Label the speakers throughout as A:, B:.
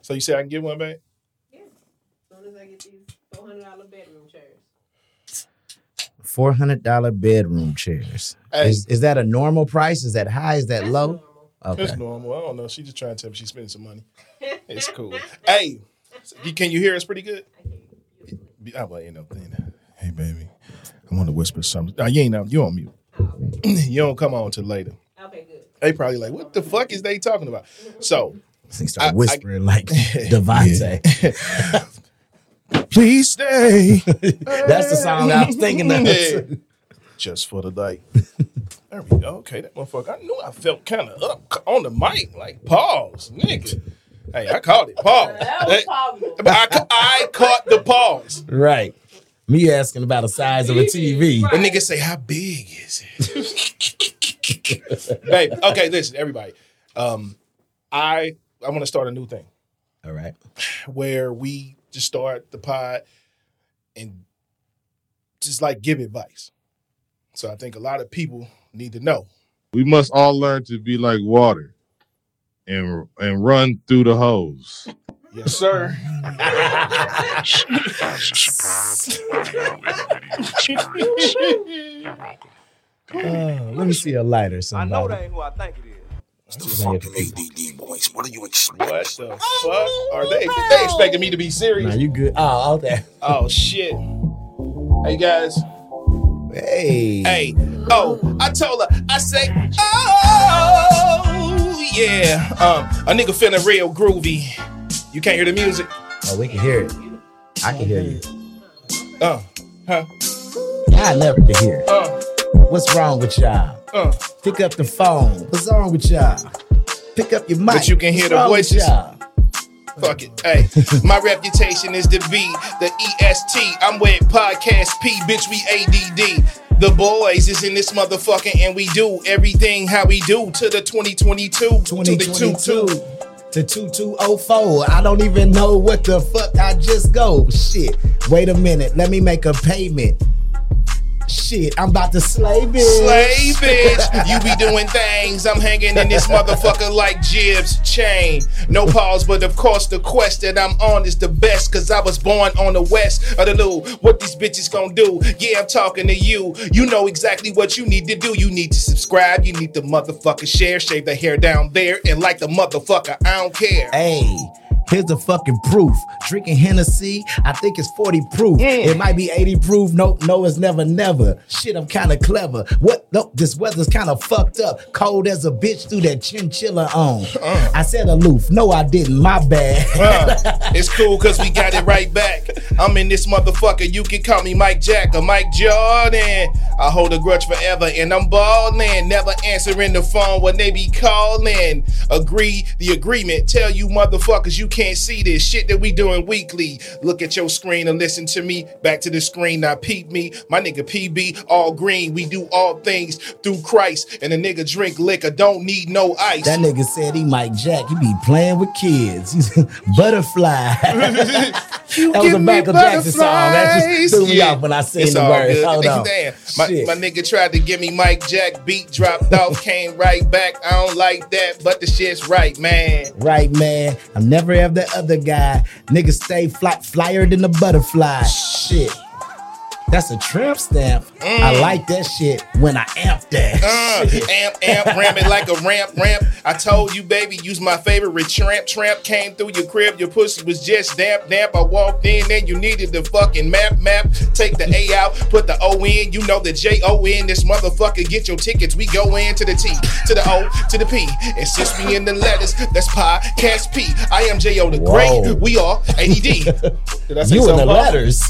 A: So you said I can get one back?
B: Yeah. As soon as I get these four hundred dollar bedroom chairs.
C: Four hundred dollar bedroom chairs.
A: Hey,
C: Is, is that a normal price? Is that high? Is that
B: That's
C: low?
B: normal.
A: that's
C: Okay.
A: normal. I don't know. She just trying to tell me she's spending some money. It's cool. hey, you- can you hear us pretty good?
B: I can't use it.
A: Be- I ain't no thing. Hey, baby, I want to whisper something. Nah, you ain't on. You on mute.
B: Oh, okay.
A: you don't come on till later.
B: Okay, good.
A: They probably like, what the fuck is they talking about? So
C: Things
A: I- I-
C: start whispering like Devontae.
A: please stay.
C: That's the song I was thinking of.
A: Yeah. Just for the day. There we go. Okay, that motherfucker. I knew I felt kind of up on the mic. Like, pause, nigga. Hey, I called it pause.
B: That was
A: Hey,
B: possible.
A: but I, ca- I caught the pause.
C: Right. Me asking about the size of a TV.
A: The nigga say, how big is it? Babe, okay, listen, everybody. Um, I I want to start a new thing.
C: All right.
A: where we just start the pod and just like give advice. So I think a lot of people need to know.
D: We must all learn to be like water and and run through the hose.
A: Yes, sir.
C: Uh, let me see a lighter.
E: I
C: Somebody.
E: know that ain't who I think it is.
F: It's the fucking ADD voice. What do you expect?
A: What the fuck? Are they they expecting me to be
C: Nah,
A: serious?
C: you good? Oh, okay.
A: Oh shit. Hey guys.
C: Hey.
A: Hey. Oh, I told her. I say, oh yeah. Um, a nigga feeling real groovy. You can't hear the music.
C: Oh, we can hear it. I can hear you.
A: Uh, huh.
C: I never can hear. it.
A: Uh,
C: What's wrong with y'all?
A: uh.
C: Pick up the phone. What's wrong with y'all? Pick up your mic.
A: But you can hear
C: What's
A: the voices.
C: wrong with y'all?
A: Fuck it. Hey, my reputation is to be the EST. I'm with Podcast P, bitch, we ADD. The boys is in this motherfucker, and we do everything how we do to the 2022. To the
C: 2022
A: 22.
C: to 2204. I don't even know what the fuck I just go. Shit. Wait a minute. Let me make a payment. Shit. I'm about to slay bitch.
A: Slay, bitch. You be doing things. I'm hanging in this motherfucker like Jib's chain. No pause, but of course, the quest that I'm on is the best. Cause I was born on the west of the loo. What these bitches gonna do? Yeah, I'm talking to you. You know exactly what you need to do. You need to subscribe. You need to motherfucker share. Shave the hair down there and like the motherfucker. I don't care.
C: Hey, here's the fucking proof. Drinking Hennessy, I think it's 40 proof. It might be 80 proof. Nope, no, it's never, never. Shit, I'm kind of clever. What? Nope, this weather's kind of fucked up. Cold as a bitch through that chinchilla on. I said aloof. No, I didn't. My bad.
A: Uh, it's cool because we got it right back. I'm in this motherfucker. You can call me Mike Jack or Mike Jordan. I hold a grudge forever and I'm ballin'. Never answering the phone when they be calling. Agree the agreement. Tell you motherfuckers you can't see this shit that we doing weekly. Look at your screen and listen to me. Back to the screen. Now peep me. My nigga PB, all green. We do all things through Christ. And a nigga drink liquor. Don't need no ice.
C: That nigga said he Mike Jack. He be playing with kids. He's butterfly. that was a
A: give me
C: Michael Jackson song. That just threw me
A: Yeah.
C: off when I seen
A: It's
C: the
A: all
C: words.
A: good.
C: Hold on.
A: Damn. My,
C: Shit.
A: my nigga tried to give me Mike Jack beat, dropped off, came right back. I don't like that, but the shit's right, man.
C: Right, man. I'm never ever the other guy. Niggas stay fly, flyer than a butterfly. Shit. That's a tramp stamp. I like that shit when I amp that.
A: Mm. Uh,
C: shit.
A: amp, amp, ram it like a ramp, ramp. I told you, baby, use my favorite tramp, tramp. Came through your crib, your pussy was just damp, damp. I walked in and you needed the fucking map, map. Take the A out, put the O in. You know the J O in. This motherfucker, get your tickets. We go in to the T, to the O, to the P. And since we in the letters, that's podcast P. I am J O the
C: Whoa.
A: Great. We are ADD. Did I say
C: You in the
A: something wrong?
C: letters.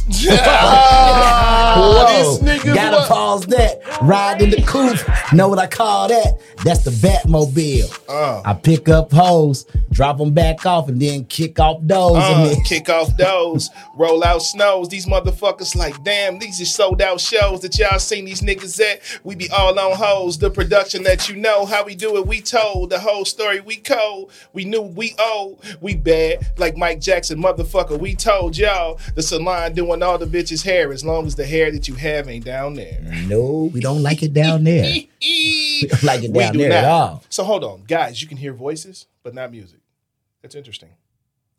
A: Ah,
C: Whoa.
A: this nigga
C: Gotta
A: was-
C: pause that. Ride in the coupe. Know what I call that? That's the Batmobile.
A: Uh.
C: I pick up hoes, drop them back off, and then kick off those. and
A: Uh,
C: then
A: kick off those, roll out snows. These motherfuckers like, damn, these is sold out shows that y'all seen these niggas at. We be all on hoes. The production that you know, how we do it, we told the whole story. We cold, we knew we old, we bad like Mike Jackson, motherfucker. We told y'all the salon doing all the bitches' hair as long as the hair that you have ain't down there.
C: No, we don't like it down there. we don't like it
A: We
C: down
A: do
C: there at
A: not.
C: all.
A: So hold on, guys. You can hear voices, but not music. That's interesting.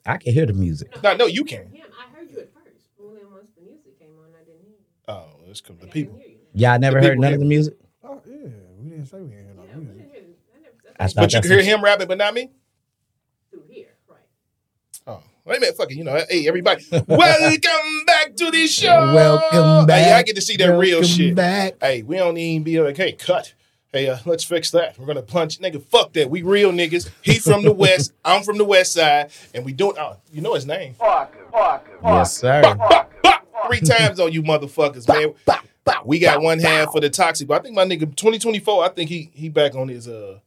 C: I can hear the music.
A: No, no, you can.
B: Him, I heard you at first. But then once the music came on, I didn't hear you.
A: Oh, it's come
B: Like,
A: the
B: I
A: people.
B: Didn't hear you.
C: Y'all never
A: The
C: heard
A: people
C: none
A: hear-
C: of the music.
G: Oh yeah, we didn't say we didn't hear
B: Yeah,
G: no
B: we
G: music.
B: didn't hear you. I never said
C: I
B: that
C: thought
A: But you
C: that's
A: can hear
C: what-
A: him rapping, but not me.
B: through here, right?
A: Oh, wait a minute, fucking, you know, hey everybody, welcome back to the show.
C: Welcome back.
A: Hey, Oh, I get to see that real
C: Welcome
A: shit.
C: Back.
A: Hey, we don't even be like, hey, cut. Hey, uh, let's fix that. We're gonna punch, nigga. Fuck that. We real niggas. He from the west. I'm from the west side, and we doing. Oh, you know his name.
C: Yes, sir.
A: Bop, bop, bop. Three times on you, motherfuckers, man. We got one hand for the toxic, but I think my nigga 2024. I think he he back on his uh.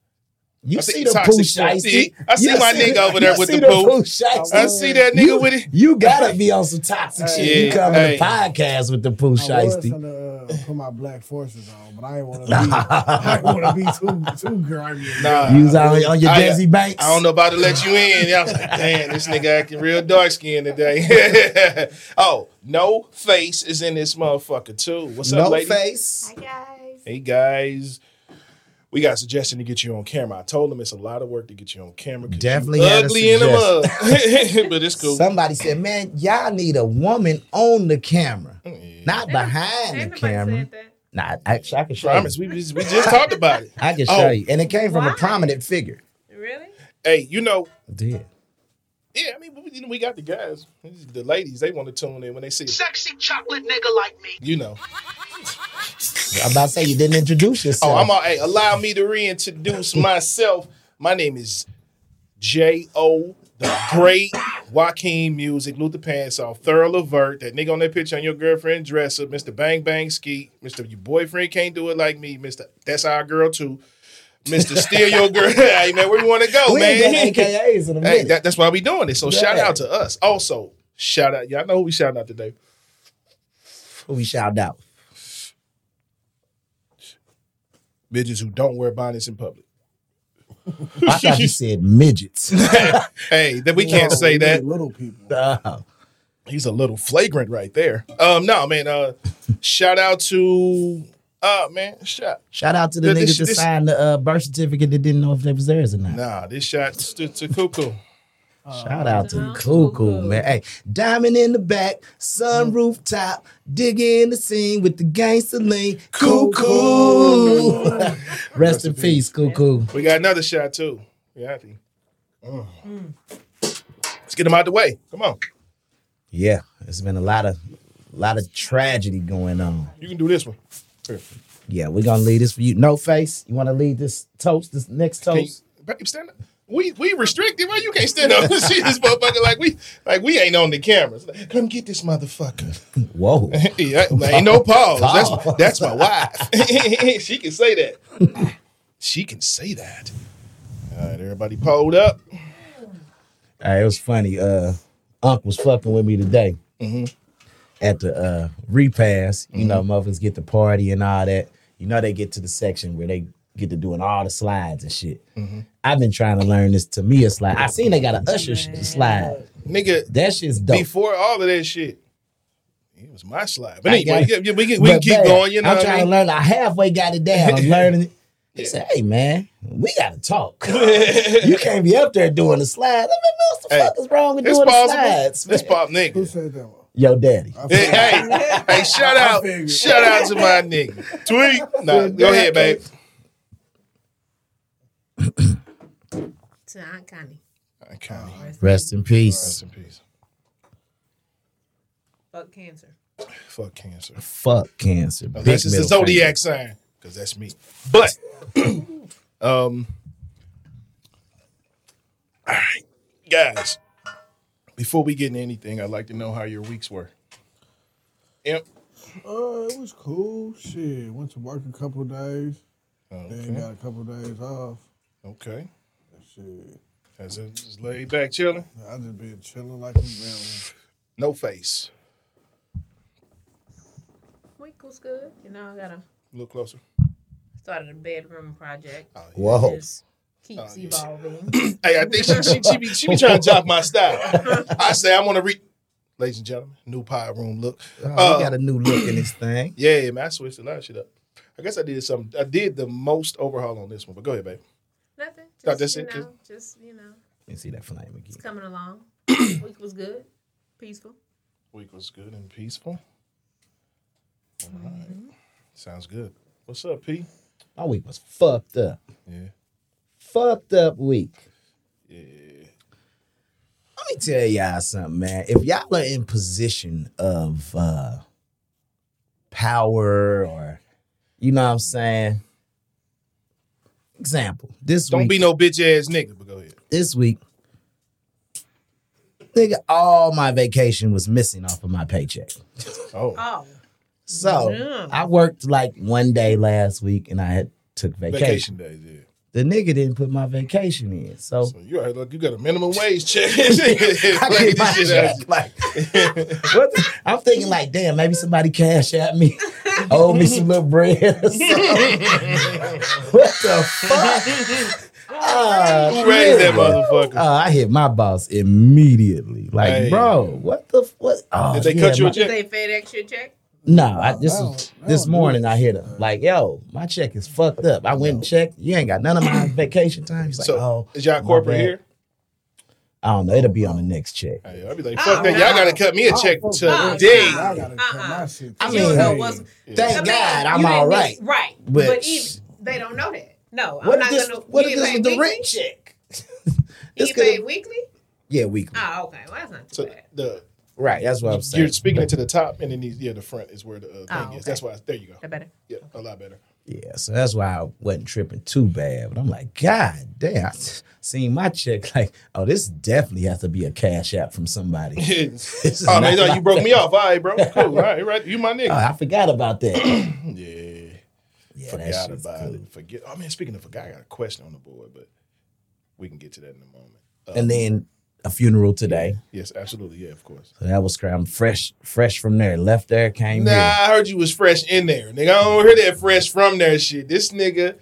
C: You
A: I see
C: see
A: the
C: the
A: toxic
C: poo
A: shit. I see-
C: shiesty.
A: I see
C: You
A: my nigga over there
C: you
A: with
C: see
A: the poo.
C: shiesty.
A: I see that nigga
C: You-
A: with it.
C: You gotta be on some toxic shit.
A: Yeah,
C: you come
A: hey.
C: in the podcast with the poo
G: I was
C: shiesty.
G: gonna uh, put my black forces on, but I ain't want to be. I ain't want to be too too grimy.
A: Nah.
C: You was on, on your
A: Uh, I-
C: Desi Banks.
A: I don't know about to let you in. I was like, damn, this nigga acting real dark skinned today. oh, no face is in this motherfucker too. What's up,
C: No
A: lady?
C: face.
B: guys.
A: Hey guys, we got a suggestion to get you on camera. I told them it's a lot of work to get you on camera. 'cause you
C: Definitely had a
A: ugly in the mug, but it's cool.
C: Somebody said, "Man, y'all need a woman on the
A: Mm,
C: camera, not behind the
B: Ain't nobody
C: camera."
B: said that.
C: Nah, actually, I can show
A: Promise,
C: you.
A: we just, we just talked about it.
C: I can
A: Oh.
C: show you, and it came from a
B: Why?
C: prominent figure.
B: Really?
A: Hey, you know,
C: I did.
A: yeah, I mean, we, you know, we got the guys, the ladies. They want to tune in when they see,
H: sexy chocolate nigga like me.
A: you know.
C: I'm about to say you didn't introduce yourself.
A: Oh, I'm all, hey, allow me to reintroduce myself. My name is J O, the great Joaquin Music, Luther Pants off, Thurl Levert, that nigga on that picture on your girlfriend dresser, Mr. Bang Bang Skeet, Mr. Your boyfriend can't do it like me, Mr. That's our girl too. Mr. Steal Your Girl. hey man, where you wanna go,
C: we
A: man?
C: ain't got AKAs in a
A: hey,
C: minute.
A: that, that's why we doing this. So shout
C: Yeah.
A: out to us. Also, shout out. Y'all know who we shout out today.
C: Who we shout out?
A: Bitches who don't wear bonnets in public.
C: I thought you said midgets.
A: Hey, that we can't
G: No,
A: say
G: we
A: that.
G: need Little people.
C: Oh.
A: he's a little flagrant right there. Um, no, man. Uh, shout out to uh, man, shot.
C: Shout out to the
A: This-
C: niggas that
A: this-
C: signed the uh, birth certificate that didn't know if they was theirs or not.
A: Nah, this shot to, to cuckoo.
C: Shout out to
B: No.
C: Cuckoo,
B: Cuckoo.
C: man. Hey, diamond in the back, sun rooftop, dig in the scene with the gangster lean. Cuckoo. Rest in peace, Cuckoo.
A: We got another shot too. Yeah, I think. Mm. Let's get him out the way. Come on,
C: Yeah, it's been a lot of, lot of tragedy going on.
A: you can do this one. Here.
C: Yeah, we're gonna leave this for you. No face. You want to lead this toast, this next
A: Can you,
C: toast?
A: babe, stand up. We we restricted. Why you can't stand up and see this motherfucker like we like we ain't on the cameras? Come get this motherfucker.
C: Whoa.
A: yeah, like, ain't no pause.
C: Pause.
A: That's that's my wife. she can say that. She can say that. All right, everybody pulled up.
C: Hey, it was funny. Uh, Unc was fucking with me today
A: Mm-hmm.
C: at the uh, repass. You know, motherfuckers get the party and all that. You know, they get to the section where they get to doing all the slides and shit.
A: Mm-hmm.
C: I've been trying to learn this Tamia slide. I seen they got an Usher sh- slide.
A: Nigga,
C: That shit's dope.
A: before all of that shit, it was my slide. But
C: I
A: anyway,
C: got it.
A: yeah, we can, we can
C: But,
A: keep
C: man,
A: going, you know
C: I'm
A: what
C: trying
A: I
C: to
A: mean?
C: learn. I halfway got it down. I'm learning it. He
A: Yeah.
C: said, hey, man, we got to talk. you can't be up there doing the slide. I mean, what the
A: Hey,
C: fuck is wrong with
A: It's
C: doing the
A: possible.
C: slides?
A: It's pop
G: Who
A: nigga.
G: said that one?
C: Yo, daddy.
G: I
A: Hey,
G: figured-
A: hey, hey, shout out,
G: figured.
A: shout out to my nigga. Tweet. Nah, go ahead, babe.
B: To Aunt Connie.
A: Okay.
C: Rest in
A: Rest
C: peace.
A: in peace.
B: Fuck cancer.
A: Fuck cancer.
C: fuck cancer. Big
A: Unless it's the
C: middle
A: zodiac sign, because that's me. But, um, all right, guys. Before we get into anything, I'd like to know how your weeks were. Imp.
G: Uh, it was cool. Shit, went to work a couple of days. Then
A: Okay.
G: got a couple of days off.
A: Okay.
G: Shit,
A: As in just laid back chilling.
G: I just been chilling like a villain.
A: No face.
B: Week was good. You know, I got to
A: A little closer.
B: started a bedroom project.
A: Oh, yeah.
C: Whoa.
B: Just keeps
A: Oh, yeah.
B: evolving.
A: Hey, I think she, she, she, be, she be trying to jock my style. I say I want to read. Ladies and gentlemen, new pie room look.
C: Oh,
A: Uh,
C: we got a new look in this thing.
A: Yeah, man, I switched a lot of shit up. I guess I did some. I did the most overhaul on this one, but go ahead, babe.
B: Nothing.
A: Oh,
B: Just,
A: that's
B: you
A: it,
B: know, just, you know,
C: Let me see that flame
B: it's
C: again.
B: coming along. Week was good, peaceful.
A: Week was good and peaceful. All right. Sounds good. What's up, P?
C: My week was fucked up.
A: Yeah.
C: Fucked up week.
A: Yeah.
C: Let me tell y'all something, man. If y'all are in position of uh power or you know what I'm saying. Example. This
A: Don't
C: week,
A: be no bitch ass nigga, but go ahead.
C: this week, nigga, all my vacation was missing off of my paycheck.
A: Oh.
B: Oh,
C: So
B: Yeah.
C: I worked like one day last week and I had took
A: Vacation
C: vacation.
A: days, yeah.
C: The nigga didn't put my vacation in. So
A: So you out here like you got a minimum wage check. I
C: I get my check. Like, what the- I'm thinking like, damn, maybe somebody cash at me, owe me some little bread or something. what the fuck? Ah,
A: Who raised that
C: nigga.
A: motherfucker?
C: Oh, I hit my boss immediately. Like,
A: Hey.
C: bro, what the f- what? Oh,
A: Did they
C: yeah,
A: cut you
C: my-
A: a
B: did
A: check?
B: they FedEx your check?
C: No, I, this
G: Wow,
C: was
G: wow,
C: this
G: dude.
C: morning. I hit him like, "Yo, my check is fucked up. I went and checked. You ain't got none of my vacation time." He's like,
A: So
C: "Oh,
A: is y'all
C: my
A: corporate
C: bad."
A: here?
C: I don't know. It'll be on the next check."
A: Hey, I'll be like,
B: Oh,
A: fuck that. Y'all
B: no.
A: gotta cut me a check
G: Oh, fuck that.
A: today.
G: I gotta cut my
B: Uh-uh.
G: shit.
C: I
B: You
C: mean,
B: don't know
G: today.
B: what's.
C: Thank
B: I mean,
C: God I'm
B: you didn't
C: all
B: miss-
C: right.
B: right,
C: But-
B: but, even they don't know that. No, I'm
C: What
B: not
C: if this?
B: gonna.
C: What
B: you
C: if
B: get
C: this was
B: paid
C: the
B: weekly?
C: rent check?
B: You
C: This
B: get paid
C: could've-
B: weekly?
C: yeah, weekly.
B: Oh, okay. Well, that's not too
A: So
B: bad.
A: the
C: Right. That's what I'm
A: you're
C: saying.
A: speaking it to the top and then these, yeah, the front is where the uh, thing
B: Oh,
A: is.
B: okay.
A: That's why there you go.
B: That better.
A: Yeah, a lot better.
C: Yeah, so that's why I wasn't tripping too bad. But I'm like, God damn, I seen my check like, oh, this definitely has to be a cash app from somebody. is
A: oh
C: not
A: man, no, you
C: like
A: broke
C: that.
A: me off. All right, bro. Cool. All right, right. You my
C: Oh,
A: nigga.
C: I forgot about that.
A: Yeah.
C: Yeah, that
A: forgot
C: shit's
A: about
C: cool.
A: it. Forget. Oh man, speaking of forgot, I got a question on the board, but we can get to that in a moment. Uh,
C: And then a funeral today.
A: yes, absolutely, yeah, of course.
C: So that was crazy. I'm fresh, fresh from there. Left there, came
A: Nah,
C: here.
A: I heard you was fresh in there, nigga. I don't hear that fresh from there shit. This nigga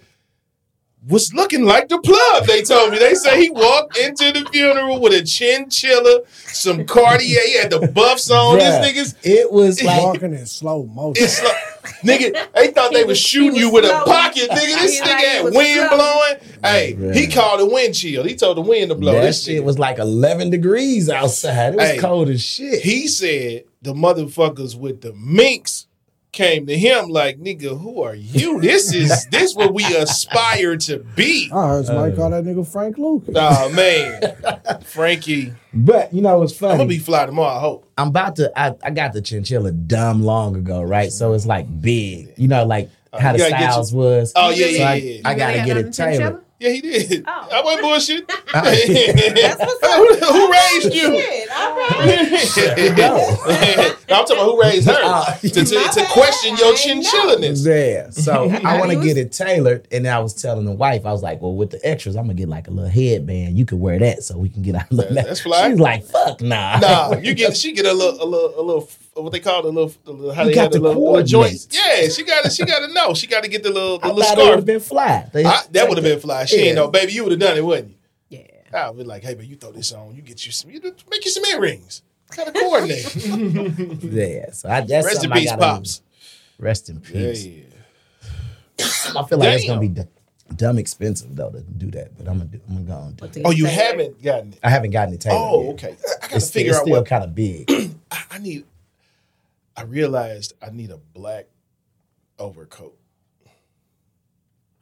A: was looking like the plug. They told me. They say he walked into the funeral with a chinchilla, some Cartier. He had the buffs on.
C: Bruh.
A: This nigga's
C: It was like
G: Walking in slow motion.
A: it's like. Nigga, they thought
B: He
A: they
B: was-
A: was
B: he
A: shooting you
B: was
A: with a
B: slow.
A: pocket, nigga. This
B: He
A: nigga
B: like he
A: had
B: was
A: wind
B: slow.
A: blowing. Hey, he
C: Bruh.
A: called the wind chill. He told the wind to blow.
C: that
A: this
C: shit
A: nigga.
C: was like 11 degrees outside. It was
A: Hey.
C: cold as shit.
A: he said the motherfuckers with the minks came to him like, nigga, who are you? This is this what we aspire to be.
C: Oh.
G: I heard somebody
C: Uh,
G: call that nigga Frank Lucas.
A: Oh man. Frankie.
C: but you know, it's
A: I'm
C: funny.
A: gonna be fly tomorrow, I hope.
C: I'm about to. I, I got the chinchilla dumb long ago, right? So it's like big, you know, like how the
A: Oh, you gotta get
C: styles was.
A: Oh yeah,
C: So
A: yeah, yeah.
C: I,
A: yeah.
C: I
B: You
C: gotta
B: really
C: get
B: had
C: it
B: on the
C: tailored.
B: chinchilla?
A: yeah, he did.
B: Oh.
A: I wasn't bullshit.
B: That's what's up.
A: who, who raised you?
B: Shit, all right.
A: no. I'm talking about who raised her
C: Oh.
A: to, to,
B: My
A: to
B: bad.
A: question your
B: I ain't know.
A: chinchillaness.
C: Yeah, so I want to
B: Nice.
C: get it tailored, and I was telling the wife, I was like, "Well, with the extras, I'm gonna get like a little headband. You can wear that, so we can get our little."
A: That's fly.
C: She's like, "Fuck nah,
A: Nah, you get she get a little a little a little what they call it, a little, a little how
C: You
A: they
C: got
A: have the
C: to
A: little, little
C: coordinate.
A: joints. Yeah, she got to she got to know. She got to get the little the
C: I
A: little
C: thought it would
A: scarf.
C: have been fly. They-
A: I, that would have been fly. She
C: Yeah.
A: ain't know, baby. You would have done it, wouldn't you?
B: Yeah.
A: I would be like, hey, baby, you throw this on. You get you some. You do- make you some earrings. Gotta coordinate.
C: Yeah, so I, that's
A: Rest in
C: something I
A: peace,
C: gotta-
A: pops.
C: Rest in peace.
A: Yeah.
C: I feel like it's
A: Damn.
C: gonna be d- dumb expensive though to do that, but I'm gonna do, I'm gonna go and do it.
B: But to
A: Oh,
B: get
A: you
B: paid-
A: haven't gotten it.
C: I haven't gotten it tailored.
A: Oh,
C: yet.
A: okay. I- I gotta
C: It's,
A: figure
C: it's
A: out
C: still
A: what
C: kind of big.
A: I, I need. I realized I need a black overcoat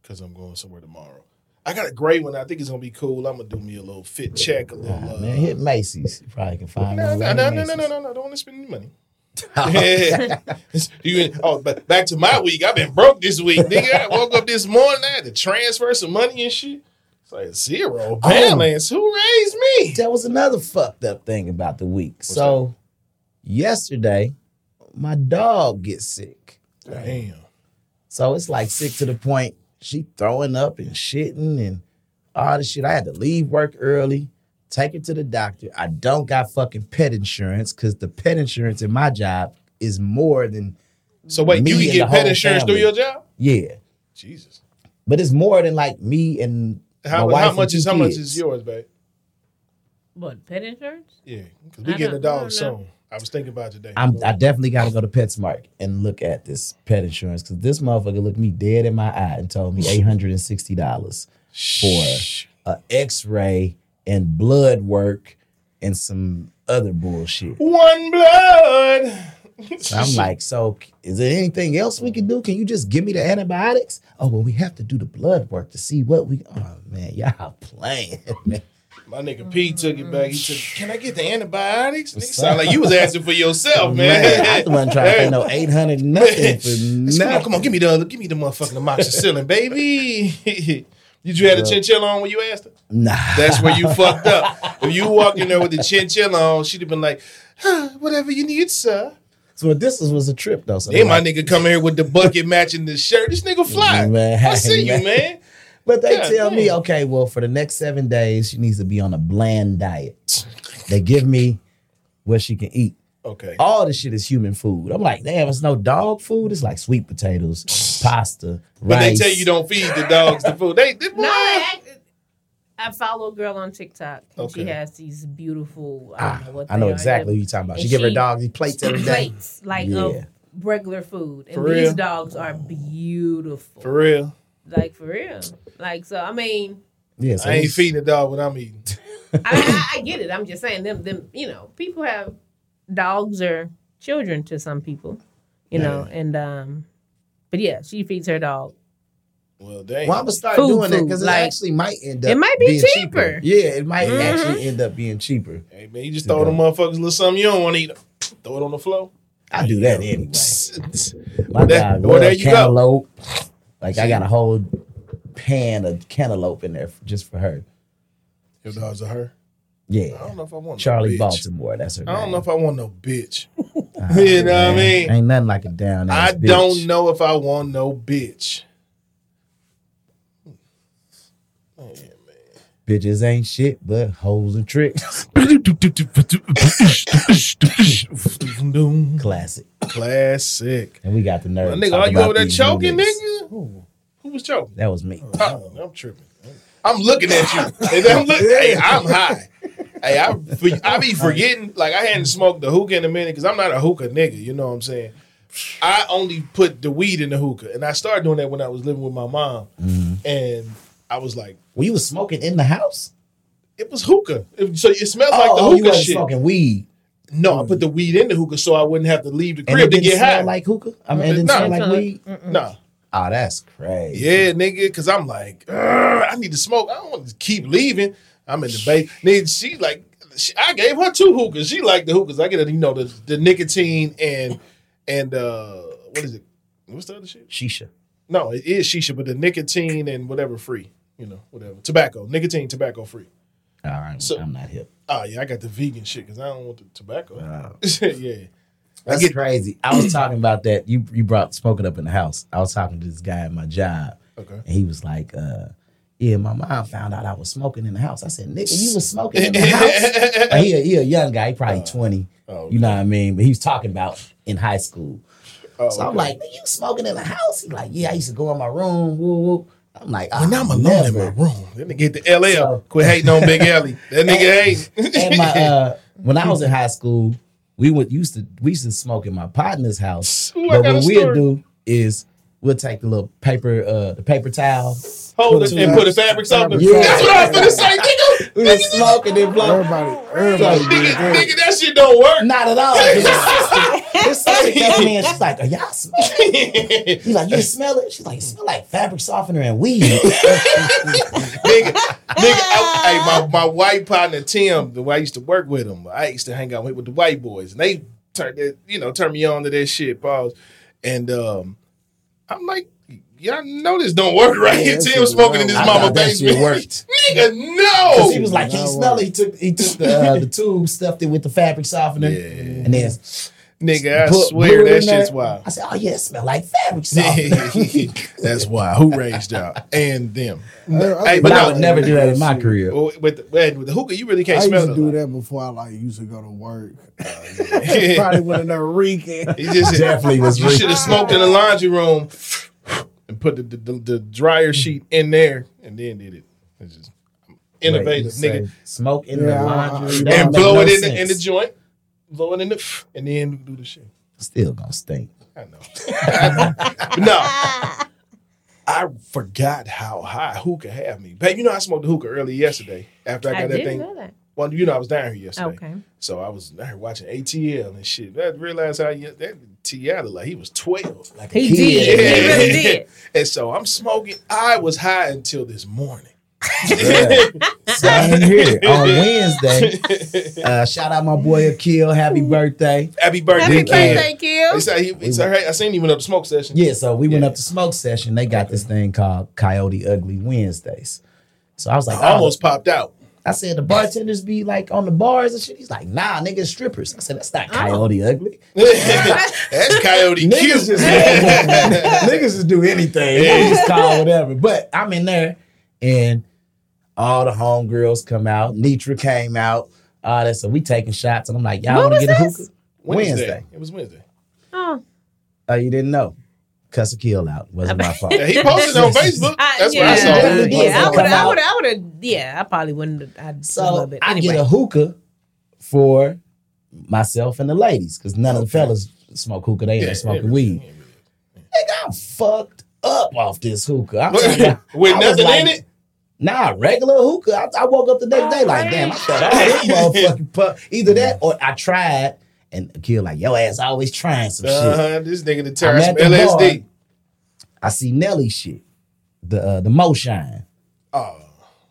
A: because I'm going somewhere tomorrow. I got a gray one. I think it's gonna be cool. I'm gonna do me a little fit check, a little.
C: Nah,
A: Uh,
C: man, hit Macy's. You probably can find
A: no,
C: one
A: no,
C: at
A: no, no, no,
C: Macy's.
A: no, no, no. Don't want to spend any money. Yeah. you oh, but back to my week. I've been broke this week, nigga. I woke up this morning. I had to transfer some money and shit. It's like zero
C: Oh.
A: balance. Who raised me?
C: That was another fucked up thing about the week. so yesterday, my dog gets sick.
A: Damn.
C: So it's like sick to the point she throwing up and shitting and all this shit. I had to leave work early, take her to the doctor. I don't got fucking pet insurance because the pet insurance in my job is more than
A: So wait,
C: Me
A: you
C: and
A: can
C: the
A: get pet
C: whole
A: insurance
C: family.
A: through your job?
C: yeah,
A: Jesus.
C: but it's more than like me and
A: How,
C: my
A: mu-
C: wife
A: how
C: and
A: much
C: two
A: is how much
C: kids.
A: is yours, babe?
B: What pet insurance?
A: Yeah, because we
B: I
A: getting a
B: don't- I
A: dog
B: don't know.
A: soon. I was thinking about it today.
C: I'm, I definitely got to go to PetSmart and look at this pet insurance because this motherfucker looked me dead in my eye and told me eight hundred and sixty dollars for
A: Shh.
C: a X-ray and blood work and some other bullshit.
A: One blood.
C: So I'm like, so is there anything else we can do? Can you just give me the antibiotics? Oh, well, we have to do the blood work to see what we. Oh man, y'all playing, man.
A: My nigga P took it back. He said,
B: Mm-hmm.
A: Can I get the antibiotics? Nigga, sound like you was asking for yourself, man.
C: I wasn't trying to pay no eight hundred nothing for
A: Just Come on,
C: nothing.
A: come on, give me the give me the motherfucking amoxicillin, baby. Did you have the chinchilla on when you asked her?
C: Nah,
A: That's where you fucked up. If you walked in there with the chinchilla on, she'd have been like, "Huh, whatever you need, sir.
C: so what this was, was a trip though. So
A: Hey, my
C: like-
A: nigga come here with the bucket matching the shirt. This nigga fly.
C: Man,
A: I see you,
C: man.
A: man.
C: But they
A: Yeah,
C: tell me,
A: yeah.
C: okay, well, for the next seven days, she needs to be on a bland diet. They give me what she can eat.
A: Okay.
C: All this shit is human food. I'm like, damn, it's no dog food. It's like sweet potatoes, pasta,
A: But
C: rice.
A: they tell you don't feed the dogs the food. They, they
B: No, I, I follow a girl on TikTok. and
A: Okay.
B: She has these beautiful. I, don't
C: Ah,
B: know, what
C: I know
B: they are.
C: exactly who you're talking about. She
B: And
C: give her
B: she-
C: dog these plates
B: They're
C: every day.
B: plates like
C: Yeah.
B: of regular food, and
A: For
B: these
A: real?
B: dogs are beautiful.
A: For real.
B: Like for real. Like so. I mean,
C: Yeah, so
A: I ain't
C: it's-
A: feeding the dog what I'm eating.
B: I, I, I get it. I'm just saying them. Them. You know, people have dogs or children to some people. You know, and um, but yeah, she feeds her dog.
A: Well, dang.
C: Well, I'm gonna start
B: Food,
C: doing it
B: food,
C: because it
B: like-
C: actually might end up.
B: It might be
C: being
B: cheaper.
C: Yeah, it might
B: Mhm.
C: actually end up being cheaper.
A: Hey, man, you just throw them motherfuckers a little something you don't want to eat. Throw it on the floor.
C: I do that anyway. My
A: Well, there-
C: God,
A: well, there
C: love
A: you go.
C: cantaloupe. Like I got a whole pan of cantaloupe in there f- just for her.
A: Your dogs are her. I
C: Yeah,
A: don't know if I want
C: Charlie
A: no bitch.
C: Baltimore. That's her.
A: I don't know if I want no bitch.
C: if
A: you know what I mean?
C: Ain't nothing like a down.
A: I don't know if I want no bitch.
C: Bitches ain't shit but hoes and tricks. Classic.
A: Classic.
C: And we got the nerve.
A: My
C: to
A: nigga,
C: talk
A: are you
C: about
A: over there
C: these
A: choking,
C: niggas.
A: nigga? Who was choking?
C: That was me.
A: Oh, I'm tripping. I'm looking at you. Hey, I'm look- hey, I'm high. Hey, I, I be forgetting. Like, I hadn't smoked a hookah in a minute because I'm not a hookah nigga. You know what I'm saying? I only put the weed in the hookah. And I started doing that when I was living with my mom. And I was like,
C: Well, you was smoking in the house.
A: it was hookah. It- so it smells
C: oh,
A: like
C: you
A: the hookah
C: wasn't
A: shit.
C: smoking weed.
A: No, I put the weed in the hookah so I wouldn't have to leave the
C: And it
A: crib to
C: didn't
A: get high.
C: smell like hookah. I mean, it didn't
A: No.
C: smell like
B: Smell like-
C: weed.
A: nah.
C: Oh, that's crazy.
A: Yeah, nigga, because I'm like, "Ugh, I need to smoke. I don't want to keep leaving. I'm in the bay. Then she like, she, I gave her two hookahs. She liked the hookahs. I get it, you know, the, the nicotine and, and uh what is it? What's the other shit?
C: Shisha.
A: No, it is shisha, but the nicotine and whatever free, you know, whatever. Tobacco, nicotine, tobacco free.
C: All right,
A: So-
C: I'm not hip.
A: Oh, yeah, I got the vegan shit because I don't want the tobacco.
C: Wow.
A: yeah.
C: That's
A: get-
C: crazy. I was talking about that. You you brought smoking up in the house. I was talking to this guy at my job,
A: Okay.
C: and he was like, uh, "Yeah, my mom found out I was smoking in the house." I said, "Nigga, you was smoking in the house." Like, he, a, he a young guy, he probably twenty.
A: oh,
C: You know what I mean? But he was talking about in high school.
A: Oh,
C: So I'm
A: okay.
C: like, "Nigga, you smoking in the house?" He's like, "Yeah, I used to go in my room." Woo woo. I'm like,
A: When
C: "Ah,
A: I'm alone in my
C: never."
A: room, then they get the LL.
C: So-
A: Quit hating on Big Ellie. That nigga hate.
C: and my uh, when I was in high school, we would used to we used to smoke in my partner's house.
A: Ooh, I
C: but
A: got
C: what
A: a
C: we'll
A: story.
C: do is we'll take the little paper uh, the paper towel.
A: Hold it
G: Put
A: and
G: two
A: put the fabrics on them.
C: Yeah.
A: That's what I was gonna say, nigga.
C: We would smoke and then blow.
G: Everybody, everybody did
A: Nigga,
G: that.
A: nigga, that shit don't work.
C: Not at all. 'cause His sister, his sister came in. She's like, "Are y'all smoking?" He's like, "You smell it?" She's like, "It "Smell like fabric softener and weed."
A: nigga, nigga, I, hey, my, my white partner Tim, the way I used to work with him, I used to hang out with, with the white boys, and they turned that, you know, turned me on to that shit, pause. And um, I'm like, y'all know this don't work right.
G: Yeah, that
A: Tim
G: shit
A: smoking in
G: wild.
A: his
G: I
A: mama Oh.
C: thought that shit
A: basement.
C: worked.
A: nigga, no.
C: 'Cause he was like, "Can you smell it?" He took he took the uh, the tube, stuffed it with the fabric softener, and then
A: Nigga, I
C: put-
A: swear
C: blew it
A: that
C: in there.
A: shit's wild.
C: I said, "Oh yeah, it smell like fabric softener."
A: That's wild. Who raged out? And them.
G: I- I
A: Hey, but
G: think
C: But
G: I
A: no,
C: I would never do that in my career.
A: Well, with the, well, with the hookah, you really can't
G: I
A: smell
G: used to
A: it.
G: do that before I like used to go to work.
A: Yeah.
G: Probably went in there reeking.
A: he just
C: Definitely was
A: You
C: reeking.
A: should have smoked in the laundry room and put the, the, the, the dryer sheet in there and then did it. It's just innovative, nigga.
C: Smoke in
G: Yeah,
C: the
G: I-
C: laundry.
G: I-
C: That
G: don't
A: And
C: make
A: blow
C: no
A: it in the, in the
C: sense.
A: joint, blow it in the, and then do the shit.
C: Still gonna stink.
A: I know. But no. I forgot how high hookah had me. But you know, I smoked the hookah early yesterday after I got
B: I
A: that
B: didn't
A: thing.
B: know that.
A: Well, you know, I was down here yesterday.
B: Okay.
A: So I was down here watching ATL and shit. I realized how ye- that Tiana, like he was 12.
C: Like a
B: He
C: kid.
B: did. He really did.
A: And so I'm smoking. I was high until this morning.
C: Yeah. Same here. On Wednesday, uh, shout out my boy Akil. Happy birthday.
A: Happy birthday,
B: Happy
A: kid.
B: birthday, Kim.
A: He said he, he said, hey, I seen you went up to smoke session.
C: Yeah, so we went
A: Yeah.
C: up to smoke session. They got this thing called Coyote Ugly Wednesdays. So I was like, oh,
A: I almost popped out.
C: I said the bartenders be like on the bars and shit. He's like, nah, nigga, strippers. I said that's not Coyote Ugly.
A: That's Coyote Q.
C: Niggas just niggas just do anything. They just call whatever. But I'm in there, and all the homegirls come out. Nitra came out. All that. So we taking shots, and I'm like, y'all
B: What
C: want to
B: was
C: get a
B: this?
C: hookah? Wednesday.
A: It was Wednesday.
B: Oh,
C: Oh, you didn't know? Cuss a kill out. Wasn't my fault.
A: Yeah, he posted it on Facebook.
B: I,
A: That's
B: yeah.
A: what I saw.
C: Yeah,
B: Yeah, I
C: Come
B: would, I
C: out.
B: would, I would have. Yeah, I probably wouldn't. have- I'd a little
C: So
B: bit.
C: I
B: Anyway,
C: get a hookah for myself and the ladies because none of the fellas smoke hookah. They ain't
A: Yeah,
C: smoking
A: yeah,
C: weed. Nigga, I'm fucked up off this hookah. I'm talking about-
A: With
C: I was
A: nothing in
C: like-
A: it?
C: Nah, regular hookah. I, I woke up the next day like, damn, I thought I was motherfucking puff. Either that or I tried and the kid like, yo ass always trying some shit.
A: Uh-huh, this nigga the terrorist
C: at
A: from
C: the
A: LSD.
C: I see Nelly shit, the uh, the Mo Shine.
A: Oh,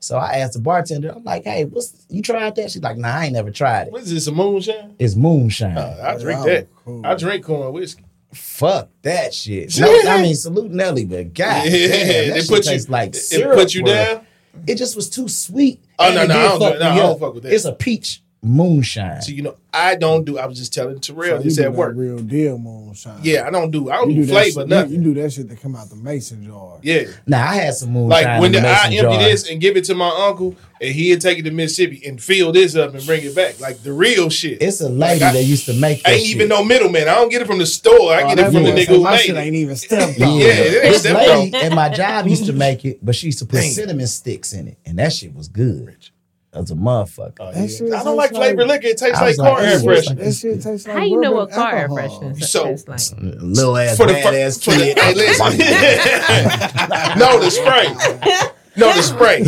C: So I asked the bartender, I'm like, hey, what's you tried that? She's like, nah, I ain't never tried it.
A: what is this, a moonshine?
C: It's moonshine.
A: Uh, I drink
G: Wow,
A: that.
G: cool.
A: I drink corn whiskey.
C: Fuck that shit. No, I mean, salute Nelly, but
A: Yeah,
C: god Ah, damn, that
A: they
C: shit
A: put you-
C: tastes like
A: it-
C: syrup.
A: It put you
C: bro.
A: down.
C: It just was too sweet.
A: Oh,
C: And
A: no,
C: it
A: no,
C: did
A: I don't do-
C: me
A: no, I don't
C: up.
A: fuck with that.
C: It's a peach moonshine.
A: So you know, I don't do. I was just telling Terrell
G: So
A: this
G: you do
A: at
G: that
A: work.
G: Real deal moonshine.
A: Yeah, I don't do. I don't
G: You do
A: do
G: that
A: flavor
G: shit, you, you
A: nothing.
G: do that shit to come out the mason jar.
A: Yeah,
C: Now I had some moonshine.
A: like when
C: in the
A: the, I
C: mason
A: empty
C: jar.
A: this and give it to my uncle, and he'd take it to Mississippi and fill this up and bring it back, like the real shit.
C: It's a lady
A: Like, I-
C: that used to make
A: I
C: that
A: ain't
C: shit.
A: even no middleman. I don't get it from the store. I
G: Oh,
A: get
G: that
A: it from the
G: boy
A: nigga
G: said,
A: who
G: my
A: made
G: shit
A: it.
G: ain't even stepped
C: Yeah,
G: on.
A: it ain't
C: this
A: stepped
C: lady
A: on.
C: at my job used to make it, but she used to put
A: Dang.
C: cinnamon sticks in it, and that shit was good. That's a motherfucker.
A: Oh,
G: That shit
A: yeah. I don't like
G: tastes
A: flavored
G: like-
A: liquor. It tastes
C: I
A: like
C: was
A: corn
C: like,
A: air
C: this is
A: freshener.
C: like-
G: That shit tastes like
B: how you know what
G: rubbing
B: car air
G: alcohol.
B: fresheners is?
A: So-
B: like?
C: Little ass
A: For the fir-
C: badass
A: for the-
C: kid.
A: hey, listen. no, the spray. No, the spray.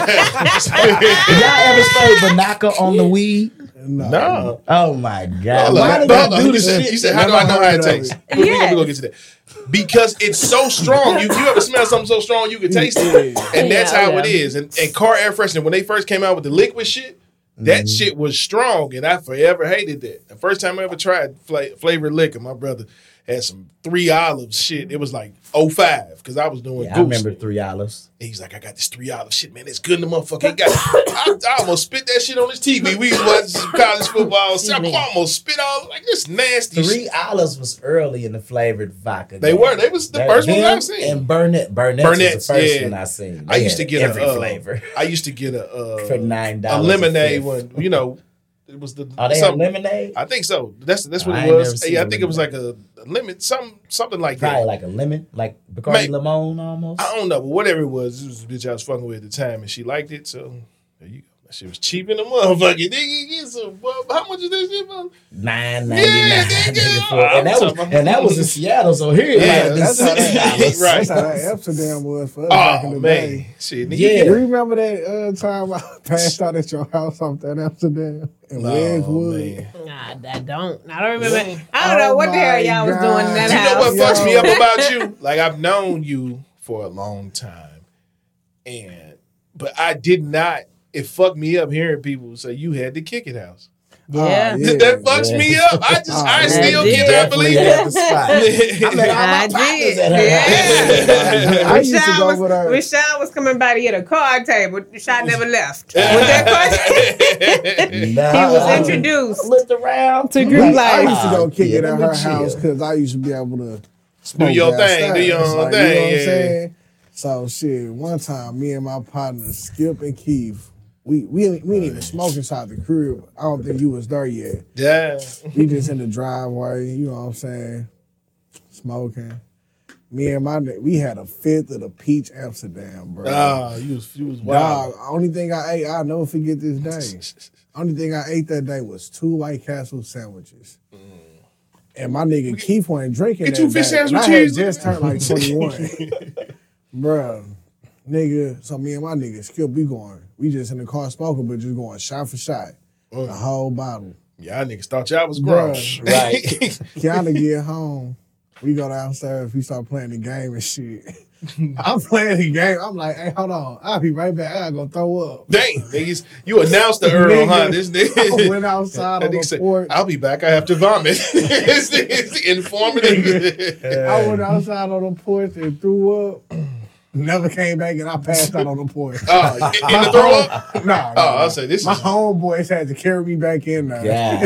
C: Did y'all ever spray Banaka on the weed?
G: No.
A: no.
C: Oh my god!
A: Hold
C: Why
A: on,
C: did I
A: hold on.
C: do
A: You
C: this
A: said-
C: shit?
A: You said, "How do I know how it
G: heard of
A: tastes?"
G: it.
A: We gonna- we gonna
B: Yes.
A: get to that because it's so strong. You, you ever smell something so strong you can taste it, and that's
B: Yeah,
A: how
B: yeah.
A: it is. And, and car air freshener when they first came out with the liquid shit,
C: Mm-hmm.
A: that shit was strong, and I forever hated that. The first time I ever tried fla- flavored liquor, my brother had some three olives shit. It was like 05 because I was doing.
C: Yeah, I
A: goose.
C: remember three olives.
A: And He's like, I got this three olive shit, man. It's good in the motherfucker. He got I, I almost spit that shit on his TV. We was watching some college football. So I almost spit all like this nasty shit.
C: Three olives was early in the flavored vodka.
A: They
C: game.
A: were. They was the first ones
C: them
A: I've seen.
C: And Burnett, Burnett
A: Burnett's,
C: was the first
A: yeah.
C: one I seen.
A: I
C: They
A: used to
C: had
A: get
C: every
A: a uh,
C: flavor
A: I used to get a uh,
C: for
A: a
C: nine dollars.
A: lemonade one. You know, it was the
C: Are Oh, they
A: some-
C: had lemonade?
A: I think so. That's that's what it
C: I ain't never
A: was.
C: seen
A: Yeah, I
C: a
A: think it was like a, a lemon, some something like
C: Probably
A: that.
C: like a lemon, like Bacardi
A: Mate.
C: Limon almost.
A: I don't know, but whatever it was, it was a bitch I was fucking with at the time, and she liked it. So there you go. That shit was cheap in the motherfucker. Nigga, get some. How much is this shit? mother-
C: Nine ninety
A: Yeah,
C: nine,
A: nigga.
C: nigga. for-
A: Oh,
C: and that
A: I'm
C: was
A: talking-
C: and that was in Seattle. So here, it
A: Yeah,
C: might have been
G: that's how
C: six
G: that-
C: dollars.
A: right.
G: That's how that Amsterdam was for us back in
A: Oh
G: the
A: man,
G: day.
A: shit.
C: Yeah.
A: Nigga,
G: You remember that uh, time I passed out at your house off that Amsterdam in
A: Oh,
G: Wedgwood?
A: man.
B: Nah, I don't. I don't remember. I don't know what the
G: Oh
B: hell
G: my
B: y'all was
G: God.
B: doing in that
G: You
A: You know
B: house.
A: what
G: Yo.
A: fucks me up about you? Like I've known you for a long time, and but I did not. It fucked me up hearing people say you had the kick it house.
B: Yeah.
G: Ah,
A: that fucks me up. I just,
G: Oh,
A: I
G: man,
A: still
B: did.
A: cannot believe
C: Definitely
A: it.
C: had the spot. I met all my
B: I did.
C: partners at her house.
G: I used to
B: Rashad
G: go
B: was,
G: over there.
B: Rashad was coming by to get a card table. Rashad never left. With that question,
C: Nah,
B: he
C: I-
B: was introduced.
C: Looked around
B: To group
G: I
B: life.
G: used to go kick it
C: "Oh, Yeah, let me
G: at her house
C: chill.
G: because I used to be able to
A: Do
G: smoke
A: your thing, do your
G: downstairs.
A: own
G: Like,
A: thing.
G: You know
A: yeah.
G: what I'm saying? So shit, one time me and my partner Skip and Keith, we we we didn't even smoke inside the crib. I don't think you was there yet.
A: Yeah.
G: We just in the driveway, you know what I'm saying? Smoking. Me and my ni- we had a fifth of the peach Amsterdam, bro.
A: Ah, you was, you was
G: Dog,
A: wild.
G: only thing I ate, I'll never forget this day. Only thing I ate that day was two White Castle sandwiches. And my nigga Keith wasn't drinking.
A: Get
G: that
A: you fish
G: day,
A: sandwich
G: and I
A: with
G: had
A: cheese.
G: just turned like 21. Bruh, nigga, so me and my nigga Skip, we going, we just in the car smoking, but just going shot for shot, the whole bottle.
A: Y'all niggas thought y'all was grown.
G: Bruh.
C: Right.
G: Kiana get home, we go downstairs, we start playing the game and shit. I'm playing the game. I'm like, hey, hold on, I'll be right back. I gotta throw up.
A: Dang, niggas, you announced the Earl, huh?
G: Nigga,
A: This
G: I
A: nigga.
G: went outside
A: That
G: on
A: nigga
G: the
A: said,
G: porch.
A: I'll be back. I have to vomit. it's, it's informative.
G: I went outside on the porch and threw up. Never came back and I passed out on the porch.
A: oh, in the throw up?
G: Nah, nah,
A: Oh, I'll
G: nah.
A: say this
G: my
A: is-
G: homeboys had to carry me back in there.
C: Yeah.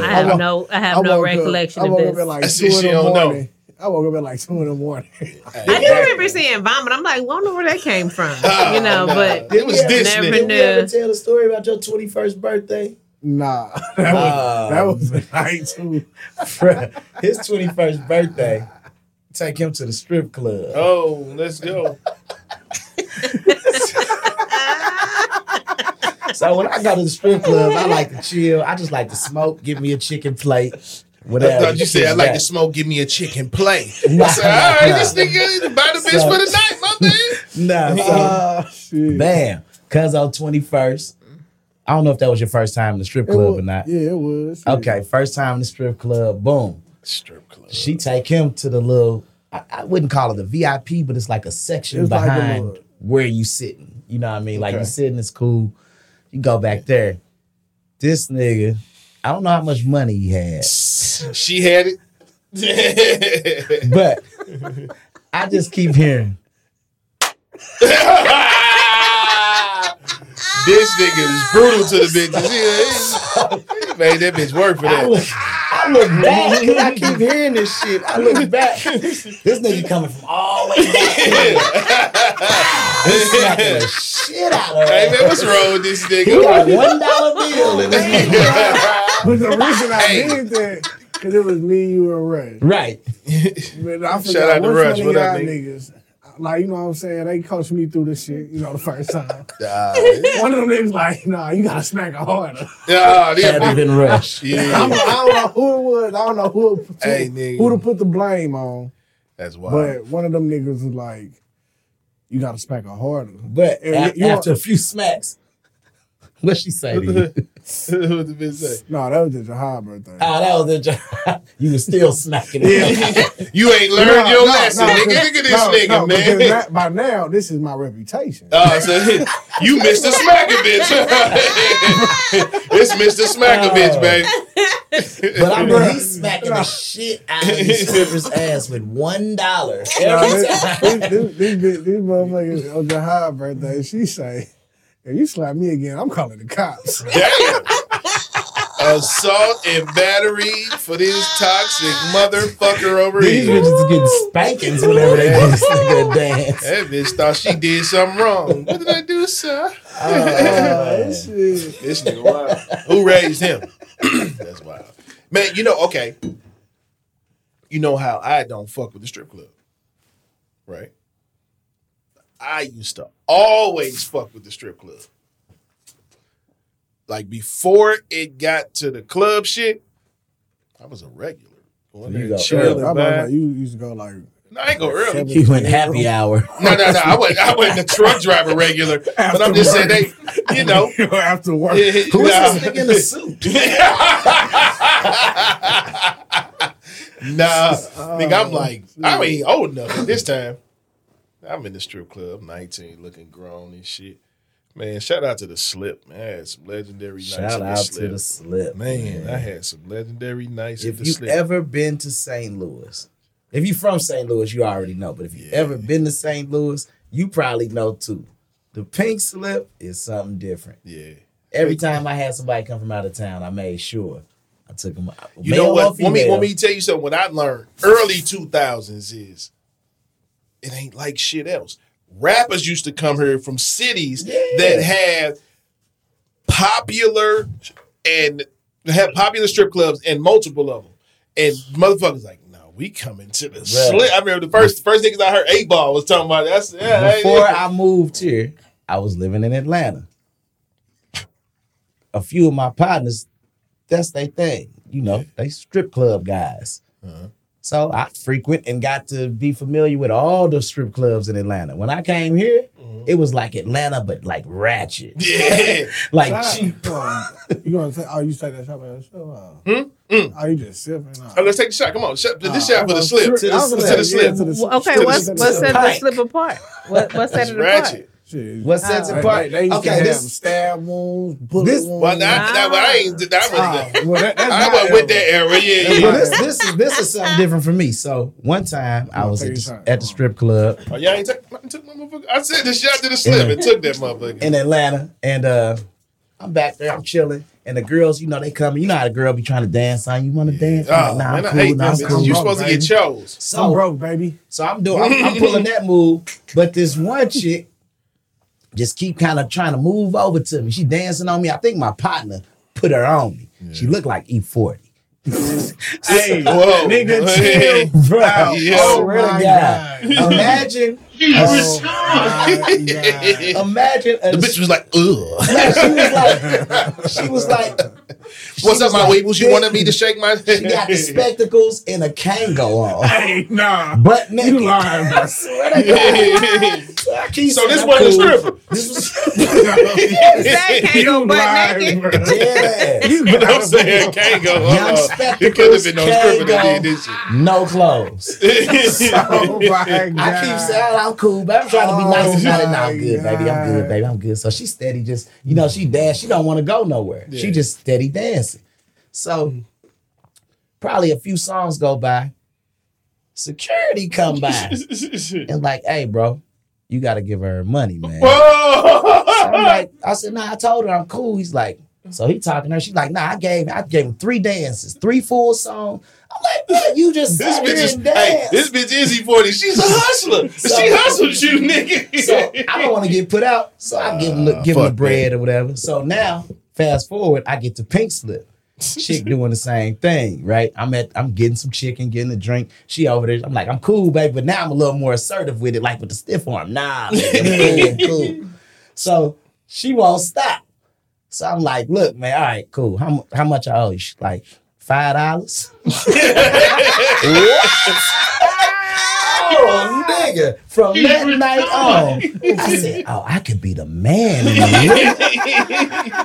B: I have
G: woke-
B: no, I
G: I
B: have no
G: woke up-
B: recollection
G: I
B: of
G: woke
B: this.
G: Up at like
A: That's
G: two
A: it,
G: in
A: she
G: the
A: don't know.
G: morning. I woke up at like two in the morning.
B: I do remember seeing vomit. I'm like, well, I don't know where that came from, you know. But
A: uh, It was this
B: Never
A: nigga.
B: knew.
C: Did we ever tell the story about your 21st birthday?
G: nah, that
C: Uh,
G: was, that was a night too.
C: Bruh, his 21st birthday, take him to the strip club.
A: Oh, let's go.
C: So when I go to the strip club, I like to chill. I just like to smoke. Give me a chicken plate. Whatever.
A: I thought you said, I like to
C: That.
A: smoke, give me a chicken play.
C: Nah,
A: I said, all
C: nah.
A: right, this nigga buy the bitch
C: So-
A: for the night, my man.
C: Nah, so uh,
G: Ah, shit.
C: bam, cuz on 21st. I don't know if that was your first time in the strip
G: It
C: club
G: wa-
C: or not.
G: Yeah, it was.
C: Okay, first time in the strip club. Boom.
A: Strip club.
C: She take him to the little. I, I wouldn't call it a VIP, but it's like a section
G: It's like a
C: behind
G: little-
C: where you sitting. You know what I mean? Like
A: Okay.
C: you sitting, it's cool. You go back there. This nigga, I don't know how much money he had,
A: She had it.
C: but I just keep hearing.
A: this nigga is brutal to the bitches. He- he made that bitch work for
C: I look,
A: that.
C: I look back 'cause I keep hearing this shit. I look back. This nigga coming from all the way back here. He's smacking the shit out of her.
A: Hey man, what's wrong with this
C: He got
A: nigga?
C: a one dollar bill in his hand.
G: But the reason I
A: Hey.
G: did that, because it was me, you, and Ray.
C: Right.
G: Man, I forgot
A: Shout out to
G: which
A: Rush.
G: one
A: What
G: of
A: up,
G: y'all
A: nigga?
G: niggas. Like, you know what I'm saying? They coached me through this shit, you know, the first time.
A: Nah,
G: one of them niggas like, nah, you gotta smack it harder.
A: Nah,
C: Had
A: they-
C: it been rush.
G: I'm,
A: Yeah,
G: I don't know who it was. I don't know who, who,
A: Hey, nigga.
G: who to put the blame on.
A: that's wild.
G: But one of them niggas was like, you gotta smack it harder.
C: But
G: And
C: a-
G: you-
C: after a few smacks, what she say to you?
A: what the bitch say?
G: No, that was just a high birthday.
C: Oh, that was a job. You were still smacking it.
A: You ain't learned
G: No,
A: your
G: no,
A: lesson,
G: no,
A: nigga.
G: because-
A: Look at this
G: no,
A: nigga, man.
G: no, because that- by now, this is my reputation.
A: Uh, so you missed the smacker bitch. it's Mr. Smacker bitch, baby.
C: But I mean, he's smacking the shit out of the stripper's ass with one dollar.
G: Nah, this, this, this, this, bitch- this motherfucker on the high birthday, she say, if you slap me again, I'm calling the cops.
A: Damn. Assault and battery for this toxic motherfucker over
C: These
A: here.
C: bitches are getting spankings whenever they do this nigga a dance.
A: That bitch thought she did something wrong. What did I do, sir?
G: Oh, shit.
A: This nigga wild. Who raised him? That's wild. Man, you know, okay. You know how I don't fuck with the strip club. Right? I used to always fuck with the strip club. Like before it got to the club shit, I was a regular. Going
C: You
A: there,
C: go
G: Yeah,
A: chilling,
G: my mama,
A: man.
G: you used to go like,
A: No, I ain't go early.
C: He went happy hour.
A: No, no, no. I wasn't. I wasn't a truck driver regular, but I'm just saying they, you know.
G: after work.
A: Yeah,
C: Who was
A: nah.
C: this nigga in the suit?
A: Nah, nigga,
C: Oh,
A: I'm like, I ain't old enough at this time. I'm in the strip club, 19, looking grown and shit. Man, shout out to the slip. Man, I had some legendary nights
C: Shout
A: at the
C: out to
A: slip.
C: the slip.
A: man, I had some legendary nights at
C: If
A: the
C: you
A: slip.
C: ever been to St. Louis, if you from St. Louis, you already know. But if you ever been to St. Louis, you probably know too. The pink slip is something different.
A: yeah.
C: Every time I had somebody come from out of town, I made sure I took them.
A: You know what? Let me, let me tell you something. What I learned early 2000s is it ain't like shit else. Rappers used to come here from cities that had popular and had popular strip clubs and multiple of them. And motherfuckers like, no, we coming to the slit. I remember the first first niggas I heard, Eight Ball was talking about. That's yeah, hey,
C: Before
A: yeah.
C: I moved here, I was living in Atlanta. A few of
A: Uh-huh.
C: my partners, that's their thing. You know, they strip club guys. So I frequent and got to be familiar with all the strip clubs in Atlanta. When I came here, it was like Atlanta, but like ratchet.
A: Uh-huh. Yeah.
C: like cheap.
G: you gonna say? Oh, you say that shot by the show?
A: Hmm?
G: Oh, oh you just sipping? Oh.
A: Oh, let's take the shot. Come on. Shot, this shot for the slip.
C: To the
A: to the slip.
B: Well, okay, what's what's set the
C: Pike.
B: slip apart? What what set
A: That's
B: it apart?
A: ratchet.
C: What sets
B: Oh.
C: it apart?
G: They used to
C: Okay,
G: have
C: this
G: stab wounds, bullet
C: this-
G: wounds.
A: Well, that, that, well, I ain't. That was
G: Ah,
A: the,
G: well, that- that's
A: I
G: not
A: went with that
G: ever-
A: era. Yeah,
G: That's
A: yeah.
C: well, this this is this is something different for me. So one time I was at the, at the strip club
A: Oh, y'all ain't take, nothing took my motherfucker. I said the shot to the slip and took that motherfucker.
C: in Atlanta, and uh, I'm back there, I'm chilling, and the girls, you know, they coming. You know how the girl be trying to dance, son. You want to dance?
A: oh,
C: I'm like, nah,
A: man,
C: I'm
A: I
C: cool,
A: hate
C: nah, I'm
A: that.
C: cool.
A: you
G: bro,
A: supposed
G: baby.
A: to get chose.
G: I'm
C: So,
G: broke, baby.
C: so I'm doing, I'm, I'm pulling that move, but this one chick just keep kind of trying to move over to me. She dancing on me. I think my partner put her on me. She looked like E E40.
G: Hey,
A: Whoa.
G: nigga,
A: Hey.
G: chill.
C: Bro,
A: Yeah.
C: oh,
G: my
C: really, God. Imagine,
G: Oh, my God.
C: imagine a
A: The bitch was like, ugh.
C: Yeah, she was like, she was like,
A: What's up,
C: was
A: my
C: like
A: weebles? You
C: this.
A: wanted me to shake my
C: she got the spectacles and a Kango on.
G: Hey, nah.
C: Butt naked.
G: You lying, bro.
C: I swear to God. I keep
A: So this
C: saying
A: wasn't a
C: I'm cool.
A: stripper.
C: This was
B: That
A: you
B: can't go butt naked.
G: bro.
C: yeah.
A: know what I'm saying? Can't go.
C: Young
A: Uh-uh. It could have been no stripper
C: spectacles,
A: that did
C: can't
A: this
C: No clothes.
A: shit.
G: Oh, my God.
C: I keep saying I'm cool, but I'm trying to be
G: Oh
C: nice about it. No,
G: my
C: I'm good, baby. I'm good,
G: God.
C: baby. I'm good. So she steady, just you know, she dance. She don't want to go nowhere. She just steady dancing. So probably a few songs go by. Security come by and like, hey, bro, you got to give her money, man.
A: Whoa.
C: I'm like, I said, nah, I told her I'm cool. He's like, so he talking to her. She's like, nah, I gave I gave him three dances, three full songs. I'm like, what? You just
A: This
C: sat here
A: bitch is
C: and
A: hey,
C: danced.
A: this bitch is E40. She's a hustler. she hustled you, nigga.
C: so I don't want to get put out. So I give him the, give him the
A: fuck
C: bread or whatever. So now, fast forward, I get the pink slip. Chick doing the same thing, right? I'm at I'm getting some chicken, getting a drink. She over there. I'm like, I'm cool, babe, but now I'm a little more assertive with it, like with the stiff arm. Nah, baby, I'm cool, I'm cool. So she won't stop. So I'm like, look, man, all right, cool. How, mu- how much I owe you? She's like, five dollars? Oh, nigga. From that night on, I said, oh, I could be the man in the room.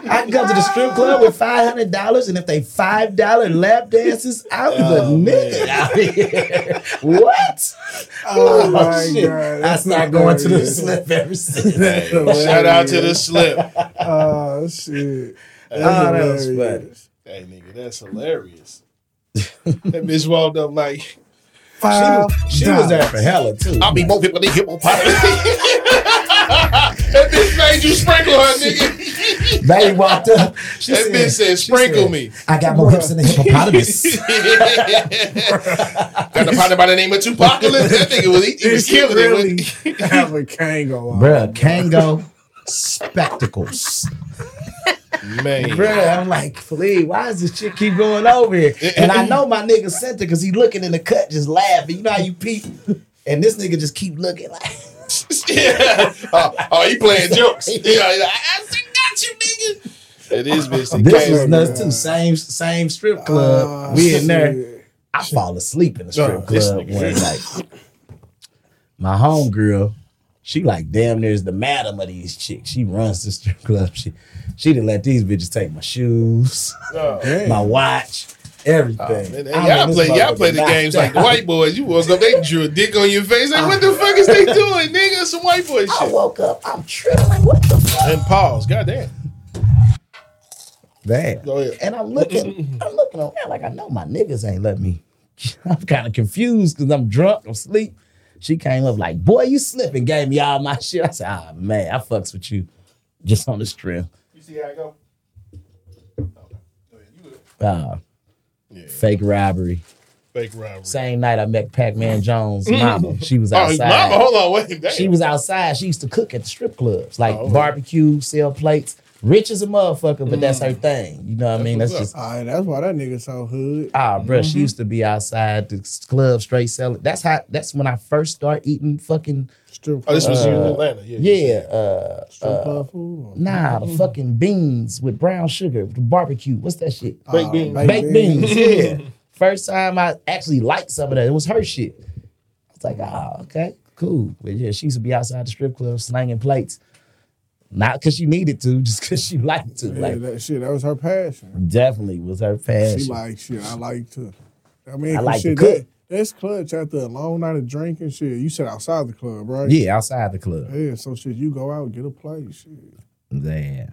C: I can come to the strip club with $500, and if they $5 lap dances, I'm the nigga out here. what?
G: Oh, my God.
C: That's not going to the slip ever since.
A: Shout out to the slip.
G: Oh, shit. That's
C: Oh, that was
G: hilarious.
C: funny.
A: Hey, nigga, that's hilarious. that bitch walked up like,
G: Five
C: She was there
G: dollars.
C: for hella, too.
A: I'll be more people than hippopotamus. that bitch made you sprinkle her, nigga.
C: Baby walked up. She
A: That bitch said,
C: she
A: "Sprinkle
C: said,
A: me."
C: I got more hips than a hippopotamus.
A: Got a partner by the name of Tupac. That nigga was, he, he was killing
G: really
A: it.
G: have a Kango on.
C: Bruh, Kango spectacles.
A: With, man.
C: Bruh, I'm like, please, why does this shit keep going over here? And I know my nigga sent it because he looking in the cut, just laughing. You know how you peep? And this nigga just keep looking like,
A: yeah. Oh, oh, he playing jokes. Yeah, he like, I got you, nigga. It is bitch.
C: this was
A: This
C: nuts too. Same, same strip club.
G: Oh,
C: we in there.
G: shit.
C: I fall asleep in the strip
A: Oh, this
C: club
A: nigga.
C: one night. My homegirl, she like damn near is the madam of these chicks. She runs the strip club. She, she didn't let these bitches take my shoes.
G: Damn.
C: my watch, everything.
A: Oh, Man,
C: I'm in
A: y'all
C: this
A: play, y'all play the
C: motherfucker
A: games like
C: knocked
A: the
C: out.
A: white boys. You woke up, they drew a dick on your face. Like, what the fuck is they doing, nigga? Some white boy
C: I
A: shit.
C: woke up, I'm tripping. Like, what the fuck?
A: And pause. Goddamn.
C: Damn.
A: Go ahead.
C: And I'm looking, I'm looking around like I know my niggas ain't let me. I'm kind of confused because I'm drunk, I'm asleep. She came up like, boy, you slipping, gave me all my shit. I said, ah man, I fucks with you. Just on the strip.
A: You see how I go?
C: Uh,
A: Yeah.
C: Fake robbery.
A: Fake robbery.
C: Same night I met Pac-Man Jones' mama. She was
A: Oh, his
C: outside.
A: mama, hold on, wait. Damn.
C: She was outside. She used to cook at the strip clubs, like
A: Oh.
C: barbecue, sell plates. Rich as a motherfucker, but that's her thing. You know what I mean?
A: Mm. what's
C: That's just
G: All right, that's why that nigga so hood.
C: ah, bruh. She used to be outside the s- club, straight selling. That's how. That's when I first started eating fucking
G: Strip
A: oh,
G: club,
A: this was you in Atlanta. Yeah.
C: yeah, uh,
G: strip club food.
C: nah, the
G: Oh,
C: fucking beans with brown sugar, the barbecue. What's that shit?
A: Baked beans.
C: Baked beans. Yeah, First time I actually liked some of that, it was her shit. I was like, oh, okay, cool. But yeah, she used to be outside the strip club slanging plates. Not because she needed to, just because she liked to.
G: Yeah,
C: Like,
G: that shit, that was her passion.
C: definitely was her passion.
G: She like shit. I like to. I mean,
C: I
G: 'cause
C: like to
G: shit,
C: cook.
G: that, that's clutch after a long night of drinking. Shit, you sit outside the club, right?
C: yeah, outside the club.
G: Yeah, so shit, you go out, get a plate. Shit.
C: Yeah.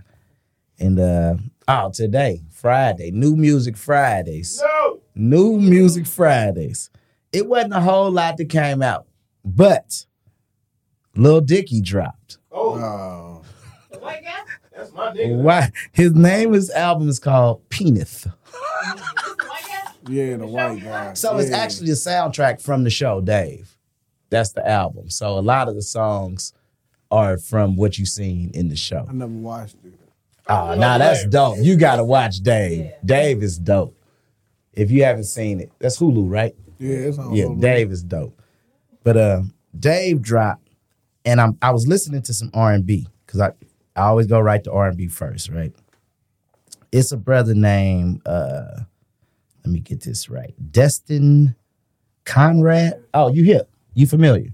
C: And uh oh, today, Friday, New Music Fridays.
A: No.
C: New Music Fridays. It wasn't a whole lot that came out, but Lil Dicky dropped.
A: Oh,
G: Oh,
I: White guy?
A: that's my nigga.
C: Why? His name, his album is called Penis.
I: White guy?
G: yeah, the white guy.
C: So it's
G: Yeah.
C: actually a soundtrack from the show, Dave. That's the album. So a lot of the songs are from what you seen in the show.
G: I never watched it.
C: Oh, nah, that's dope. You gotta watch Dave. Dave is dope. If you haven't seen it, that's Hulu, right?
G: Yeah, it's on.
C: yeah,
G: Hulu.
C: Dave is dope. But uh, Dave dropped, and I'm I was listening to some R and B because I I always go right to R and B first, right? It's a brother named uh, let me get this right, Destin Conrad. Oh, you hip? You familiar?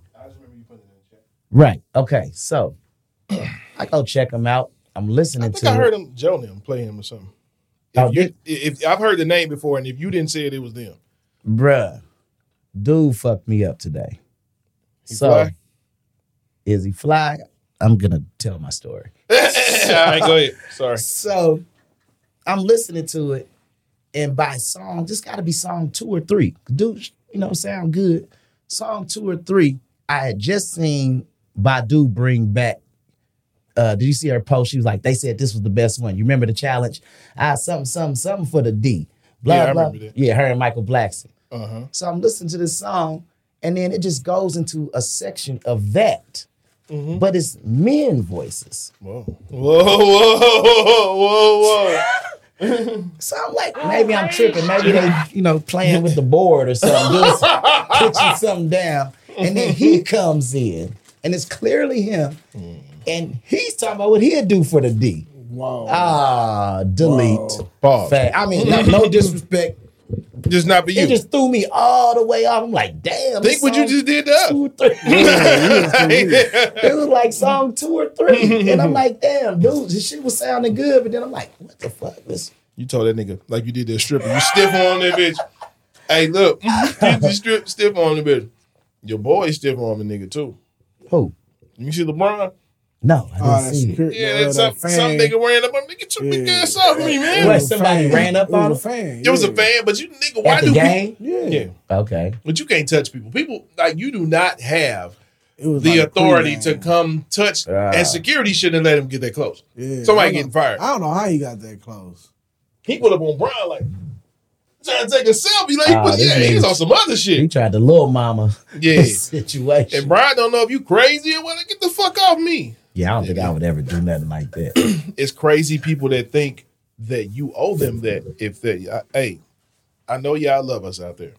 C: Right. Okay. So I go check him out. I'm
A: I
C: listening to.
A: think I
C: it.
A: heard him, Joe, them play him or something. If
C: Oh,
A: you-
C: did-
A: if I've heard the name before, and if you didn't say it, it was them.
C: bruh, dude fucked me up today.
A: He
C: so
A: fly?
C: is he fly? I'm gonna tell my story.
A: All right, go ahead. Sorry.
C: So I'm listening to it, and by song, this gotta be song two or three. Dude, you know, sound good. Song two or three, I had just seen Badu bring back. Uh, did you see her post? She was like, they said this was the best one. You remember the challenge? Ah, something, something, something for the D. Blah,
A: Yeah, I
C: blah.
A: remember that.
C: Yeah, her and Michael Blackson.
A: Uh huh.
C: So I'm listening to this song, and then it just goes into a section of that.
A: Mm-hmm.
C: But it's men voices.
A: Whoa. Whoa. Whoa. Whoa. Whoa.
C: So I'm like, maybe I'm tripping. Maybe they, you know, playing with the board or something, doing some, pitching something down. And then he comes in, and it's clearly him.
A: Mm.
C: And he's talking about what he'd do for the D.
G: Wow.
C: Ah, delete.
A: Pause.
C: Fact. I mean, no, no disrespect.
A: Just not for you.
C: It just threw me all the way off. I'm like, damn. this
A: Think what you
C: song-
A: just did
C: two or
A: to
C: three.
A: us.
C: it was like song two or three. And I'm like, damn, dude, this shit was sounding good. But then I'm like, what the fuck? This
A: You told that nigga like you did that stripper. You stiff on that bitch. Hey, look, you just strip stiff on the bitch. Your boy stiff on the nigga too.
C: who?
A: You see LeBron?
C: No, I didn't
G: Oh, that
C: see it.
G: security.
A: Yeah,
G: that,
A: that's some,
G: that
A: some
G: fan.
A: nigga ran up on nigga. Took the
G: Yeah.
A: ass off me,
G: It
A: man.
C: What,
G: was a
C: somebody
G: fan.
C: ran up
G: It was
C: on
G: a
C: him?
G: fan.
A: It was a
G: yeah.
A: fan, but you nigga, why
C: At the
A: do people?
C: game?
G: Yeah.
A: Yeah,
C: Okay.
A: but you can't touch people. People like you do not have
G: It was
A: the
G: like a
A: authority to
G: pregame.
A: come touch,
C: Ah.
A: and security shouldn't let him get that close.
G: Yeah, I
A: Somebody
G: don't
A: getting
G: know-
A: fired.
G: I don't know how you got that close.
A: He put up on Brian like trying to take a selfie. Like he
C: Ah,
A: was,
C: this
A: yeah, he
C: nigga-
A: was on some other
C: He
A: shit.
C: tried the little mama
A: Yeah.
C: situation.
A: And Brian don't know if you crazy or what. Like, get the fuck off me.
C: yeah, I don't think I would ever do nothing like that.
A: It's crazy people that think that you owe them that. If they, I, hey, I know y'all love us out there.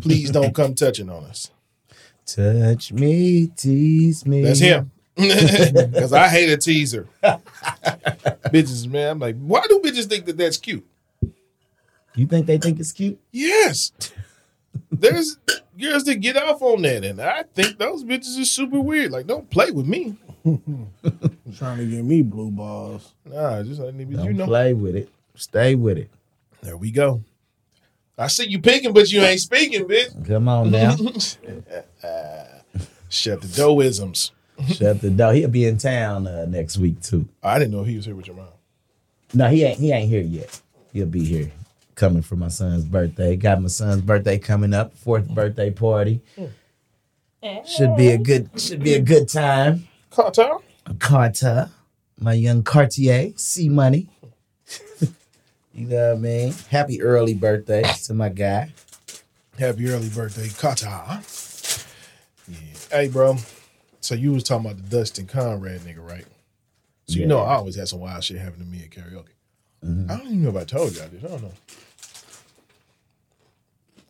A: Please don't come touching on us.
C: Touch me, tease me.
A: That's him. Because I hate a teaser. bitches, man. I'm like, why do bitches think that that's cute?
C: You think they think it's cute?
A: Yes. There's girls that get off on that. And I think those bitches are super weird. Like, don't play with me.
G: Trying to get me blue balls.
A: Nah, just let me,
C: Don't
A: you know.
C: play with it. Stay with it.
A: There we go. I see you peeking, but you ain't speaking, bitch.
C: Come on now.
A: Shut the door, isms.
C: Shut the door. He'll be in town uh, next week too.
A: I didn't know he was here with your mom.
C: No, he ain't. He ain't here yet. He'll be here, coming for my son's birthday. Got my son's birthday coming up. Fourth birthday party. Should be a good. Should be a good time.
A: Cartel?
C: Carter, my young Cartier, C Money. you know what I mean? Happy early birthday to my guy.
A: Happy early birthday, Cartel. Yeah. Hey, bro. So you was talking about the Dustin Conrad nigga, right? So you know I always had some wild shit happen to me at karaoke. I don't even know if I told y'all this. I don't know.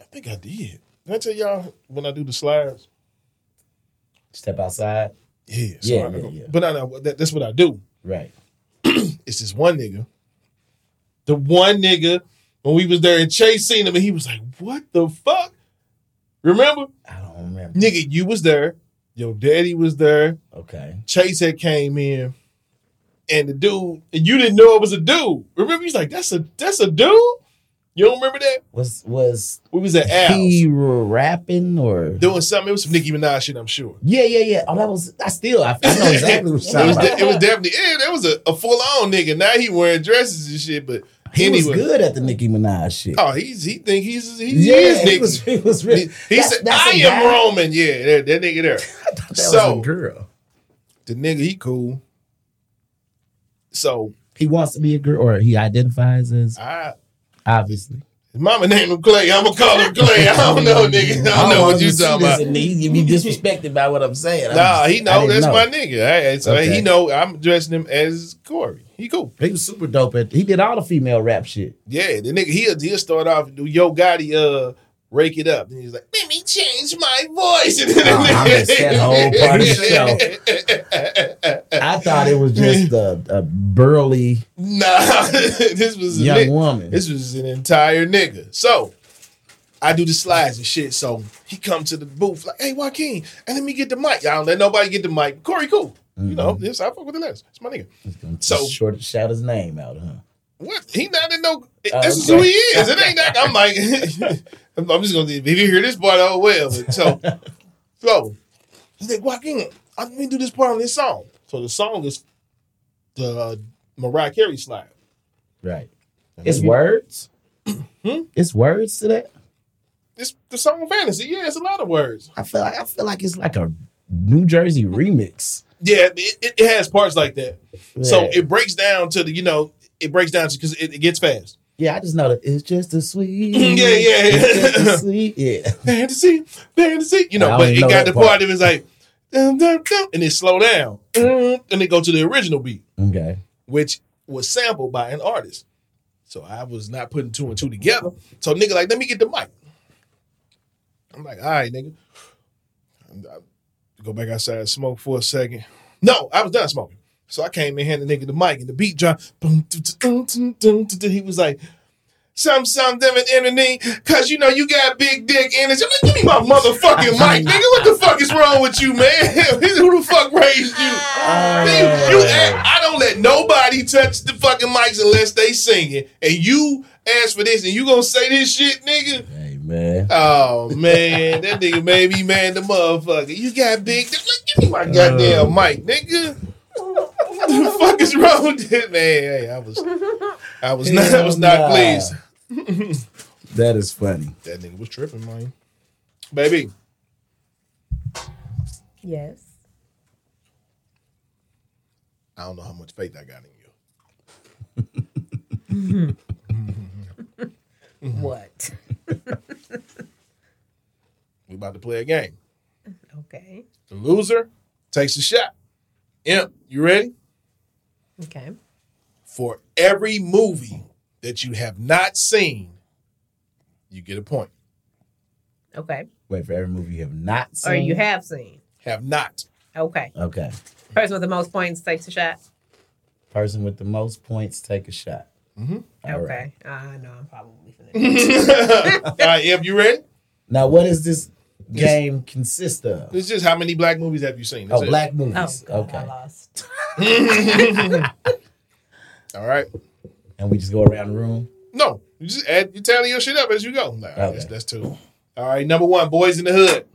A: I think I did. Did I tell y'all when I do the slides?
C: Step outside.
A: Yeah.
C: Yeah,
A: I
C: yeah,
A: go-
C: yeah.
A: But no, no, that, that's what I do.
C: Right.
A: it's this one nigga. The one nigga when we was there and Chase seen him and he was like, "What the fuck?" Remember,
C: I don't remember.
A: nigga, you was there. Your daddy was there.
C: Okay.
A: Chase had came in, and the dude, and you didn't know it was a dude. Remember, he's like, "That's a that's a dude." You don't remember that?
C: Was was
A: We was at Al's
C: he rapping or?
A: doing something. It was some Nicki Minaj shit, I'm sure.
C: Yeah, yeah, yeah. Oh, that was. I still. I, I know exactly what you're
A: It
C: talking
A: was,
C: about.
A: de- it was definitely yeah, that was a, a full on nigga. Now he wearing dresses and shit, but
C: He was
A: anyway,
C: good at the Nicki Minaj shit.
A: oh, he's he think he's he,
C: yeah,
A: is
C: he
A: Nicki.
C: was. He was
A: he
C: really.
A: he
C: that's-
A: said,
C: that's
A: "I
C: a
A: am
C: guy."
A: Roman." Yeah, that, that nigga there.
C: I thought that
A: So-
C: was a girl.
A: The nigga, he cool. So
C: He wants to be a girl, or he identifies as
A: I
C: obviously.
A: his mama named him Clay. I'ma call him Clay. I don't know, nigga. I don't, know what you talking about.
C: You be disrespected by what I'm saying. I'm
A: Nah,
C: just-
A: he
C: I
A: know
C: didn't
A: that's my nigga. All right, so
C: Okay.
A: he know I'm dressing him as Corey. He cool.
C: He was super dope at. He did all the female rap shit.
A: Yeah, the nigga he'll he'll start off and do Yo Gotti uh rake it up. And he's like, let me change my voice. And then
C: Oh, I missed that whole part of
A: the show.
C: I thought it was just a, a burly
A: nah, this was a
C: young
A: nigga.
C: woman.
A: This was an entire nigga. So I do the slides and shit. So he come to the booth like, hey Joaquin, and let me get the mic. I don't let nobody get the mic. Corey cool. You
C: Mm-hmm.
A: know, this I fuck with the last. It's my nigga. so-
C: so short shout his name out, huh?
A: What? He not in no. This
C: Oh,
A: is
C: okay.
A: who he is. It ain't that. I'm like, I'm I'm just gonna. If you hear this part, oh well. But so, so he's like, Joaquin, I let me do this part on this song. So the song is the uh, Mariah Carey slide.
C: Right. It's words.
A: Hmm?
C: It's words to that.
A: It's the song fantasy. Yeah, it's a lot of words.
C: I feel like I feel like it's like a New Jersey remix.
A: Yeah, it, it, it has parts like that. So
C: Yeah.
A: it breaks down to the you know it breaks down to because it, it gets fast.
C: yeah, I just know that it's just a sweet.
A: Yeah, yeah, yeah.
C: It's just a sweet. Yeah.
A: fantasy, fantasy. You
C: I
A: know,
C: don't
A: but it
C: even know
A: got
C: that
A: the
C: part.
A: part that was like, dum, dum, dum, and it slow down, Mm, and it go to the original beat,
C: Okay.
A: which was sampled by an artist. So I was not putting two and two together. So nigga, like, let me get the mic. I'm like, all right, nigga. And I go back outside, and smoke for a second. No, I was done smoking. So I came in, handed the nigga the mic, and the beat dropped. Boom, doo, doo, doo, doo, doo, doo. He was like, some, some, them, and enemy, cause you know you got big dick energy. I'm like, give me my motherfucking mic, nigga. What the fuck is wrong with you, man? Who the fuck raised you? Man, you act, I don't let nobody touch the fucking mics unless they singing. And you ask for this, and you gonna say this shit, nigga?
C: Hey man.
A: Oh man, that nigga made me man the motherfucker. You got big. Like, give me my goddamn
C: Uh.
A: mic, nigga. What the fuck is wrong with that man? Hey, I was, I was not, I was not
C: Hell nah.
A: pleased.
C: That is funny.
A: That nigga was tripping, man. Baby,
B: Yes.
A: I don't know how much faith I got in you.
B: What?
A: We about to play a game.
B: Okay.
A: The loser takes a shot. Imp, you ready?
B: Okay.
A: For every movie that you have not seen, you get a point.
B: Okay.
C: Wait for every movie you have not seen.
B: Or you have seen.
A: Have not.
B: Okay.
C: Okay.
B: Person with the most points takes a shot.
C: Person with the most points take a shot. All right.
B: okay. Uh, I know I'm probably finna.
A: All right, Imp, you ready?
C: Now, what does this game consist of?
A: It's just how many black movies have you seen? That's
C: Oh,
A: it.
C: black
B: oh,
C: movies.
B: God, I
C: okay.
B: lost.
A: All right.
C: And we just go around the room.
A: No, you just add, you tally your shit up as you go. Like, all right,
C: Okay.
A: that's, that's two. All right, number one, Boys in the Hood.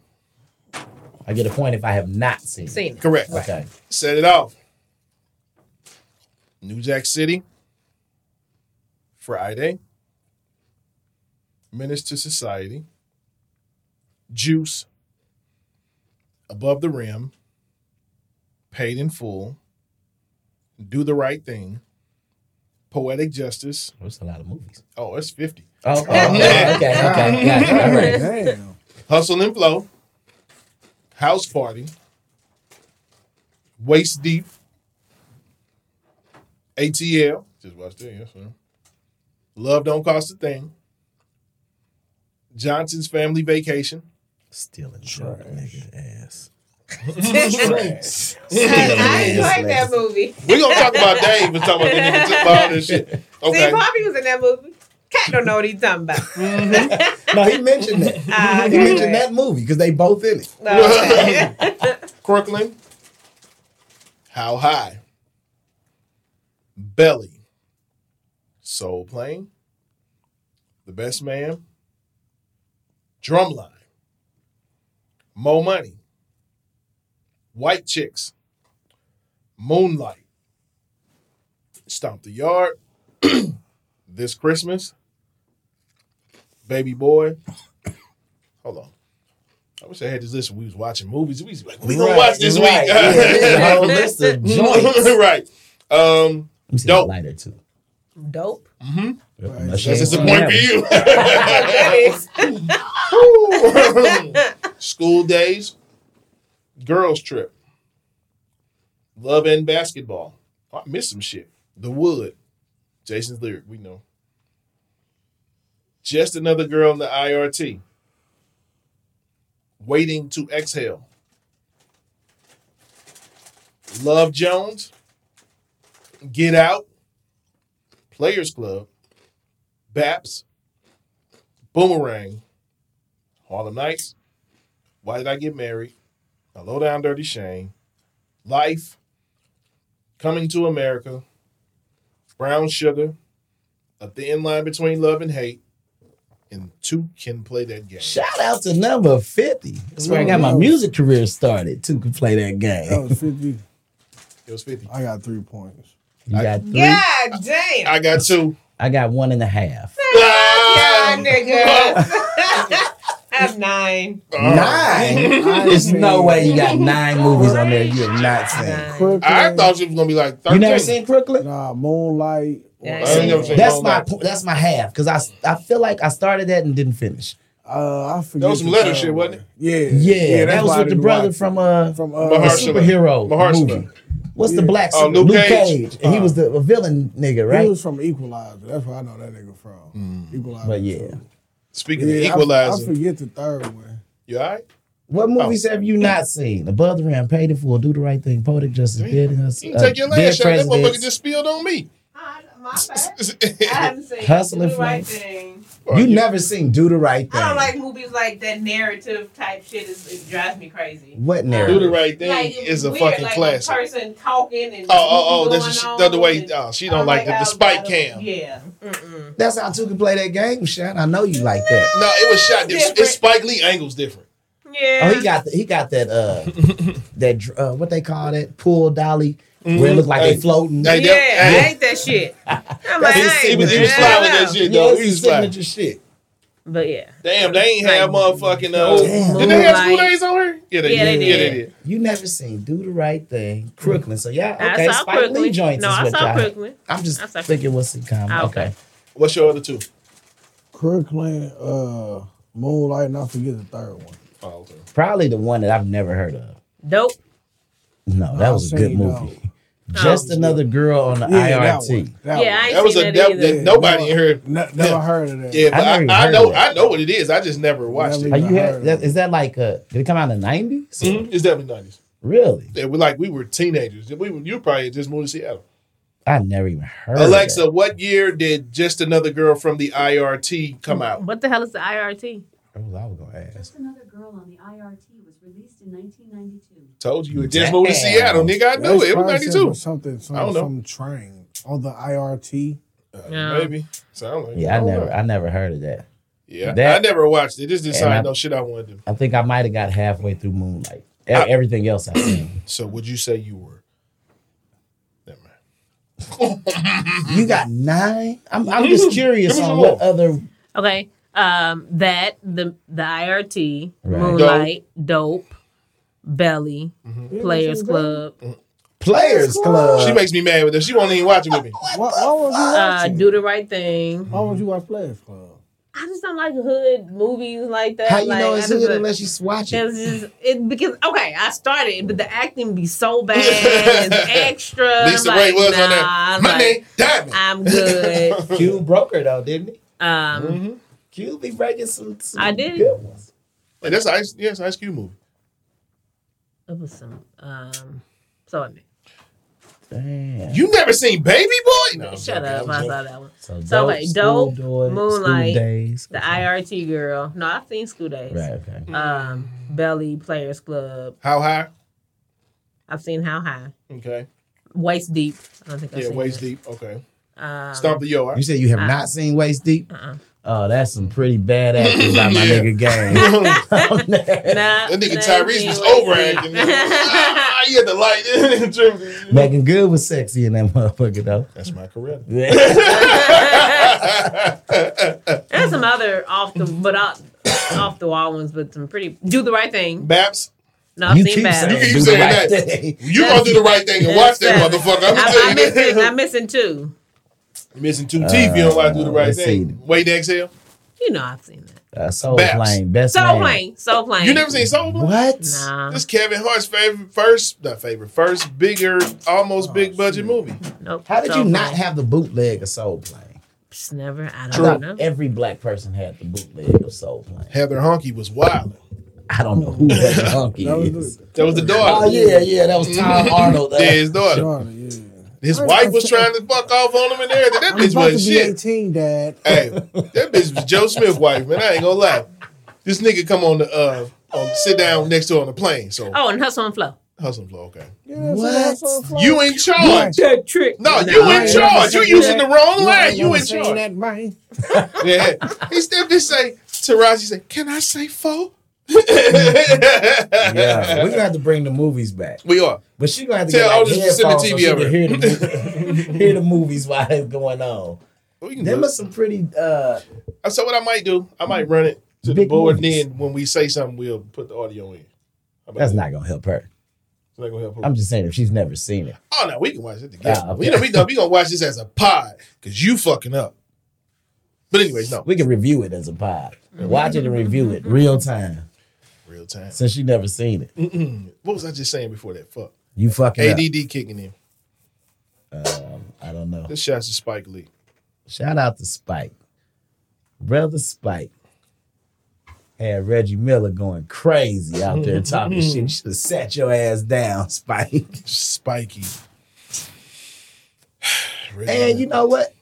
C: I get a point if I have not seen. it.
B: Seen it.
A: Correct.
C: Okay.
A: Set it off. New Jack City. Friday. Menace to Society. Juice. Above the Rim. Paid in Full. Do the Right Thing. Poetic Justice.
C: There's a lot of movies.
A: Oh, that's 50.
C: Oh, oh, oh, okay. Okay. Gotcha. All right.
G: Damn.
A: Hustle and Flow, House Party, Waist Deep, ATL, just watched that, yes, sir. Love Don't Cost a Thing, Johnson's Family Vacation,
C: Stealing drug nigga ass.
B: I didn't like that movie.
A: We're gonna talk about Dave and talk about that nigga took all this shit.
B: See,
A: Okay.
B: Bobby was in that movie. Cat don't know what he's talking about.
C: No, he mentioned that.
B: Ah,
C: he
B: okay,
C: mentioned
B: right.
C: that movie because they both in it.
B: Okay.
A: Crooklyn. How high? Belly. Soul plane. The best man. Drumline. Mo money. White chicks. Moonlight. Stomp the yard. this Christmas. Baby boy. Hold on. I wish I had this list when we was watching movies. We was like, we gonna
C: Right,
A: watch this
C: right,
A: week.
C: yeah, it's a whole list of joints.
A: right. Um,
J: Let me see
A: Dope.
J: the lighter too.
B: Dope.
J: Unless you
A: that's
J: ain't
A: just a
J: seen
A: point
J: that
A: for
J: one.
B: That
A: you.
B: is.
A: School days, girls trip, love and basketball. Oh, I missed some shit. The Wood, Jason's lyric, we know. Just another girl in the IRT. Waiting to exhale. Love Jones. Get out. Players Club. Baps. Boomerang. Harlem Nights. Why Did I Get Married? A Low Down Dirty Shame. Life. Coming to America. Brown Sugar. A Thin Line Between Love and Hate. And two can play that game.
C: Shout out to number 50. That's where I got
A: Oh.
C: my music career started. Two could play that
G: That
C: game.
G: was 50.
A: It was 50.
G: I got three points.
J: You got three.
B: God damn.
A: I got two.
J: I got one and a half.
B: God,
A: Ah!
B: nigga. I have nine.
A: Uh, Oh.
C: Nine. There's no way you got nine movies on there you have not seen.
B: Nine.
G: Crooklyn,
A: I thought she was gonna be like 13.
C: You never seen Crooklyn?
G: Nah, Moonlight.
B: Yeah, I
G: uh,
A: I ain't never seen
C: That's
A: Moonlight.
C: my po- that's my half because I I feel like I started that and didn't finish.
G: Uh, I forget.
A: That was some
G: the
A: letter
G: title.
A: shit, wasn't it?
G: Yeah.
C: Yeah,
G: that's
C: that was
G: why I
C: with the
G: didn't
C: brother
G: watch
C: from
G: it.
C: uh
G: from uh,
C: the
A: Mahershala.
C: superhero
A: Mahershala.
C: movie. What's the
G: Yeah.
C: black
A: Oh,
C: super-
A: Luke
C: Luke,
A: Cage. Uh-huh.
C: Cage? And he was the villain nigga,
G: He
C: right? Mm.
G: was from Equalizer. That's where I know that nigga from. Equalizer.
C: But yeah,
G: too.
A: Speaking
G: yeah
A: of Equalizer,
G: I, I forget the third one.
A: you all right?
C: what movies have you not seen? Above the Rim, Paid in Full, Do the Right Thing, Poetic Justice, Dead in Us,
A: You
C: uh,
A: can take your
C: Dead
A: last shot. That motherfucker
C: Presidents.
A: just spilled on me.
B: I- My bad. I haven't seen
C: Hustle and
B: Do the right
C: Flex.
B: thing.
C: You never seen Do the Right Thing?
B: I don't like movies like that narrative type shit. Is, it drives me crazy.
C: what
A: Do the
C: narrative?
A: right thing
B: Like, it's
A: is a
B: weird,
A: fucking
B: like,
A: classic.
B: A person talking and
A: oh, oh, oh,
B: going
A: that's what she,
B: on
A: the other way.
B: and-
A: Oh, she
B: I
A: don't like the, the
B: how-
A: spike cam.
B: Yeah.
C: That's how two can play that game, Sean. I know you like that.
A: No, it was shot. It's,
B: Different.
A: it's Spike Lee angles different.
B: Yeah.
C: Oh, he got the, he got that uh that dr- uh, what they call that pool dolly where it looked
A: Mm-hmm.
C: like
A: Hey.
C: they floating.
A: Hey,
B: Yeah,
A: that-
B: I hate that shit. I'm like,
C: That's
B: I
C: his
B: ain't
A: He was, he
B: doing
A: was
C: Yeah.
A: fly with that shit,
C: yeah,
A: though.
C: it's
A: He
C: his
A: was fly.
C: signature shit.
B: But yeah.
A: Damn, they ain't have motherfucking. Uh,
C: Damn.
A: did they have school
B: Moonlight.
A: days on her? Yeah, they
B: Yeah,
A: did.
B: they
A: Yeah, they
B: did.
A: did.
C: You never seen Do the Right Thing, Crooklyn. So yeah, okay,
B: I saw
C: Spike Lee
B: Crooklyn.
C: joints
B: No,
C: is
B: I
C: what
B: saw
C: y'all.
B: Crooklyn.
C: I'm just
B: I saw
C: thinking what's in common.
B: Ah,
C: okay.
B: okay.
A: What's your other two?
G: Kirkland, uh, Moonlight, and I forget the third one.
A: Oh, okay.
C: Probably the one that I've never heard of.
B: Dope.
C: No, that
G: I'll
C: was a
G: say
C: good movie.
B: no.
C: Just another girl on the
G: that
C: IRT.
G: one. That
B: Yeah,
G: one.
B: I ain't
A: That was
B: seen
A: a
B: that
A: that,
B: either.
A: that nobody
G: Yeah.
A: in here.
G: Ne- never heard of that.
A: Yeah, but
C: I've
A: I,
C: never even
A: I
C: heard
A: know
C: of it.
A: I know what it is. I just never watched
G: Never
A: it.
C: Are you
G: I
C: had,
G: heard
C: that,
G: it.
C: is that like uh did it come out in the 90s?
A: Mhm, It's definitely nineties.
C: Really?
A: Yeah, we like we were teenagers. We were, you probably just moved to Seattle.
C: I never even heard of
A: Alexa,
C: that.
A: what year did Just Another Girl from the IRT come out?
B: What the hell is the IRT?
C: That's what Oh, I was gonna ask.
K: Just Another Girl on the IRT was released in 1992.
A: Told you, you just moved to
C: Damn.
A: Seattle, nigga. I knew it.
G: That's
A: It was
G: probably
A: ninety
G: something-
A: two.
G: Something, some,
A: I don't know.
G: some train on the IRT.
B: Yeah.
A: Maybe sound like
C: Yeah, I
A: don't
C: never
A: know.
C: I never heard of that.
A: Yeah,
C: that-
A: I never watched it. Just decided
C: I-
A: no shit I wanted to. do.
C: I think I might have got halfway through Moonlight. E-
A: I-
C: everything else I seen.
A: So would you say you were? Never mind.
C: you got nine? I'm I'm just curious
A: Give us
C: on
A: a
C: what
A: roll.
C: other
B: Okay. Um, that the the IRT,
C: Right.
B: Moonlight, Dope, Belly, Players Club,
C: Players Club.
A: She makes me mad with her. She won't even watch it with me.
G: Why, why would you
B: uh,
G: watch? it?
B: Do the Right Thing.
G: why would you watch Players Club?
B: I just don't like hood movies like that.
C: How you
B: like,
C: know
B: I
C: it's
B: just
C: hood
B: don't-
C: unless you swatch it?
B: It's just it because okay, I started, it, but the acting be so bad, it's extra.
A: Lisa
B: I'm
A: Ray
B: like,
A: was on there. My
B: nah, like,
A: name Diamond.
B: I'm good.
C: Q broker though, didn't he?
B: Um,
C: Q be breaking some, some
B: I did.
C: good ones.
A: Hey, that's ice. Yes, Ice Cube movie.
B: it was some um, so I mean,
C: Damn.
A: You never seen Baby Boy? No.
B: Shut up. I saw that one.
C: So,
B: So, like,
C: school
B: Dope,
C: doors,
B: Moonlight,
C: school days.
B: The IRT girl. No, I've seen School Days.
C: Right. Okay.
B: Um, Belly Players Club.
A: How high?
B: I've seen How High.
A: Okay.
B: Waist Deep. I don't think I've
A: Yeah,
B: seen
A: waist
B: that.
A: deep. Okay.
B: Um,
A: Stomp the yard.
L: You said you have not seen Waist Deep.
B: Uh-uh.
C: Oh, that's some pretty bad acting by my
A: Yeah.
C: nigga game.
B: Nah,
A: That nigga
B: nah,
A: Tyrese
B: ain't
A: was
B: Waist
A: over
B: Deep.
A: acting. ah, he had the light in the
C: Megan Good was sexy in that motherfucker though.
A: That's my career.
C: Yeah.
B: There's some other off the but off, off the wall ones, but some pretty do the right thing.
A: Baps,
B: No, I've
C: you
B: seen
C: keep
B: bad.
C: saying,
A: You keep
C: do the
A: saying
C: right
A: that.
C: thing.
A: you gonna do the right thing and watch that
B: That's
A: motherfucker. I'm
B: bad.
A: gonna
B: I'm, I'm
A: tell you
B: missing.
A: that.
B: I'm missing two.
A: You missing two teeth. You don't want to do the right
C: let's
A: thing.
C: see.
A: Wait, exhale.
B: You know, I've seen that.
C: Uh, Soul
A: Baps.
C: Plane, best
B: So
C: man.
B: plain, so plain.
A: You never seen Soul Plane?
C: What?
B: Nah,
A: This Kevin Hart's favorite first, not favorite first, bigger, almost big budget movie.
B: nope.
C: How did
B: Soul
C: you not
B: Plane.
C: have the bootleg of Soul Plane?
B: Just never. I
C: I
B: don't
C: thought
B: know.
C: Every black person had the bootleg of Soul Plane.
A: Heather Honky was wild.
C: I don't know who that donkey
G: That was
C: is.
A: That was the
C: Oh
A: daughter.
C: yeah, yeah, that was Tom Arnold. Uh,
A: Yeah, his daughter.
G: Daughter, yeah.
A: His wife was trying to fuck off on him and everything. That
G: I'm
A: bitch
G: about to
A: was
G: be
A: shit.
G: 18, Dad.
A: Hey, that bitch was Joe Smith's wife, man. I ain't gonna lie. This nigga come on the uh on sit down next to her on the plane. So
B: Oh, and Hustle and Flow.
A: hustle flow, okay.
G: Yeah,
C: What?
G: that's what I'm saying.
A: You in charge.
B: That trick.
A: No, you
G: I
A: in
G: ain't
A: charge. You
G: never seen
A: using the
G: that.
A: wrong
G: I
A: line.
G: ain't
A: You
G: never
A: in
G: seen
A: charge.
G: That, man.
A: Yeah. He still just say, Taraji said, Can I say four? yeah.
C: Yeah,
G: Mm.
C: we gonna have to bring the movies back,
A: We are.
C: but she gonna have to
A: Tell
C: get
A: Otis
C: like,
A: to send the
C: headphones so
A: TV
C: she
A: over.
C: can hear the, hear the movies while it's going on.
A: We can
C: Them
A: do
C: are
A: it.
C: some pretty. uh
A: So what I might do, I might run it to the
C: Big
A: board, and
C: movies.
A: then when we say something, we'll put the audio in. How about
C: That's
A: that?
C: not gonna help her.
A: It's not gonna help.
C: I'm just saying if she's never seen it.
A: Oh no, we can watch it together.
C: Ah, okay.
A: You know, we know we gonna watch this as a pod because you fucking up. But anyways, no,
C: We can review it as a pod. Watch it and review it real time
A: real time.
C: since you never seen it.
A: What was I just saying before that? Fuck.
C: You fucking up.
A: ADD kicking in.
C: I don't know.
A: This shot's to Spike Lee.
C: Shout out to Spike. Brother Spike had Reggie Miller going crazy out there talking shit. You should have sat your ass down, Spike.
A: Spiky. Really?
C: And you know what?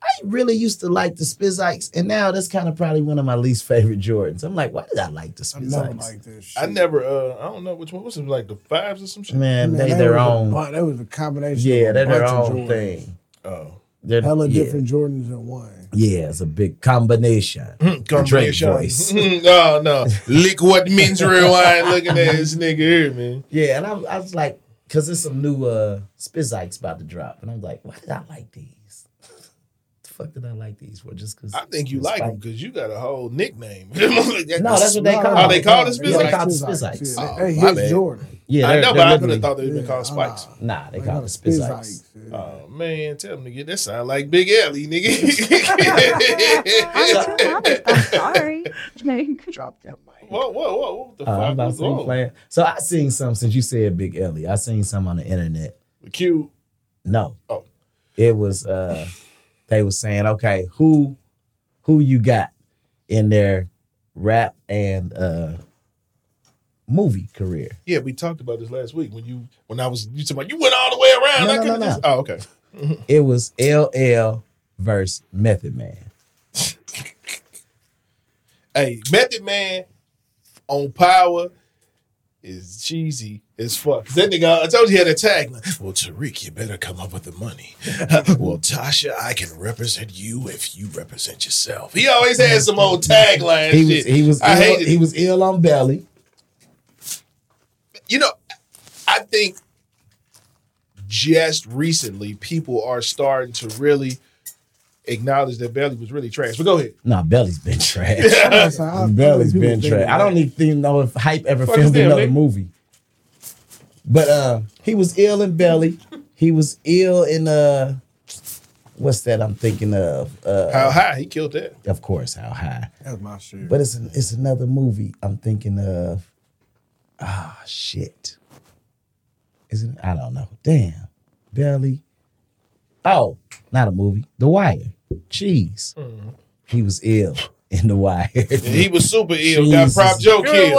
C: I really used to like the Spizikes, and now that's kind of probably one of my least favorite Jordans. I'm like, why did I like the
G: I never
C: Spizikes?
G: liked this shit.
A: I never. uh I don't know which one. Was it like the fives or some shit?
C: Man,
G: Man,
C: they
G: that
C: their
G: was a
C: own.
G: bu- That was a combination.
C: Yeah,
G: of
C: they're
G: a
C: their
G: bunch of
C: own
G: Jordans.
C: thing.
A: Oh,
C: They're,
G: Hella
C: yeah.
G: different Jordans in one.
C: Yeah, it's a big combination.
A: Mm.
C: Drake
A: combination.
C: voice.
A: oh no, lick what means rewind. Looking at this nigga here, man.
C: Yeah, and I, I was like, because there's some new uh Spizikes about to drop, and I'm like, why did I like these? the fuck did I like these for? Just because
A: I think you like him because you got a whole nickname. no,
C: No, that's what they call.
A: Oh, they call this
G: Yeah,
A: Spizikes?
C: They call it
G: Spizikes.
C: Spizikes.
G: Yeah,
A: Oh,
G: they-
A: my
G: they
A: bad.
G: his Jordan.
C: Yeah,
A: I
C: they're- Ah.
A: know,
C: they're
A: but I could
C: literally-
A: have thought they would been
G: Yeah,
A: called Spikes.
G: uh,
C: Nah, they
G: They
C: call
G: call
C: it
G: them
C: Spizikes.
G: Spizikes, yeah.
A: Oh man, tell him nigga, that sound like Big Ellie,
C: I'm
A: nigga.
M: I'm sorry. Like,
A: whoa, whoa, whoa, what the
C: Uh, I'm
A: fuck
C: about to
A: was
C: say
A: going?
C: playing. So I seen some since you said Big Ellie. I seen some on the internet.
A: Q.
C: No.
A: Oh.
C: It was uh they was saying, okay, who who you got in their rap and uh movie career?
A: Yeah, we talked about this last week when you when I was you talking about you went all the way around.
C: No,
A: I
C: no,
A: could've
C: no,
A: just- Oh, okay.
C: It was LL versus Method Man.
A: Hey, Method Man on power is cheesy as fuck. That nigga, I told you he had a tagline. Well, Tariq, you better come up with the money. well, Tasha, I can represent you if you represent yourself. He always had some old tagline
C: He was
A: shit.
C: he was
A: I
C: ill,
A: hated it.
C: he was ill on belly.
A: you know, I think just recently people are starting to really acknowledge that Belly was really trash. But go ahead.
C: No, belly's been trash.
G: I said, I-
C: Belly's
G: people
C: been
G: think
C: trash.
G: that.
C: I don't even know if Hype ever
A: Fuck
C: filmed
A: is them,
C: another
A: nigga?
C: movie. But uh he was ill in Belly. He was ill in uh what's that I'm thinking of? Uh
A: How high he killed that.
C: of course, how high.
G: That's my shit.
C: But it's an, it's another movie I'm thinking of. Ah shit. Is it I don't know. Damn. Belly. Oh, not a movie. The Wire. Cheese.
A: Mm-hmm.
C: He was ill in The Wire.
A: And he was super ill. Got
C: Jesus.
A: Prop Joe
B: Sure it
A: killed.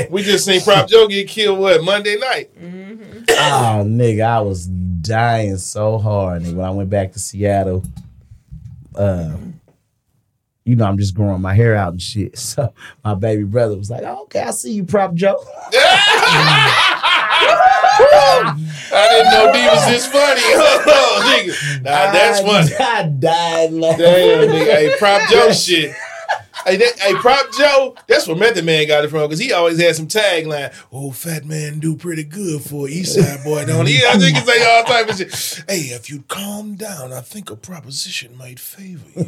B: was.
A: We just seen Prop Joe get killed what Monday night.
C: Oh, nigga, I was dying so hard. And when I went back to Seattle, uh, you know, I'm just growing my hair out and shit. So my baby brother was like, oh, okay, I see you, Prop Joe.
A: I didn't know D was this funny. Oh, nigga. Nah, that's
C: I-
A: funny.
C: I died laughing.
A: Damn, nigga. Hey, prop Joe shit. Hey, that, hey, prop Joe. That's where Method Man got it from because he always had some tagline. Oh, fat man do pretty good for an East Side boy, don't he? I think he say all type of shit. Hey, if you calm down, I think a proposition might favor you.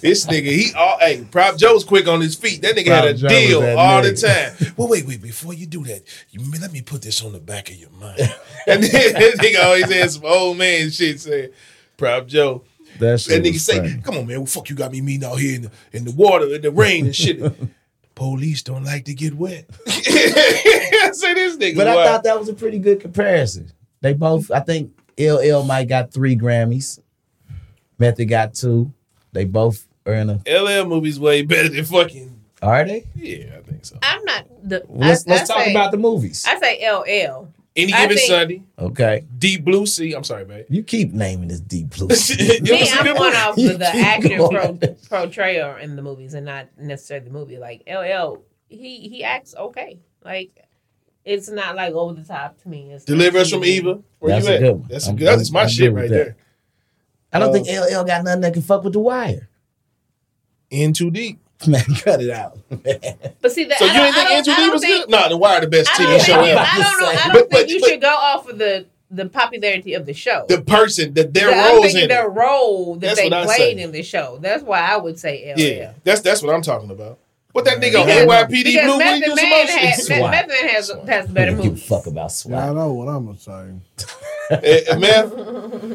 A: this nigga, he all hey, prop Joe's quick on his feet. That nigga
C: Prop
A: had a
C: Joe was
A: deal
C: that
A: all the
C: nigga.
A: time. Well, wait, wait, before you do that, you let me put this on the back of your mind. and then that nigga always had some old man shit saying, Prop Joe.
C: That shit
A: That nigga
C: was
A: say,
C: funny.
A: "Come on, man, what the fuck you got me meeting out here in the, in the water, in the rain and shit." Police don't like to get wet. I say this nigga.
C: But I
A: wild.
C: thought that was a pretty good comparison. They both, I think LL Mike got three Grammys. Method got two. They both are in a
A: LL movies way better than fucking.
C: are they?
A: Yeah, I think so.
B: I'm not the.
C: Let's
B: I,
C: let's
B: I
C: talk
B: say,
C: about the movies.
B: I say LL.
A: Any
B: I
A: given
B: think-
A: Sunday,
C: okay.
A: Deep Blue Sea. I'm sorry, man.
C: You keep naming this deep blue.
A: It
B: Me,
A: was a
B: I'm
A: good
B: going
A: one.
B: off
C: You
B: of the
C: keep
B: actor pro,
C: going.
B: portrayal in the movies and not necessarily the movie. Like LL, he he acts okay. Like it's not like over the top to me. It's
A: Deliver
B: not
A: us from
B: cheesy.
A: evil. Where
C: That's
A: you
C: a
A: at?
C: good one.
A: That's a
C: I'm-
A: good. That's
C: I'm-
A: my
C: I'm
A: shit
C: good
A: right
C: with
A: there.
C: that. I don't
A: Uh,
C: think LL got nothing that can fuck with the wire.
A: In too deep.
C: Man, cut it out.
B: But see that
A: So
B: I
A: you
B: don't-
A: didn't think
B: I
A: In
B: don't-
A: Too
B: I don't
A: Deep was
B: think-
A: good? Nah, The Wire the best
B: I
A: TV
B: don't think,
A: show
C: think-
A: ever.
B: I don't know. I don't
A: But-
B: think
A: but-
B: you
A: but-
B: should go off of the the popularity of the show.
A: The person that their
B: The- I'm
A: roles
B: thinking
A: in.
B: their
A: it.
B: role that
A: That's
B: they
A: what I
B: played
A: say.
B: in the show. That's why I would say LL.
A: Yeah, that's that's what I'm talking about. But that nigga
B: Because,
A: NYPD
B: because
A: Blue, we
B: Method
A: do
B: Man,
A: some
B: had,
A: other
B: Method
A: shit.
C: Swat.
B: Man has, has better
C: Don't give a
B: movies.
C: fuck about
G: I
C: swag.
G: know what I'm gonna say.
A: Eh, Man,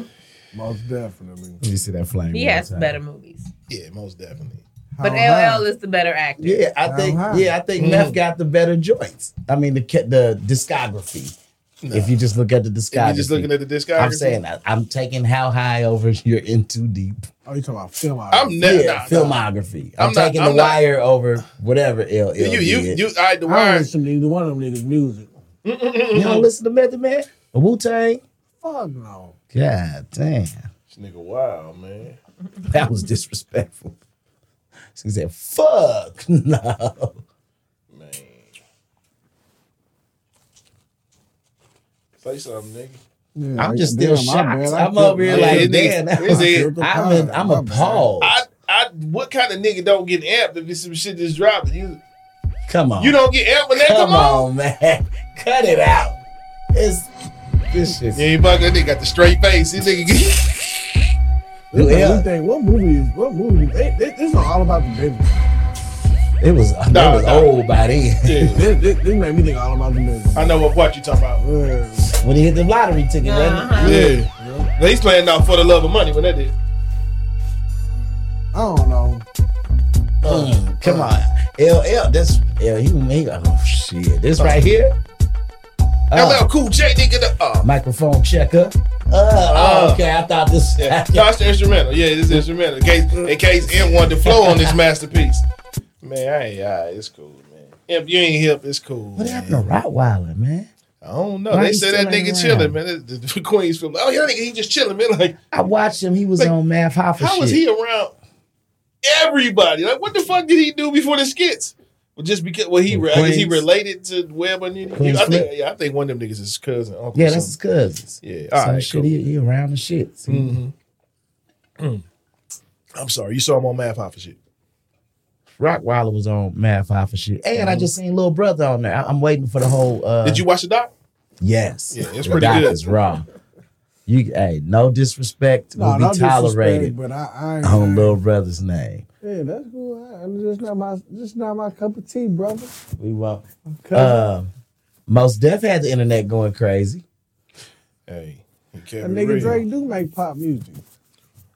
G: Most definitely.
C: Let me see that flame.
B: He
C: one
B: has
C: time.
B: better movies.
A: Yeah, most definitely.
B: But
G: How high?
B: LL is the better actor.
C: Yeah, I think.
G: high.
C: Yeah, I think
A: Mm.
C: Meth got the better joints. I mean, the ca- the discography. If you just look at the discography,
A: If you just looking at the discography.
C: I'm saying I, I'm taking how high over you're in too deep.
G: Oh, you talking about film? out
A: I'm
G: here.
A: never.
C: yeah, filmography. I'm,
A: I'm not-
C: taking
A: I'm
C: the
A: not-
C: wire over whatever LL.
A: You, you,
C: did.
A: you, I, the
G: I don't
A: wire.
G: listen to either one of them niggas' music.
C: You don't listen to Method Man, Wu Tang.
G: Fuck no.
C: God damn,
A: This nigga, wow, man.
C: that was disrespectful. She said, "Fuck no."
A: Man. Say something, nigga.
G: Yeah,
C: I'm
G: like,
C: just still
G: damn, my bad.
C: shocked.
G: I
C: I'm
G: feel-
C: over here
A: Yeah,
C: like,
A: it
C: damn,
A: is-
C: that
A: it is-
C: was-
G: Filter
C: I'm, in,
G: pie.
C: I'm
G: My bad.
C: appalled.
A: I, I, what kind of nigga don't get amped if it's some shit just dropping? You,
C: Come on,
A: you don't get amped when that come,
C: Come on, man. Cut it out. It's this shit.
A: You ain't fucking that nigga got the straight face. This nigga, get-
G: Look,
C: Yeah.
G: we think, what movie is what movie? They, they, this is all about the business.
C: It was,
A: Nah,
C: it was
A: nah.
C: old by then.
A: yeah.
G: This, this, this made me think all about the business. Uh,
A: I know what part you talking about.
G: Yeah.
C: When he hit the lottery ticket, wasn't it?
B: Uh-huh.
A: Yeah, they he's playing out for the love of money when that is.
G: I don't know.
C: Mm, come on. LL, that's L he made oh shit. This right here. Uh,
A: LL Cool J, nigga, the uh,
C: microphone checker. Uh,
A: Uh.
C: okay, I thought this
A: Yeah. No, it's the instrumental. Yeah, it's the instrumental. In case, in case M wanted to flow on this masterpiece. Man, I ain't, all right, it's cool, man. If you ain't hip, it's cool.
C: What
A: man.
C: happened to Rottweiler, man?
A: I don't know.
C: Why
A: they
C: he
A: said
C: still
A: that nigga
C: ain't around?
A: chilling, man. That- The, the Queens film. Oh, yeah, that nigga, he just chilling, man. Like,
C: I watched him. He was
A: Like,
C: on Math Hoffa
A: how
C: shit.
A: was he around everybody? Like, what the fuck did he do before the skits? Well, just because, well, he, re- I guess he
C: Queens.
A: related to Webb and
C: Queens
A: I think,
C: Flip.
A: yeah, I think one of them niggas is his cousin, uncle.
C: Yeah,
A: or
C: that's his
A: something.
C: cousins.
A: yeah. All
C: Some
A: right,
C: shit.
A: cool.
C: He, he around the shit. See?
A: Mhm. Mm. I'm sorry, you saw him on Mad Papa shit.
C: Rockwilder was on Mad Five for shit. And I just seen Little Brother on there. I- am waiting for the whole. Uh,
A: Mm-hmm. Did you watch the doc?
C: Yes.
A: Yeah, it's
C: The
A: pretty
C: doc
A: good.
C: is raw. You, hey, no disrespect
G: No,
C: will be
G: no disrespect,
C: tolerated
G: But I, I
C: on Little Brother's name.
G: Yeah, that's cool. I, I'm just not my just not my cup of tea, brother.
C: We won't.
G: Cousin.
C: Uh, most Def had the internet going crazy.
A: Hey, he
G: that
A: can't be
G: nigga
A: real.
G: Drake do make pop music.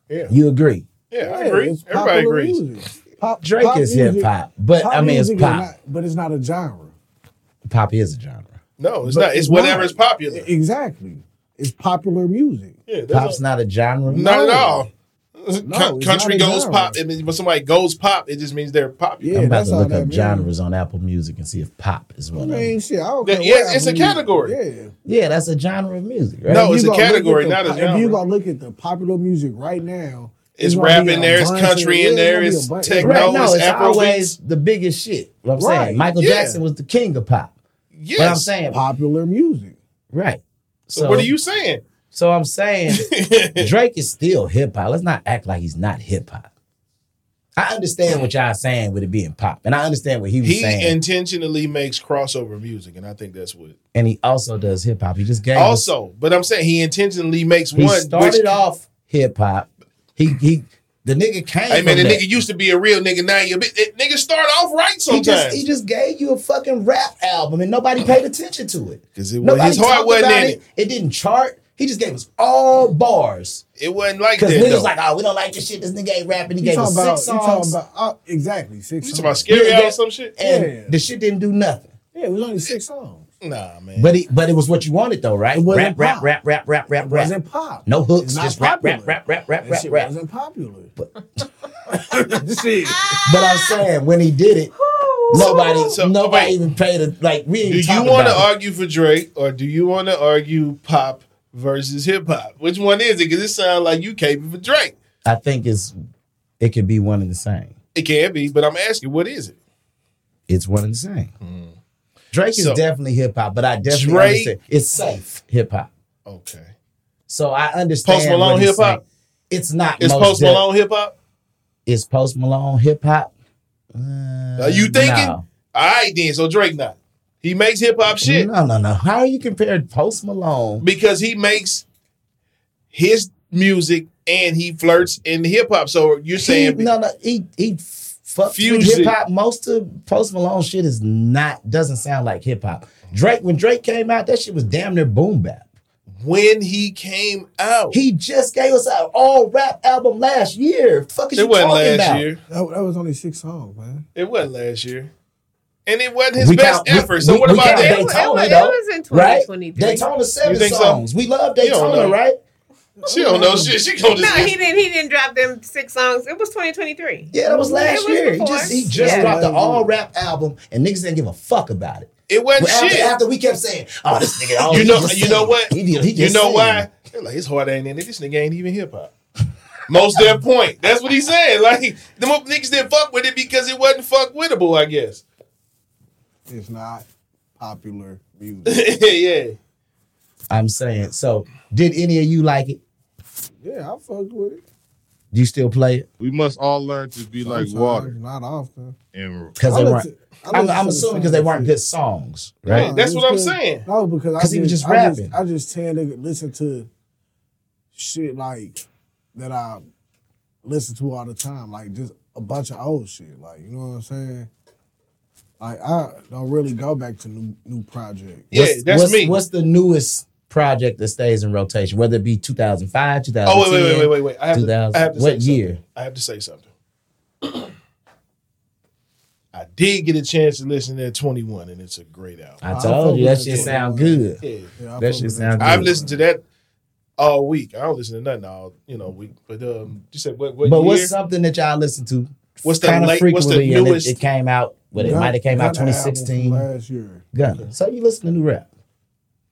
A: Yeah,
C: You agree?
A: yeah, I
G: Yeah,
A: agree.
G: it's popular
A: Everybody agrees.
G: music. Pop
C: Drake
G: pop
C: is
G: music-
C: hip hop, but I mean, it's
G: music is
C: pop.
G: not- but it's not a genre.
C: pop is a genre.
A: No, it's
G: But
A: not. It's whatever
G: not.
A: is popular.
G: Exactly. It's popular music.
A: Yeah, that's
C: Pop's
A: all.
C: not a genre.
A: not,
G: No.
A: at all. Co-
G: it's
A: country
G: not a
A: goes
G: genre.
A: pop. It means when somebody goes pop, it just means they're popular.
C: I'm about
G: that's
C: to
G: all
C: look
G: that
C: up
G: means.
C: genres on Apple Music and see if pop is
G: I
C: one of them.
G: mean, shit. I don't
A: Yeah,
G: care
A: yeah,
G: what
A: it's a
G: album you-
A: category.
G: Yeah.
C: Yeah, that's a genre of music, right?
A: No,
G: If
A: it's a
G: you gonna look at
A: category,
G: the-
A: not a
G: If you
A: genre.
G: gonna look at the popular music right now,
A: It's
G: gonna be
A: rap
G: a
A: in there, it's
G: bunch
A: country
G: of-
A: in
G: yeah,
A: there,
G: gonna be a
A: it's
G: bunch-
A: techno.
G: Right.
C: Right,
A: No,
C: no,
A: it's
C: it's
A: Afrobeats.
C: always the biggest shit. What I'm
G: Right,
C: saying, Michael
A: yeah.
C: Jackson was the king of pop. But I'm
A: Yes.
C: saying,
G: Popular music.
C: right.
A: So what are you saying?
C: So I'm saying Drake is still hip hop. Let's not act like he's not hip hop. I understand what y'all saying with it being pop, and I understand what he was
A: he
C: saying, and,
A: intentionally makes crossover music, and I think that's what.
C: he also does hip hop. He just gave us-
A: Also, but I'm saying he intentionally makes
C: he
A: one.
C: started
A: which,
C: off hip hop. He he, the nigga came.
A: Hey man, the
C: from that.
A: nigga used to be a real nigga. Now you a bit. it- Niggas start off right
C: He just,
A: sometimes.
C: he just gave you a fucking rap album and nobody paid attention to Oh. it.
A: 'Cause it wa- his heart
C: talked
A: wasn't
C: about
A: in it.
C: it. It didn't chart. He just gave us all bars.
A: it wasn't like that.
C: Because niggas
A: though.
C: like, oh, we don't like this shit. This nigga ain't rapping. He
G: You
C: gave
G: talking
C: us
G: about?
C: six
G: You talking
C: songs.
G: about? Uh, exactly six.
A: you
G: songs.
A: talking about scary
C: Yeah,
A: out or
C: that-
A: some shit?
C: and
G: Yeah.
C: the shit didn't do nothing.
G: Yeah, it was only six songs.
A: Nah, man.
C: But it, but it was what you wanted though, right?
G: It
C: Rap,
G: wasn't
C: rap,
G: pop.
C: rap, rap, rap, rap,
G: It
C: rap.
G: wasn't pop.
C: No hooks,
G: It's not
C: just rap, rap,
G: popular.
C: rap, rap, rap,
G: That
C: rap,
G: shit
C: rap.
G: wasn't popular.
C: But, but
G: shit.
C: I'm saying when he did it, nobody
A: So,
C: nobody
A: wait.
C: even paid a like. We
A: do
C: ain't
A: you
C: want
A: to argue for Drake or do you want to argue pop versus hip hop? Which one is it? Because it sounds like you caping for Drake.
C: I think it's it could be one and the same.
A: It can be, but I'm asking, what is it?
C: It's one and the same. Drake is
A: Hmm. So-
C: definitely hip hop, but I definitely
A: Drake-
C: understand it's safe hip hop.
A: Okay.
C: So I understand.
A: Post Malone
C: what he's
A: hip hop?
C: saying. It's not.
A: Is
C: most
A: Post
C: def-
A: Malone hip hop?
C: Is Post Malone hip hop?
A: Are you thinking?
C: No.
A: All right, then. So Drake not. He makes hip hop shit
C: No, no, no. How you compare Post Malone?
A: because he makes his music and he flirts in hip hop. So you're saying
C: He, no, no. He he fucked with
A: Fuse it.
C: hip hop. Most of Post Malone shit is not doesn't sound like hip hop. Drake when Drake came out, that shit was damn near boom bap.
A: when he came out,
C: He just gave us an all rap album last year. Fuck is
A: it
C: you
A: wasn't
C: talking
A: last
C: about?
A: year.
G: That, that was only six songs, man.
A: It wasn't last year, and it wasn't his
C: We
A: best
C: count- we-
A: effort. So
C: we-
A: what
C: we
A: about
C: count
A: that?
B: It was- it
C: Daytona,
B: was- it
C: though,
B: was in
C: Right?
B: 2023.
C: Daytona seven
A: think so?
C: songs. We love
A: You don't
C: Daytona,
A: know.
C: right?
A: She don't know shit. She gonna
B: No,
A: just
B: he didn't. He didn't drop them six songs. It was 2023.
C: Yeah, that was last
B: It was
C: year. He
B: before.
C: just he just
B: Yeah.
C: dropped an all rap album and niggas didn't give a fuck about it.
A: It wasn't
C: Well, after,
A: shit.
C: after we kept saying, "Oh, this nigga," oh,
A: you
C: he
A: know,
C: just
A: you know
C: singing.
A: what?
C: He did- he
A: you
C: just
A: know
C: singing.
A: why? They're like his heart ain't in it. This nigga ain't even hip hop. Most their point. That's what he said. Like the mo- niggas didn't fuck with it because it wasn't fuck wittable. I guess.
G: It's not popular music.
A: yeah.
C: I'm saying. So, did any of you like it?
G: yeah, I fucked with it.
C: Do you still play it?
D: We must all learn to be like
G: Sometimes,
D: water
G: Not often.
D: and
C: Because
G: I
C: they
G: listen-
C: weren't.
G: I
C: I'm,
G: listen
C: I'm
G: to the
C: assuming
G: same
C: because they weren't
G: shit.
C: good songs,
A: Right.
C: right?
G: No,
A: That's
G: it
A: what I'm
G: because-
A: saying.
G: No, because I
C: 'Cause
G: just,
C: he was just
G: I just-
C: rapping.
G: I just tend to listen to shit like that I listen to all the time, like just a bunch of old shit. Like you know what I'm saying? Like I don't really go back to new new projects.
A: Yeah, that's
C: what's,
A: me.
C: What's the newest project that stays in rotation? Whether it be 2005, 2010.
A: oh wait, wait, wait, wait, wait, wait. I have to.
C: 2000.
A: I have to
C: What
A: say
C: year?
A: Something. I have to say something. I did get a chance to listen to 21, and it's a great album.
C: I
G: I
C: told you that
G: fuck with
C: shit
G: that
C: sound
G: shit.
C: good.
A: Yeah.
G: Yeah, I
C: That
G: fuck
C: shit
G: with
C: sound
A: I've listened to that all week. I don't listen to nothing all you know week. But um, you said what? what
C: But
A: year?
C: what's something that y'all listen to?
A: What's the
C: kinda
A: late- what's the
C: frequently and it-
A: newest-
C: It, came out, but it
G: Gunna-
C: might have came out
G: Gunna album from
C: 2016.
G: last year.
C: Gunna. So you listen to new rap.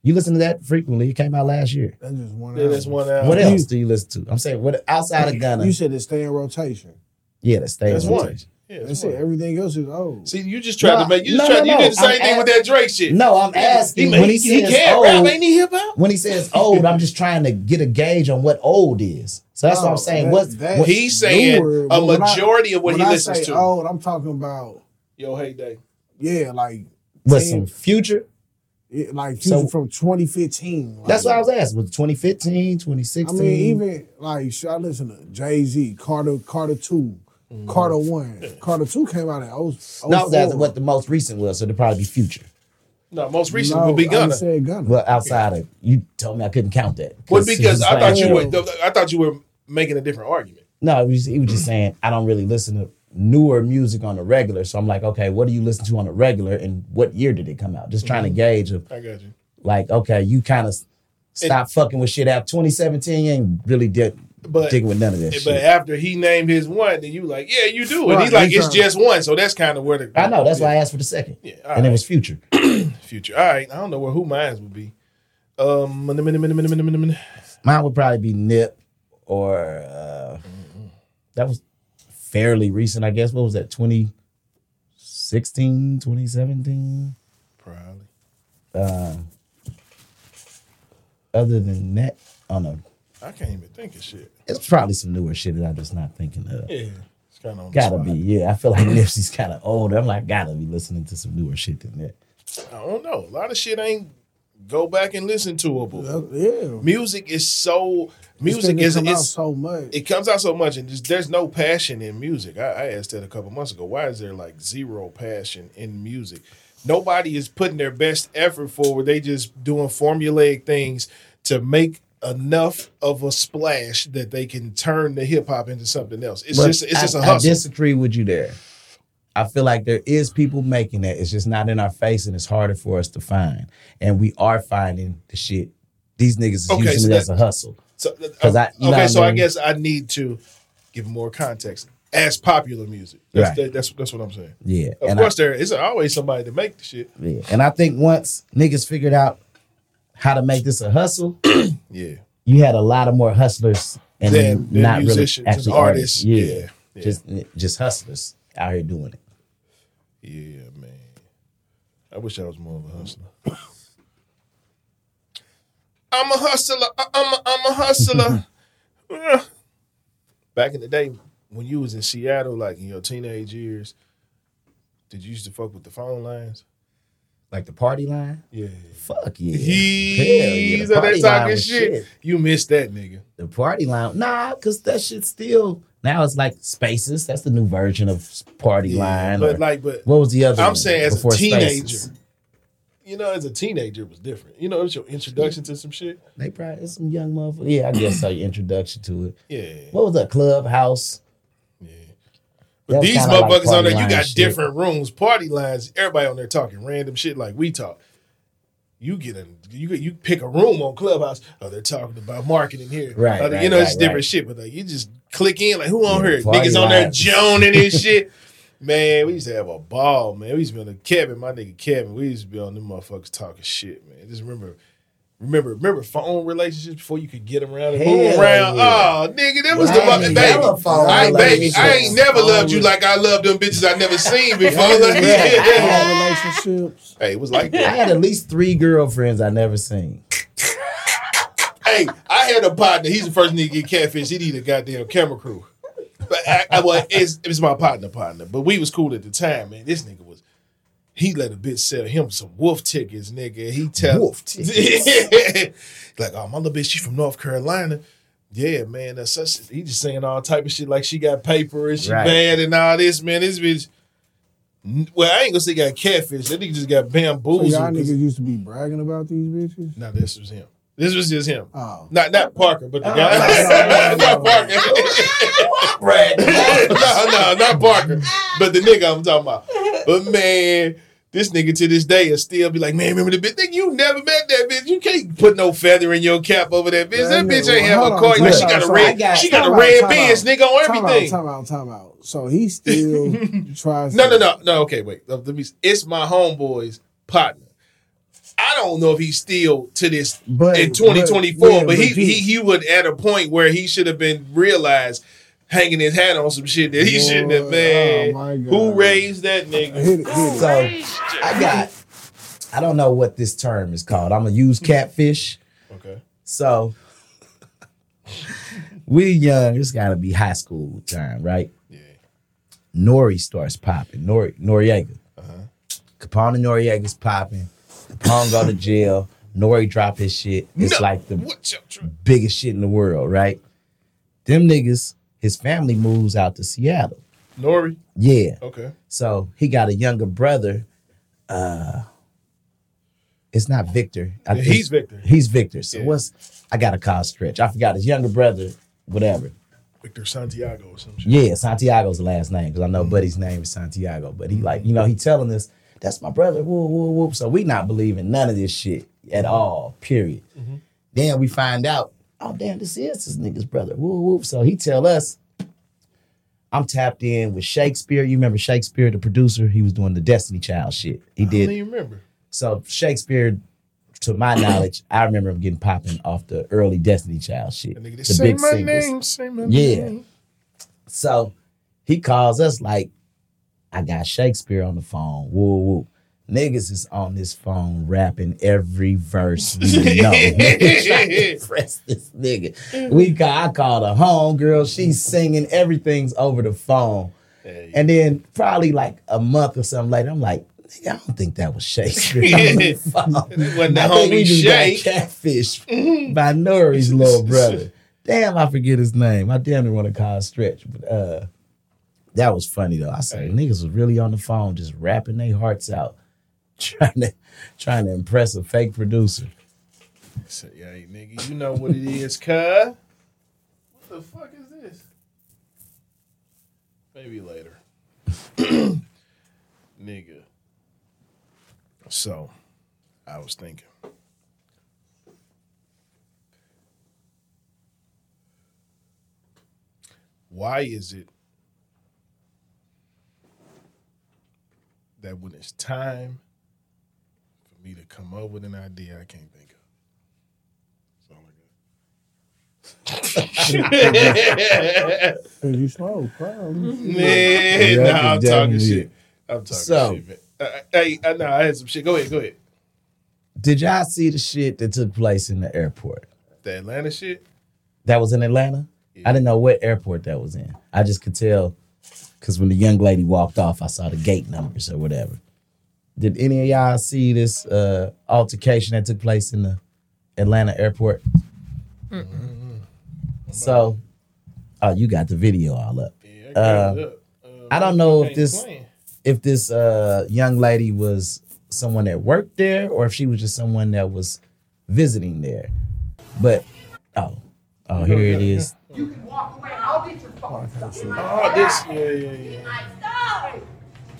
C: You listen to that frequently. It came out last year.
G: That's just one.
A: Yeah, that's one album.
C: What
G: You-
C: else do you listen to? I'm saying what outside of Gunna.
G: You said it stay in rotation.
C: yeah, that stays
A: That's
C: in
A: one.
C: rotation.
A: Yeah,
G: That's
A: that's
G: it.
A: one.
G: Everything else is old.
A: See, you just tried
C: No,
A: to make you just
C: no,
A: tried.
C: no,
A: you did the
C: no.
A: same
C: I'm
A: thing with that Drake shit.
C: No, I'm
A: he,
C: asking when he, oh.
A: he
C: says
A: can't
C: old.
A: rap. Ain't he hip hop?
C: when he says old, I'm just trying to get a gauge on what old is. So that's what
G: Oh,
C: I'm saying.
G: that-
C: What's
G: that-
C: what-
A: He's saying
G: Newer,
A: a
G: but when I-
A: majority of what
G: when
A: he
G: I
A: listens
G: say
A: to.
G: Old, I'm talking about
A: Yo, hey, day.
G: yeah, like
C: what,
G: 10,
C: some future?
G: it, like
C: So-
G: so, from 2015.
C: That's
G: like,
C: what I was asking. Was it 2015,
G: I
C: 2016?
G: mean, even like shit, I listen to Jay Z, Carter, Carter Two,
A: Mm.
G: Carter One, Carter Two came out in oh, 0,
C: no, that's what the most recent was. So it'd probably be future.
A: No, most recent would be Gunna.
G: Said Gunna.
C: Well, outside of you told me I couldn't count that.
A: Well, because I thought you
C: were.
A: were. I thought you were making a different argument.
C: No, he was, he was just saying I don't really listen to newer music on the regular. So I'm like, okay, what do you listen to on the regular, and what year did it come out? Just
G: Mm-hmm.
C: trying to gauge of
A: I got you.
C: like, okay, you kind of stop fucking with shit out. 2017 you ain't really did
A: But
C: Digging with none of that
A: but
C: shit.
A: after he named his one, then you like, yeah, you do. And
C: Right,
A: he's like,
C: he's
A: it's
C: trying-
A: just one. So that's kind of where the
C: I know. That's why I asked for the second.
A: Yeah, all
C: and it was Future.
A: future. All right, I don't know where who mine would be. Um, min- min- min- min- min- min- min-
C: Mine would probably be Nip or uh, that was fairly recent, I guess. What was that, 2016, 2017?
A: probably.
C: Um, other than that, I don't know.
A: I can't even think of shit.
C: It's probably some newer shit that I'm just not thinking of.
A: Yeah, it's kind of
C: Gotta be, yeah. I feel like Nipsey's kind of older. I'm like, gotta be listening to some newer shit than that.
A: I don't know. A lot of shit ain't go back and listen to it.
G: Uh,
A: Yeah, music is so music is
G: out
A: it's,
G: so much.
A: it comes out so much, and just, there's no passion in music. I, I asked that a couple months ago. Why is there like zero passion in music? Nobody is putting their best effort forward. They just doing formulaic things to make enough of a splash that they can turn the hip hop into something else. It's
C: But
A: just it's
C: I-
A: just a
C: I
A: hustle.
C: disagree with you there. I feel like there is people making that. It's just not in our face, and it's harder for us to find. And we are finding the shit. These niggas is
A: Okay,
C: using
A: so
C: it
A: that-
C: as a hustle.
A: So, uh,
C: 'Cause I- you know
A: okay,
C: what I
A: so I
C: mean?
A: guess I need to give more context as popular music. That's,
C: Right.
A: that- that's that's what I'm saying.
C: Yeah,
A: Of
C: and I-
A: course, there is always somebody to make the shit.
C: Yeah. And I think once niggas figured out how to make this a hustle,
A: Yeah,
C: you had a lot of more hustlers and
A: Than- than
C: not really
A: musicians and
C: actually
A: artists.
C: artists. Yeah.
A: Yeah, yeah.
C: just just hustlers out here doing it.
A: yeah, man. I wish I was more of a hustler. I'm a hustler. I- I'm a, I'm a hustler. Yeah. Back in the day, when you was in Seattle, like in your teenage years, did you used to fuck with the phone lines?
C: Like the party line.
A: Yeah.
C: Fuck yeah. Hell yeah,
A: He's
C: the
A: out there
C: party line
A: talking
C: was
A: shit.
C: shit.
A: You missed that nigga.
C: The party line. Nah, cause that shit still now it's like spaces. That's the new version of party line.
A: but
C: or-
A: like, but
C: what was the other
A: I'm
C: one
A: saying as a
C: before
A: teenager,
C: Spaces?
A: you know, as a teenager it was different. You know, it's your introduction to some shit.
C: They probably it's some young motherfucker. Yeah, I guess so. Your introduction to it.
A: Yeah.
C: What was that? Clubhouse.
A: But
C: That was
A: these
C: kinda like
A: motherfuckers on there, you
C: party
A: got
C: line shit.
A: different rooms, party lines. Everybody on there talking random shit like we talk. You get a you get you pick a room on Clubhouse. Oh, they're talking about marketing here.
C: Right,
A: Oh, they- you
C: right,
A: know, it's
C: right,
A: different
C: right.
A: shit. But like you just click in, like who on
C: Yeah,
A: here?
C: party
A: Niggas on there
C: lines.
A: joning and shit. Man, we used to have a ball, man. We used to be on the Kevin, my nigga Kevin. We used to be on them motherfuckers talking shit, man. Just remember, remember, remember phone relationships before you could get around and move
C: Hell
A: around.
C: yeah.
A: Oh, nigga, that was the
C: Right.
A: fucking
C: Telephone
A: baby. I ain't baby. I
C: relationships.
A: ain't never loved you like I loved them bitches I never seen before. Like, yeah.
G: relationships.
A: Hey, it was like
C: I
A: that.
C: had at least three girlfriends I never seen.
A: Hey, I had a partner. He's the first nigga to get catfish. He need a goddamn camera crew. But I, I well, it's it's my partner, partner. But we was cool at the time, man. This nigga was. He let a bitch sell him some wolf tickets, nigga. He tell
C: Wolf
A: tickets. like, oh, my little bitch, she from North Carolina. Yeah, man. That's such, he just saying all type of shit like she got paper and she
C: Right.
A: bad and all this, man. This bitch. n- Well, I ain't gonna say got catfish. That nigga just got
G: So
A: bamboozled.
G: y'all
A: 'cause-
G: niggas used to be bragging about these bitches.
A: no, this was him. This was just him.
G: Oh.
A: Not not Parker, but the
C: Oh,
A: guy.
C: no, no,
A: not Parker. no, no, not Parker. But the nigga I'm talking about. But man, this nigga to this day is still be like, man, remember the bitch? Nigga, you never met that bitch. You can't put no feather in your cap over that bitch. That
G: Man,
A: bitch
G: nigga,
A: ain't have
G: hold
A: a
G: on,
A: coin.
G: time
A: Like, she
G: out,
A: got a
G: time
A: red,
C: out.
A: she got a
G: Time out,
A: red
G: time
A: beans,
G: out.
A: nigga, on everything.
G: Time out, time out, time out. So he still tries.
A: No, no,
G: to-
A: no, no. Okay, wait. Let me. It's my homeboy's partner. I don't know if he's still to this
G: But-
A: in 2024, but,
G: but- yeah,
A: he,
G: but you-
A: he he would at a point where he should have been realized hanging his hat on some shit that he
G: Boy,
A: shouldn't have.
G: oh
A: Man,
G: my God.
A: who raised that nigga?
G: Hit it, hit it.
C: So I got, I don't know what this term is called. I'm gonna use catfish.
A: Okay,
C: So we young, it's gotta be high school time, right?
A: yeah,
C: Nori starts popping. Nori Noriega.
A: Uh-huh.
C: Capone and Noriega's popping. Capone go to jail. Nori drop his shit. It's
A: No.
C: like the
A: what your tr-
C: biggest shit in the world, right? Them niggas, his family moves out to Seattle.
A: Nori?
C: Yeah.
A: Okay,
C: So he got a younger brother. Uh it's not Victor. I
A: Yeah,
C: think-
A: he's Victor.
C: He's Victor. So
A: Yeah.
C: what's I got a call stretch. I forgot his younger brother, whatever.
A: Victor Santiago or some shit.
C: Yeah, Santiago's the last name because I
A: Mm-hmm.
C: know Buddy's name is Santiago. But he like, you know, he telling us that's my brother. Woo, woo,
A: Mm-hmm.
C: woo. So we not believing none of this shit at all. Period. Then we find out oh damn, this is this nigga's brother. Woo woo. So he tell us, I'm tapped in with Shakespeare. You remember Shakespeare, the producer? He was doing the Destiny Child shit. He
A: I
C: did.
A: don't even remember.
C: So Shakespeare, to my knowledge, I remember him getting popping off the early Destiny Child shit.
A: That nigga
C: The
A: just say
C: big
A: my
C: singles.
A: name, say my
C: Yeah.
A: name.
C: So he calls us like, I got Shakespeare on the phone. Woo woo. Niggas is on this phone rapping every verse we know. Trying to impress this nigga. We call, I called a homegirl. She's singing. Everything's over the phone. And then probably like a month or something later, I'm like, nigga, I don't think that was Shakespeare. on the phone.
A: Wasn't the
C: I think we
A: homie
C: just got
A: Shake.
C: catfish by Nuri's little brother. Damn, I forget his name. I damn near want to call Stretch, but uh, that was funny though. I said niggas was really on the phone, just rapping their hearts out, trying to trying to impress a fake producer.
A: Say, hey, nigga, you know what it is, cuz. What the fuck is this? Maybe later. nigga. So, I was thinking. Why is it that when it's time for me to come up with an idea, I can't think of? That's all I got.
G: Cause you smoke, probably.
A: Man,
C: Yeah,
A: nah, I'm
C: that's
A: talking
C: definitely
A: shit.
C: it.
A: I'm talking
C: So-
A: shit, man. Uh, Hey, I know I had some shit. Go ahead, go ahead.
C: Did y'all see the shit that took place in the airport?
A: The Atlanta shit.
C: That was in Atlanta. I didn't know what airport that was in. I just could tell because when the young lady walked off, I saw the gate numbers or whatever. Did any of y'all see this uh, altercation that took place in the Atlanta airport? So, oh, you got the video all up.
A: Yeah, I got
C: Uh,
A: it up. Uh,
C: I don't know
A: ain't
C: if this
A: playing.
C: if this uh, young lady was someone that worked there or if she was just someone that was visiting there. But oh, oh, here it is.
N: You can walk away. I'll get your phone.
A: Oh, this. Yeah, yeah,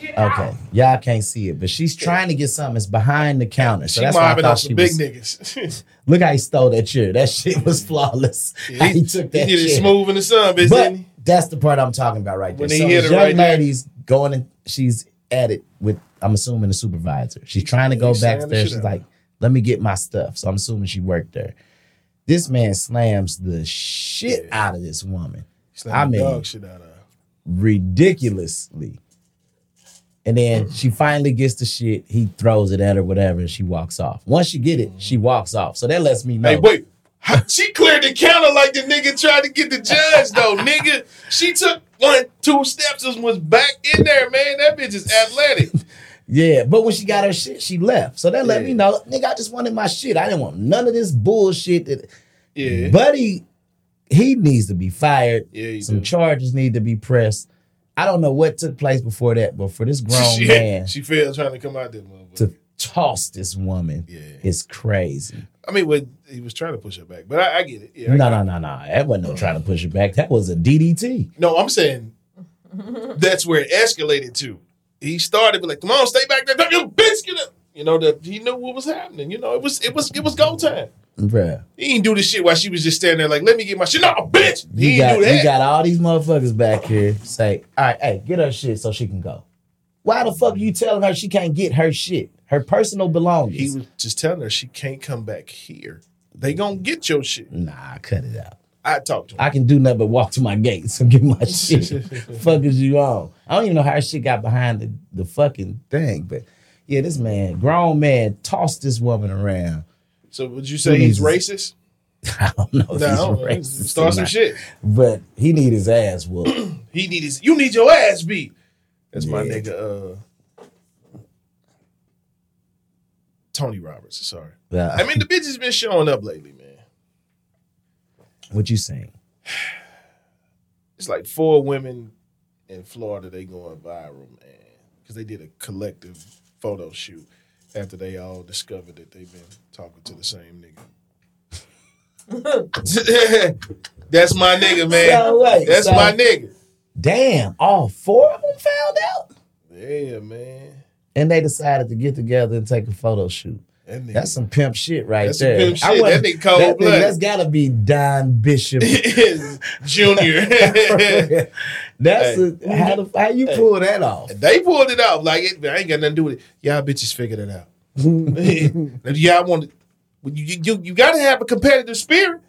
A: yeah.
C: Okay, y'all can't see it, but she's trying to get something. It's behind the counter, so
A: She
C: that's why I
A: mobbing on
C: thought she
A: some big
C: was.
A: niggas.
C: Look how he stole that chair. That shit was flawless.
A: Yeah,
C: he, took that
A: he did
C: chair.
A: it smooth in the sun, bitch.
C: But
A: didn't he?
C: that's the part I'm talking about right there.
A: When he
C: so
A: hit
C: this
A: her
C: young
A: right there.
C: lady's going and she's at it with, I'm assuming, the supervisor. She's trying to go
A: He's
C: back
A: saying
C: there.
A: shit
C: She's
A: out.
C: like, let me get my stuff. So I'm assuming she worked there. This man slams the shit out of this woman
A: Slammed
C: I
A: the
C: mean-
A: dog shit out of. her.
C: ridiculously. And then she finally gets the shit. He throws it at her, whatever, and she walks off. Once she get it, she walks off. So that lets me know.
A: Hey, wait. How- She cleared the counter like the nigga tried to get the judge though, nigga. She took one, two steps and was back in there, man. That bitch is athletic.
C: Yeah, but when she got her shit, she left. So that let
A: Yeah.
C: me know, nigga, I just wanted my shit. I didn't want none of this bullshit. That,
A: Yeah,
C: Buddy, he needs to be fired.
A: yeah. you
C: Some
A: do.
C: charges need to be pressed. I don't know what took place before that, but for this grown
A: she,
C: man
A: She failed trying to come out this motherfucker.
C: to toss this woman
A: Yeah.
C: is crazy.
A: I mean, what he was trying to push her back, but I, I get it. Yeah, I Uh.
C: No,
A: get
C: no, no, no. That wasn't no trying to push it back. That was a DDT.
A: it. no. I'm saying that's where it escalated to. He started with like, "Come on, stay back there, you bitch, get up." You know that he knew what was happening. You know, it was it was it was go time.
C: Bruh.
A: He didn't do this shit while she was just standing there like, "Let me get my shit." No, bitch, he
C: You
A: didn't
C: got
A: do that.
C: you got all these motherfuckers back here say, all right, hey, get her shit so she can go. Why the fuck you telling her she can't get her shit? Her personal belongings.
A: he was just telling her she can't come back here. They gonna get your shit.
C: nah, cut it out.
A: I talked to him.
C: I can do nothing but walk to my gates and get my shit. fuck is you on? I don't even know how her shit got behind the, the fucking thing, but yeah, this man, grown man, tossed this woman around.
A: So would you say he's racist?
C: I don't know if
A: No, I
C: Oh, he's
A: don't know.
C: racist or
A: start some
C: not,
A: shit.
C: but he need his ass whooped.
A: He need his. You need your ass beat. That's my
C: Yeah.
A: nigga. Uh, Tony Roberts. Sorry.
C: Yeah.
A: I mean, the bitch has been showing up lately, man.
C: what you saying?
A: It's like four women in Florida. They going viral, man, because they did a collective photo shoot after they all discovered that they've been talking to the same nigga. That's my nigga, man.
C: So, wait,
A: That's
C: so-
A: my nigga.
C: Damn, all four of them found out.
A: Yeah, man.
C: And they decided to get together and take a photo shoot.
A: That nigga-
C: That's some pimp shit right
A: That's some
C: there.
A: pimp shit.
C: wouldn't-
A: That nigga cold
C: that
A: blooded.
C: That's gotta be Don Bishop.
A: Junior.
C: that's
A: Hey.
C: a, how, the, how you pull that off.
A: They pulled it off. Like it, I ain't got nothing to do with it. Y'all bitches figured it out. y'all want to, you, you you gotta have a competitive spirit.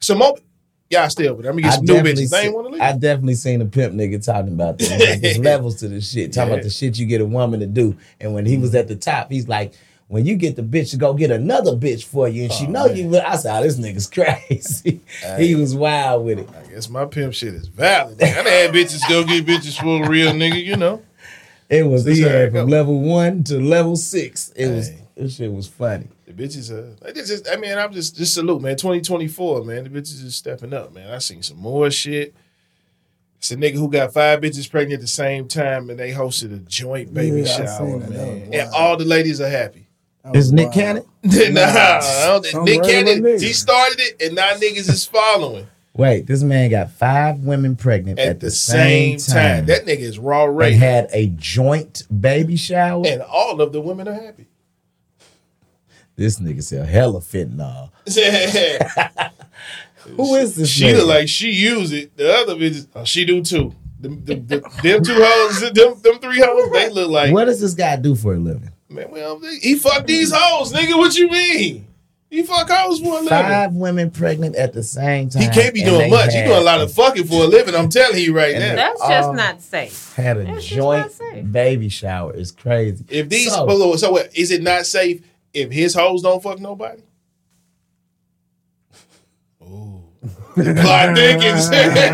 A: Some open, y'all still, but I'm gonna get
C: I
A: some new
C: definitely,
A: bitches. They ain't want to
C: see, I
A: leave.
C: definitely seen a pimp nigga talking about this. Like, there's levels to this shit. Talking about the shit you get a woman to do. And when he was
A: Mm-hmm.
C: at the top, he's like, when you get the bitch to go get another bitch for you, and she know you, li- I said, oh, this nigga's crazy. he was wild with it.
A: I guess my pimp shit is valid. I done had bitches go get bitches for a real nigga, you know.
C: It was
A: This
C: he
A: how it
C: had from
A: go.
C: level one to level six. It was
A: Hey.
C: this shit was funny.
A: The bitches are. They just, I mean, I'm just just salute, man. 2024, man. The bitches is stepping up, man. I seen some more shit. It's a nigga who got five bitches pregnant at the same time, and they hosted a joint baby
G: Yeah, I
A: shower,
G: seen that. That
A: man.
G: was
A: And
G: wild.
A: all the ladies are happy.
G: That was
C: Is Nick
G: wild.
C: Cannon?
A: nah, I
G: some
A: don't, Nick
G: regular
A: Cannon,
G: nigga.
A: he started it, and now niggas is following
C: Wait, this man got five women pregnant
A: at, the, same, time. That nigga is raw
C: they
A: rape,
C: had a joint baby shower.
A: and all of the women are happy.
C: This nigga sell hella fentanyl. Who is this?
A: She
C: nigga?
A: look like she use it. The other bitches, oh, she do too. Them, them, them, them two hoes, them, them three hoes, they look like
C: what does this guy do for a living?
A: man. Well, they- he fuck these hoes, nigga. What you mean? He fuck hoes for a living.
C: Five women pregnant at the same time.
A: He can't be
C: and
A: doing
C: they
A: much. He
C: had-
A: doing a lot of fucking for a living. I'm telling you right
C: And
A: now.
C: they-
B: That's just
C: Um,
B: not safe.
C: Had a
B: That's just
C: joint
B: not safe.
C: baby shower. It's crazy.
A: If these
C: So-
A: below, so what? Is it not safe if his hoes don't fuck nobody? Ooh. The plot thickens. the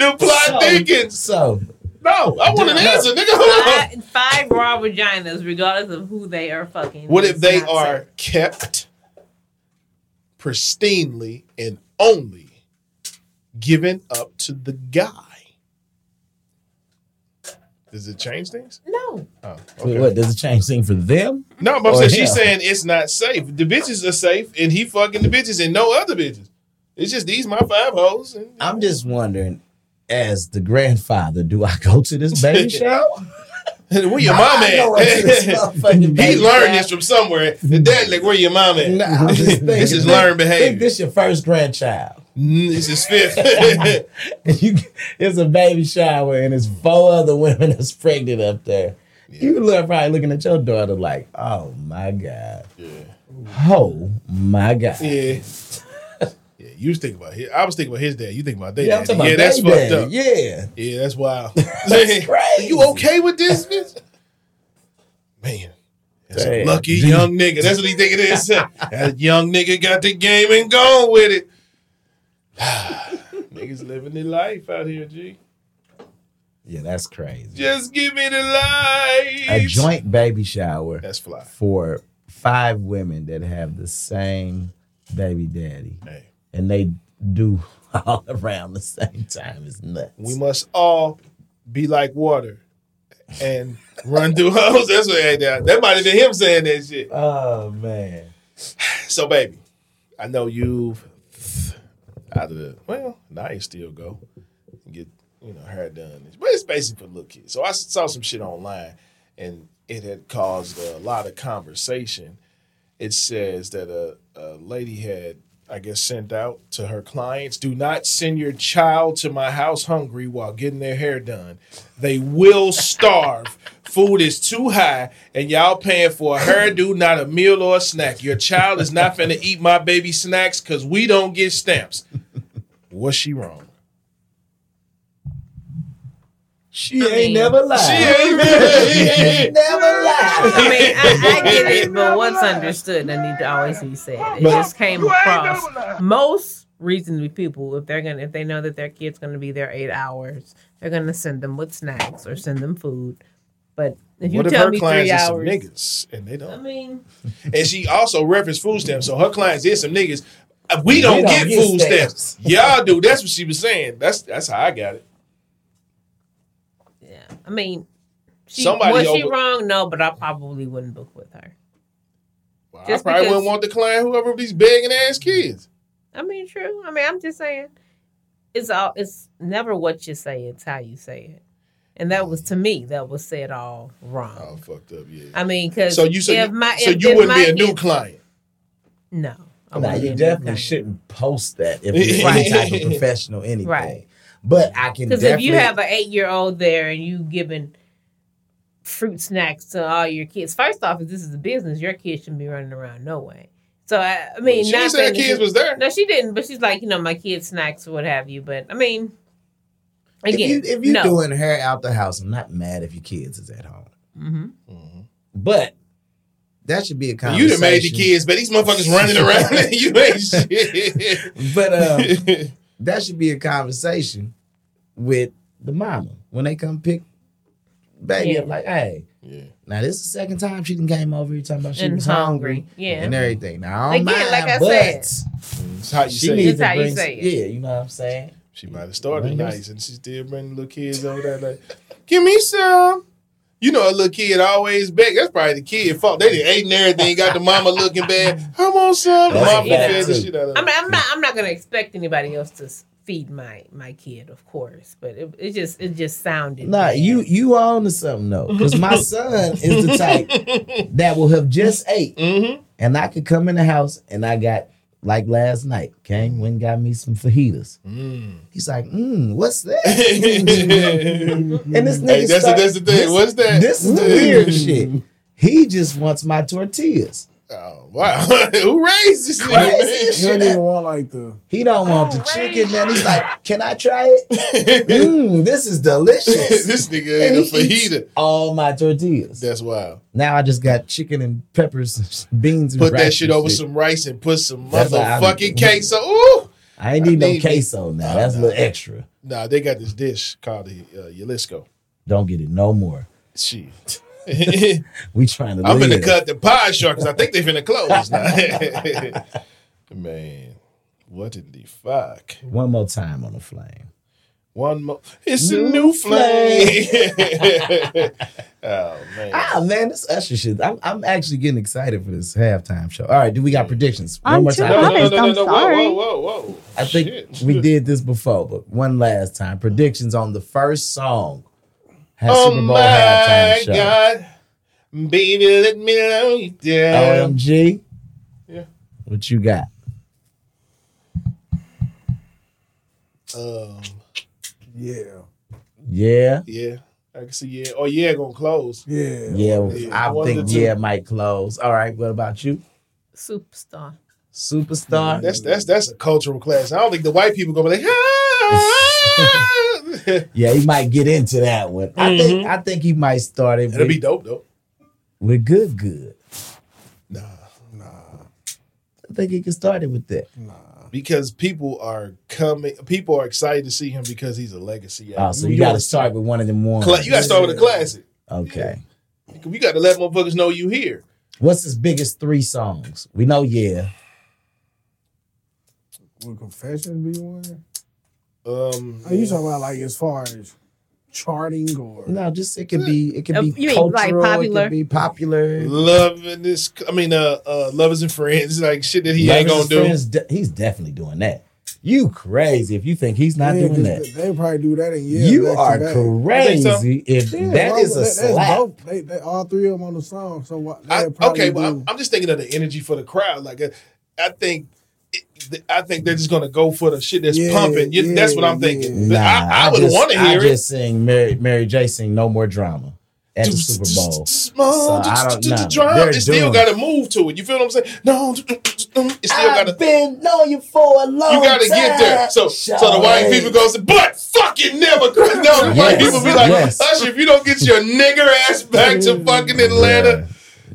C: so-
A: plot thickens.
C: So
A: No, I want an answer, nigga. Hold on.
B: Five, five raw vaginas, regardless of who they are fucking.
A: What if
B: It's
A: they
B: not
A: are
B: safe.
A: kept pristinely and only given up to the guy? Does it change things?
B: No.
A: Oh,
C: wait, what does it Oh, change thing for them?
A: No, but I'm
C: Or
A: saying
C: him.
A: she's saying it's not safe. The bitches are safe, and he fucking the bitches, and no other bitches. It's just these my five hoes. And,
C: I'm just wondering, as the grandfather, do I go to this baby shower?
A: where your mom
C: I know where this
A: at?
C: motherfucking
A: he
C: baby
A: learned
C: shower-
A: this from somewhere. The dad like, where your mom at?
C: Nah, I'm just thinking,
A: this is
C: think-
A: learned behavior.
C: Think this your first grandchild.
A: Mm, This is fifth.
C: And you, it's a baby shower and it's four other women that's pregnant up there. You look probably looking at your daughter like, oh my god, oh my god.
A: yeah. Yeah, you was thinking about his. I was thinking about his dad. You think about their
C: Yeah, I'm
A: daddy.
C: talking about
A: yeah, that's
C: baby
A: fucked
C: daddy.
A: up. Yeah,
C: Yeah,
A: that's wild.
C: That's crazy.
A: You okay with this, bitch? Man, that's a
C: Damn.
A: lucky young nigga. That's what he think it is. that young nigga got the game and gone with it. Niggas living their life out here, G.
C: yeah, that's crazy.
A: Just give me the light.
C: A joint baby shower
A: That's fly.
C: for five women that have the same baby daddy,
A: Hey.
C: and they do all around the same time. It's nuts.
A: We must all be like water and run through hoes. That's what hey, that, that might have been him saying that shit.
C: oh man.
A: So, baby, I know you've out of the well, now you still go and get you know hair done, but it's basically for little kids. So I saw some shit online, and it had caused a lot of conversation. It says that a, a lady had, I guess, sent out to her clients: "Do not send your child to my house hungry while getting their hair done. They will starve." Food is too high, and y'all paying for a hairdo, not a meal or a snack. Your child is not finna eat my baby snacks because we don't get stamps. Was she wrong?
C: She
B: I
C: ain't
B: mean-
C: never lied.
A: She ain't
C: She
A: bad.
C: never lied.
B: I mean, I, I get it, but what's understood doesn't need to always be said. It just came across most reasonable people if they're gonna if they know that their kid's gonna be there eight hours, they're gonna send them with snacks or send them food. But if you
A: What if
B: tell
A: her
B: me
A: clients
B: three
A: is some
B: hours,
A: niggas and they
B: I
A: don't?
B: mean,
A: And she also referenced food stamps, so her clients is some niggas. Uh, We don't,
C: don't
A: get,
C: get
A: food stamps.
C: stamps.
A: Y'all do. That's what she was saying. That's that's how I got it.
B: yeah, I mean, she,
A: Somebody
B: was she
A: over-
B: wrong? No, but I probably wouldn't book with her.
A: Well, I
B: Just
A: probably
B: because-
A: wouldn't want the client whoever these begging ass kids.
B: I mean, true. I mean, I'm just saying, it's all. It's never what you say; it's how you say it. And that was to me that was said all wrong.
A: I'm Oh, fucked up. Yeah.
B: I mean, because
A: So you so
B: if
A: you,
B: my
A: so
B: if,
A: you
B: if
A: wouldn't
B: my
A: be a new
B: kid-
A: client.
B: No, I
C: Now,
B: wouldn't be a
C: you
B: new
C: definitely
B: client.
C: shouldn't post that if you're any type of professional anything.
B: Right.
C: But I can
B: Because
C: definitely.
B: if you have an eight year old there and you giving fruit snacks to all your kids, first off, if this is a business, your kids shouldn't be running around no way. So I, I mean,
A: She
B: not
A: said her
B: saying that
A: kids
B: she-
A: was there.
B: No, she didn't. But she's like, you know, my kids snacks, what have you. But I mean, again,
C: if you, if you
B: no.
C: doing hair out the house, I'm not mad if your kids is at home,
B: Mhm.
A: Mm-hmm.
C: but that should be a
A: And
C: conversation.
A: You done made the kids, but these motherfuckers running around and you ain't shit.
C: But um, that should be a conversation with the mama when they come pick baby up.
B: Yeah.
C: Like, hey,
A: Yeah.
C: now this is the second time she done came over here talking about she
B: And
C: was hungry,
B: hungry. Yeah.
C: and everything. Now I don't
B: Again,
C: mind,
B: like I
C: but
B: said.
A: It's how you
C: she
A: say it.
B: That's
C: needs to
B: how you
C: bring.
B: say it.
C: Yeah, you know what I'm saying.
A: She might have started
C: Bring us-
A: nice, and she still bringing little kids over there like, "Give me some." You know, a little kid always beg. That's probably the kid fault. They done ate and everything. Got the mama looking bad. I want some. The
C: That's
A: mama
B: bad,
A: fed the
C: too.
A: shit out of
B: I
A: her.
B: mean, I'm not. I'm not gonna expect anybody else to s- feed my my kid, of course. But it, it just it just sounded.
C: Nah,
B: bad.
C: you you on to something though, because my son is the type that will have just ate,
A: Mm.
C: and I could come in the house and I got like last night came went and got me some fajitas. He's like, mm, what's that?
A: Mm-hmm.
C: and this nigga,
A: Hey, that's,
C: start-
A: the, that's the thing.
C: This,
A: What's that? Mm.
C: This is the weird shit. He just wants my tortillas.
A: Oh, wow. Who raised this
C: Crazy as
A: nigga,
G: You don't
C: shit.
G: even want like the
C: He don't want the chicken. Man, he's like, can I try it?
A: man?
C: Mm, this is delicious.
A: this nigga ain't a
C: And he eats
A: fajita.
C: All my tortillas.
A: That's wild.
C: Now I just got chicken and peppers, beans, and
A: Put that
C: rice
A: shit
C: and
A: over some rice and put some
C: That's what I'm
A: motherfucking
C: doing.
A: queso. Ooh.
C: I ain't need
A: I
C: no
A: need-
C: queso now.
A: Nah,
C: That's a
A: nah.
C: little extra.
A: Nah, they got this dish called the uh, Jalisco.
C: Don't get it no more.
A: Shit.
C: We trying to.
A: I'm
C: live.
A: gonna cut the pie short because I think they finna close now. Man, what in the fuck?
C: one more time on the flame.
A: One more. It's a
C: New
A: new flame. oh man.
C: Ah man, this Usher shit. I'm, I'm actually getting excited for this halftime show. All right, do we got predictions? One
M: I'm
C: more
M: too
C: time.
M: No, no, no, no, I'm sorry.
A: Whoa, whoa, whoa, whoa.
C: I think
A: Shit.
C: we did this before, but one last time. Predictions on the first song. Has
A: Oh
C: Super Bowl halftime
A: my
C: show.
A: god. Baby, let me know you down.
C: OMG.
A: Yeah.
C: What you got?
A: Um,
G: yeah,
C: Yeah.
A: yeah. I can see yeah. Oh yeah, gonna close.
G: yeah.
C: Yeah.
A: Yeah.
C: I
A: One
C: think
A: to two.
C: yeah it might close. All right. What about you?
B: superstar.
C: Superstar.
A: That's that's that's a cultural class. I don't think the white people gonna be like, ah.
C: Yeah, he might get into that one. I
B: Mm-hmm.
C: think I think he might start it
A: It'll
C: with,
A: be dope though.
C: with good good.
A: Nah,
C: I think he can start it with that.
A: because people are coming. People are excited to see him because he's a legacy.
C: Oh,
A: act.
C: so you got to start with one of them ones.
A: Cla- you got to start with a classic.
C: Okay.
A: You got to let motherfuckers know you here.
C: What's his biggest three songs? We know yeah.
G: Would confession be one?
A: Um,
G: Are Oh, you talking about like as far as charting or?
C: No, just it could be it could
B: Uh,
C: be
B: you mean,
C: cultural.
B: like,
C: It
B: popular?
C: could be popular.
A: love and this. I mean, uh, uh, lovers and friends, like shit that he ain't gonna
C: Lovers
A: do.
C: and Friends, de- he's definitely doing that. You crazy if you think he's not
G: Yeah,
C: doing
G: 'cause
C: that.
G: They probably do that in years.
C: you
G: back to
C: are
G: back.
C: crazy
A: I think
C: if
G: Yeah,
C: that
G: bro,
C: is a
G: that's
C: slap.
G: dope. They, they all three of them on the song. So what?
A: I,
G: they'll probably
A: okay, well,
G: do-
A: I'm, I'm just thinking of the energy for the crowd. Like, uh, I think. it- I think they're just gonna go for the shit that's
G: Yeah,
A: pumping. You-
G: yeah,
A: that's what I'm thinking.
C: Nah,
A: I, I would
C: just-
A: want to hear
C: I just sing Mary Mary J sing No More Drama at
A: it.
C: the Super Bowl.
A: Small,
C: So, I don't
A: just- just-
C: know.
A: just drum.
C: They're
A: It still
C: doing-
A: got to move to it. You feel what I'm saying? No, it still got to.
C: been knowing you for a long
A: You got to get there. So, so the white people go, but fucking never. No, the white
C: Yes,
A: people be like,
C: yes.
A: Usher, if you don't get your nigger ass back to fucking Atlanta,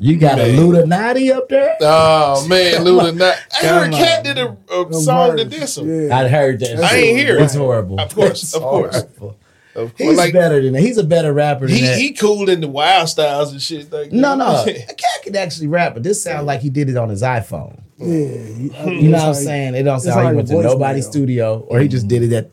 C: You got
A: Man.
C: a Ludinati up there?
A: oh man, Luda, not. I heard
C: Come
A: Cat did a, a
G: them
A: song
G: words.
A: that did some.
G: Yeah.
C: I heard that.
A: I
C: shit.
A: ain't hear it.
C: It's horrible.
A: Of course,
C: It's
A: of course.
C: horrible.
A: Of course,
C: He's
A: uh, like
C: better than that. He's a better rapper than
A: he
C: that.
A: he cool in the wild styles and shit. Like,
C: no, no. A cat could actually rap, but this sounds like he did it on his iPhone.
G: yeah, you, I-
C: You know
G: it's
C: what I'm
G: like-
C: saying? It don't
G: it's
C: sound like he
G: like
C: went
G: a
C: to
G: voicemail.
C: nobody's studio or he just did it at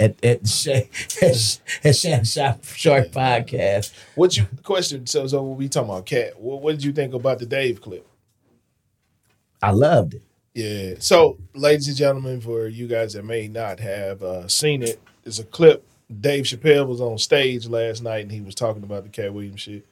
C: at at Shay at, Sh- at Shan Shop Shark Podcast.
A: what you question? So, so when we talking about Cat, what, what did you think about the Dave clip?
C: I loved it.
A: Yeah. So, ladies and gentlemen, for you guys that may not have uh, seen it, there's a clip Dave Chappelle was on stage last night and he was talking about the Cat Williams shit.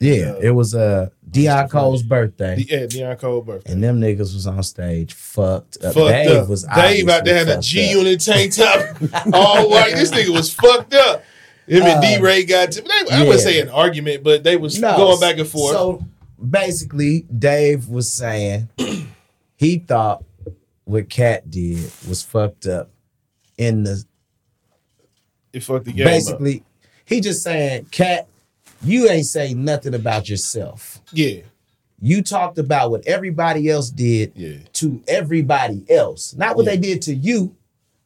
C: Yeah, it was uh Deion Cole's birthday.
A: The, yeah, Deion Cole birthday.
C: and them niggas was on stage fucked up.
A: fucked
C: Dave
A: up.
C: was
A: Dave out there had a G unit tank top, all white. This nigga was fucked up. Him and
C: Uh,
A: D Ray got to. They, I wouldn't
C: yeah.
A: say an argument, but they was
C: No,
A: going back and forth.
C: So basically, Dave was saying he thought what Cat did was fucked up in the
A: it fucked the game up.
C: basically he just saying cat you ain't say nothing about yourself
A: Yeah,
C: you talked about what everybody else did
A: yeah,
C: to everybody else not what
A: Yeah.
C: they did to you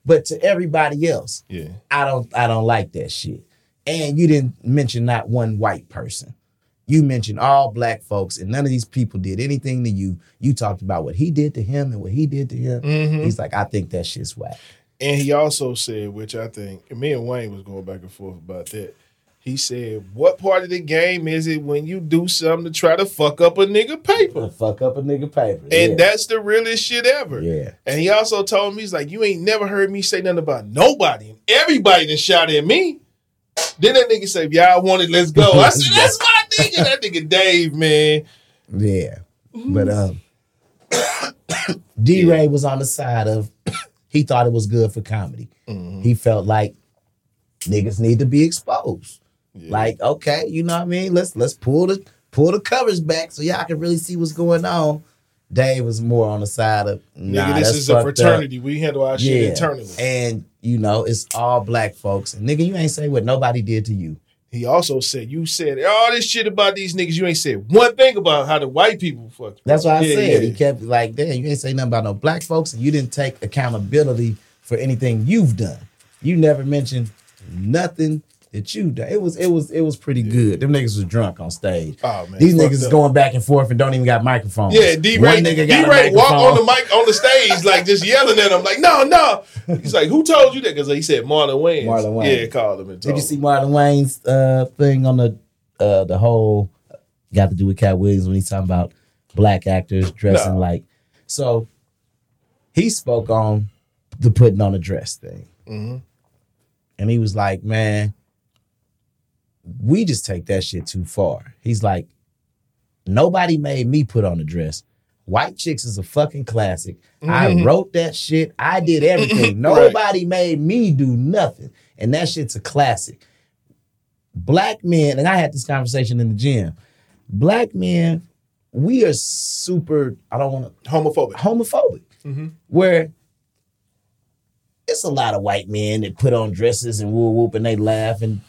C: but to everybody else
A: yeah.
C: i don't i don't like that shit and you didn't mention not one white person you mentioned all black folks and none of these people did anything to you you talked about what he did to him and what he did to him
A: Mhm.
C: he's like i think that shit's whack
A: And he also said, which I think and me and Wayne was going back and forth about that. He said, "What part of the game is it when you do something to try to fuck up a nigga paper?"
C: fuck up a nigga paper
A: And
C: yeah.
A: that's the realest shit ever.
C: yeah
A: And he also told me, he's like, you ain't never heard me say nothing about nobody. And everybody that shot at me. Then that nigga said, y'all want it, let's go. I said, that's my nigga. That nigga Dave, man.
C: Yeah. But um D Ray was on the side of he thought it was good for comedy.
A: Mm-hmm.
C: He felt like niggas need to be exposed. Like, okay, you know what I mean? Let's let's pull the pull the covers back so y'all can really see what's going on. Dave was more on the side of nah,
A: nigga, this
C: that's
A: is a
C: fucked up."
A: fraternity. We handle our shit internally.
C: And you know, it's all black folks. And nigga, you ain't say what nobody did to you.
A: He also said, you said all this shit about these niggas. You ain't said one thing about how the white people fucked.
C: That's what I
A: Yeah,
C: said.
A: yeah.
C: He kept like, damn, you ain't say nothing about no black folks, and you didn't take accountability for anything you've done. You never mentioned nothing that you done. It was it was it was pretty good. Them niggas was drunk on stage.
A: Oh, man,
C: These
A: fucked
C: niggas is
A: up.
C: going back and forth and don't even got microphones.
A: Yeah, D Ray.
C: One
A: D
C: nigga got a
A: Ray walked on the
C: microphone.
A: mic on the stage, like just yelling at him, like, no, no. He's like, who told you that? Because he said Marlon Wayans.
C: Marlon Wayans.
A: Yeah, called him and told
C: Did
A: him.
C: you see Marlon Wayne's uh, thing on the uh, the whole got to do with Cat Williams when he's talking about black actors dressing
A: No.
C: like? So he spoke on the putting on a dress thing.
A: Mhm.
C: And he was like, man, we just take that shit too far. He's like, nobody made me put on a dress. White Chicks is a fucking classic. I wrote that shit. I did everything. Nobody made me do nothing. And that shit's a classic. Black men, and I had this conversation in the gym. Black men, we are super, I don't want to
A: Homophobic.
C: homophobic.
G: Mm-hmm.
C: Where it's a lot of white men that put on dresses and whoop whoop and they laugh and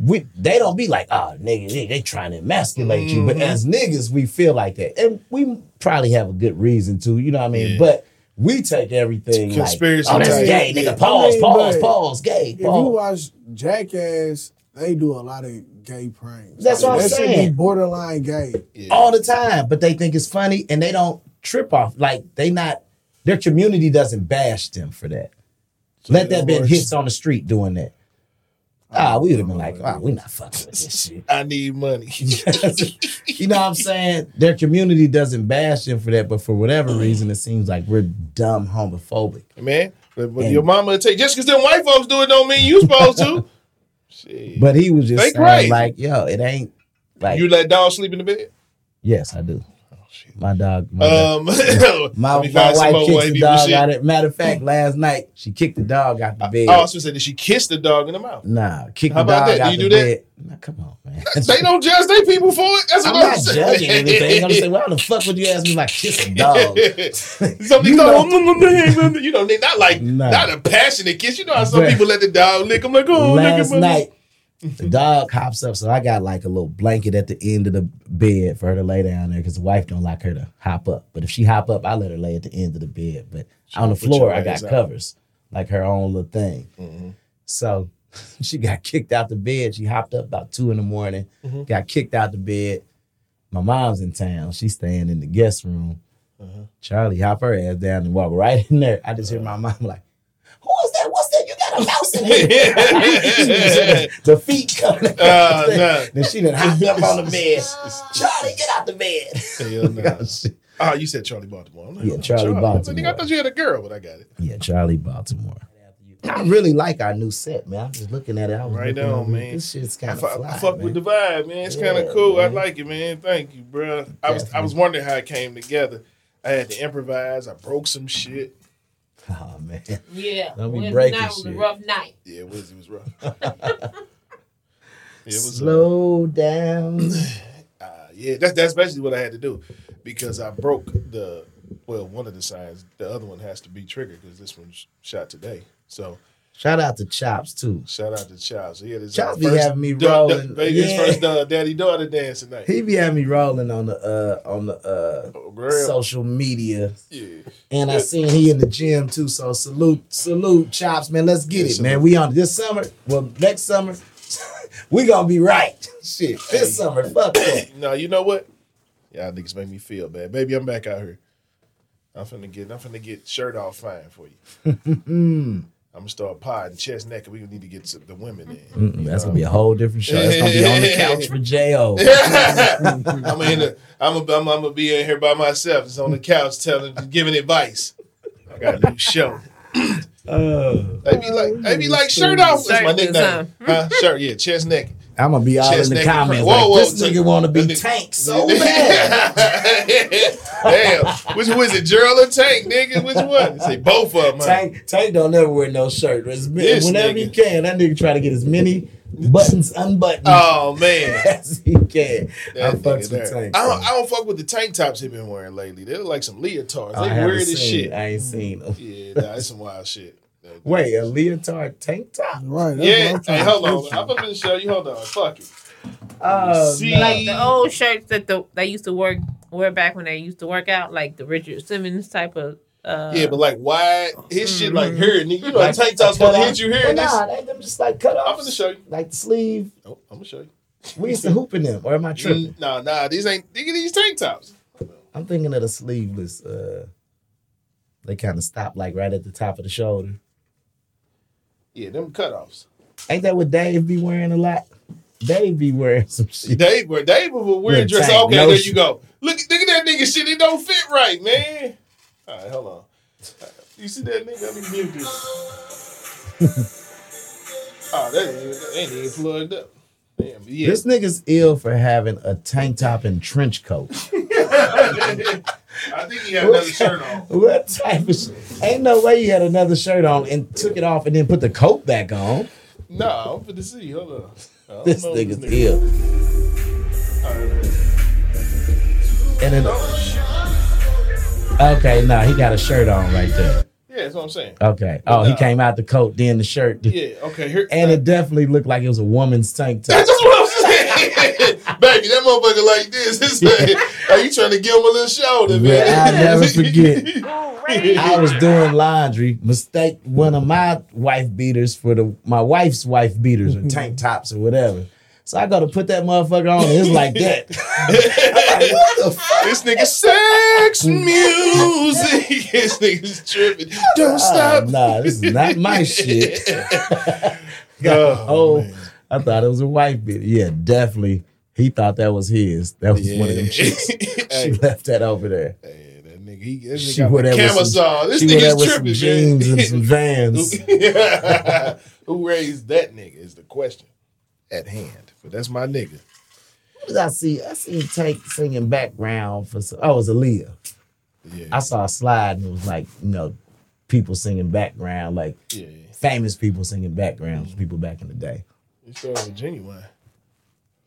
C: we they don't be like, oh nigga, they, they trying to emasculate you.
G: Mm-hmm.
C: But as niggas, we feel like that. And we probably have a good reason to, you know what I mean? But we take everything
A: Conspiracy
C: like, oh, that's
A: type.
C: gay,
A: Yeah.
C: nigga. Pause,
G: Hey,
C: pause,
G: but
C: pause, gay,
G: If you
C: pause.
G: watch Jackass, they do a lot of gay pranks.
C: That's what I'm
G: that shit
C: saying.
G: Be borderline gay.
C: all the time, but they think it's funny and they don't trip off. Like they not their community doesn't bash them for that. Let that been hits on the street doing that.
A: Oh,
C: Ah, we would have been like, ah, we not fucking with this shit.
A: I need money.
C: you know what I'm saying? Their community doesn't bash them for that, but for whatever
A: Mm.
C: reason, it seems like we're dumb homophobic.
A: Man, but but
C: And-
A: your mama would take just because them white folks do it don't mean you supposed to. Shit.
C: But he was just
A: They
C: saying,
A: crazy.
C: like, yo, it ain't like
A: you Oh, let dogs sleep in the bed.
C: yes, I do. My dog, my dog.
A: Um, let
C: My,
A: me
C: my
A: find some
C: wife
A: more
C: kicked
A: white
C: the
A: people
C: dog
A: shit.
C: out. Of, matter of fact, last night she kicked the dog out the
A: I
C: bed.
A: also said that she kissed the dog in the mouth.
C: nah, kicked
A: How
C: the
A: about
C: dog
A: that? Do
C: out
A: you
C: the
A: do that?
C: bed. Nah, come on, man.
A: They don't judge their people for it. That's what
C: I'm
A: I'm,
C: not
A: saying.
C: judging anything. I'm just saying, why the fuck would you ask me like kiss a dog?
A: Some
C: You
A: people,
C: know-
A: don't- you know, they not like
C: Nah.
A: not a passionate kiss. You know how some
C: Bruh.
A: people let the dog lick. I'm like, oh,
C: last
A: look at my-
C: night the dog hops up so i got like a little blanket at the end of the bed for her to lay down there because the wife don't like her to hop up but if she hop up i let her lay at the end of the bed but on the
A: put your
C: floor i
A: legs
C: got
A: out. Mm-hmm.
C: covers like her own little thing so she got kicked out the bed she hopped up about two in the morning
A: Mm-hmm.
C: got kicked out the bed my mom's in town she's staying in the guest room
A: Uh-huh.
C: charlie hop her ass down and walk right in there i just hear my mom like who is that what's that you got a mouse in here the feet coming out.
A: Uh, nah.
C: Then she done hopped up on the bed. Charlie, get out the bed.
A: Hell nah.
C: Shit.
A: Oh, you said Charlie Baltimore. I'm like,
C: Yeah,
A: oh,
C: Charlie
A: I was like,
C: Baltimore.
A: nigga, I thought you had a girl, but I got it.
C: yeah, Charlie Baltimore. I really like our new set, man. I'm just looking at it. I was
A: Right
C: looking
A: on,
C: over it.
A: man.
C: This shit's
A: I,
C: kind of
A: fu- I
C: fly.
A: fuck
C: man.
A: with the vibe, man. It's kind
C: Yeah,
A: of cool.
C: man.
A: I like it, man. Thank you, bro. I was I was wondering how it came together. I had to improvise. I broke some shit.
C: Oh man.
B: Yeah.
C: Don't be
B: Wednesday
C: breaking
B: night was a
C: shit.
B: rough night.
A: Yeah, Wednesday was rough. yeah, it was uh,
C: Slow down.
A: Uh, yeah, that's that's basically what I had to do because I broke the well one of the signs. The other one has to be triggered because this one's shot today. So
C: Shout out to Chops too.
A: shout out to Chops. Yeah, this is
C: Chops
A: our
C: be
A: uh, first
C: having me
A: da- da-
C: rolling.
A: Vegas
C: Yeah.
A: first uh, daddy daughter dance tonight.
C: He be having me rolling on the uh on the uh
A: Oh, girl.
C: social media.
A: yeah,
C: And I seen he in the gym too. So salute, salute, chops, man. Let's get it, man. We on this summer. Well, next summer, we gonna be right. Shit, this summer, fuck that.
A: no, you know what? Y'all niggas make me feel bad, baby. I'm back out here. I'm finna get I'm finna get shirt off fine for you.
C: Mm,
A: I'm gonna start potting chest neck, and we gonna need to get some, the women in.
C: mm, that's gonna be a whole different show. That's gonna be on the couch for Jo.
A: I'm in. A, I'm a, I'm, I'm gonna be in here by myself. It's on the couch, telling, giving advice. I got a new show.
C: Oh.
A: They be like, they be like shirt off. That's my
B: Shirt this
A: nickname. Huh? Shirt, yeah, chest neck.
C: I'm gonna be all
A: Chest
C: in the
A: naked.
C: comments.
A: Whoa,
C: like,
A: whoa,
C: this
A: so-
C: nigga wanna be
A: that nigga-
C: tank so bad.
A: Damn, which was it, Gerald or Tank, nigga? Which one? Say both of them.
C: Tank, Tank don't ever wear no shirt. It's-
A: This
C: whenever he
A: nigga.
C: can, that nigga try to get as many buttons unbuttoned
A: Oh man.
C: as he can. I
A: That nigga
C: fucks
A: there.
C: with Tank.
A: I
C: bro.
A: don't, I don't fuck with the tank tops he been wearing lately. They look like some leotards.
C: I
A: They
C: haven't
A: weird as
C: seen-
A: shit.
C: I ain't seen them.
A: Yeah, nah, that's some wild shit.
C: Wait, a leotard tank top?
G: Right. that's
A: Yeah,
G: what I'm
A: hey,
G: trying
A: hold
G: to
A: on.
G: picture.
A: I'm gonna show you. Hold on, fuck it.
C: Oh,
A: See?
C: no.
B: Like the old shirts that the they used to work wear back when they used to work out, like the Richard Simmons type of. Uh,
A: Yeah, but like wide, his shit like
B: Mhm.
A: here, nigga. You know, a tank top's
C: cut
A: gonna
C: off.
A: hit you here.
C: mm-hmm. Well,
A: and this-
C: nah, they, them just like cut
A: I'm
C: off.
A: gonna show you.
C: Like the sleeve.
A: Oh, I'm gonna show you.
C: We used to hoop in them. Or am I tripping?
A: Mm, Nah, nah, these ain't nigga. These tank tops.
C: I'm thinking of the sleeveless. Uh, they kind of stop like right at the top of the shoulder.
A: Yeah, them cutoffs.
C: Ain't that what Dave be wearing a lot? Dave be wearing some shit.
A: Dave, were Dave was a
C: Yeah,
A: weird dress.
C: tank,
A: Okay,
C: no
A: there you
C: shit.
A: go. Look, look at that nigga shit. It don't fit right, man. All right, hold on. You see that nigga? Let me mute this. oh, that ain't, even- that ain't even plugged up. Damn, yeah.
C: This nigga's ill for having a tank top and trench coat.
A: I think he had another shirt on.
C: What type of shit? Ain't no way you had another shirt on and took it off and then put the coat back on.
A: Nah, I'm finna see. Hold on. I don't
C: This
A: know
C: nigga's
A: nigga-
C: ill.
A: All right.
C: And then, okay, nah, he got a shirt on right there.
A: Yeah, that's what I'm saying.
C: Okay. Oh, he
A: Nah.
C: came out the coat, then the shirt,
A: Yeah, okay. Here,
C: and it definitely looked like it was a woman's tank top.
A: That's what I'm saying. Baby, that motherfucker like this. It's like, are you trying to give him a little shoulder, man?
C: Yeah, I'll never forget.
B: Alright.
C: I was doing laundry. Mistake one of my wife beaters for the my wife's wife beaters or tank tops or whatever. So I go to put that motherfucker on, and it's like that. I'm like, what the fuck?
A: this nigga sex music. this nigga's tripping. Don't
C: Oh,
A: stop.
C: nah, this is not my shit.
A: Oh,
C: oh, I thought it was a wife beater. Yeah, definitely. He thought that was his. That was one of them chicks. She
A: Hey.
C: left that over there.
A: Hey, that nigga, he, that nigga
C: She
A: got
C: wore that with
A: camisole.
C: some,
A: this
C: she wore that
A: nigga's
C: with some
A: tripping,
C: jeans
A: man.
C: and some vans.
A: Who raised that nigga is the question at hand. But that's my nigga.
C: What did I see? I seen Tank singing background for. some- Oh, it was Aaliyah. I
A: Yeah,
C: saw a slide and it was like you know, people singing background, like
A: yeah.
C: famous people singing backgrounds, people back in the day.
A: He started with genuine.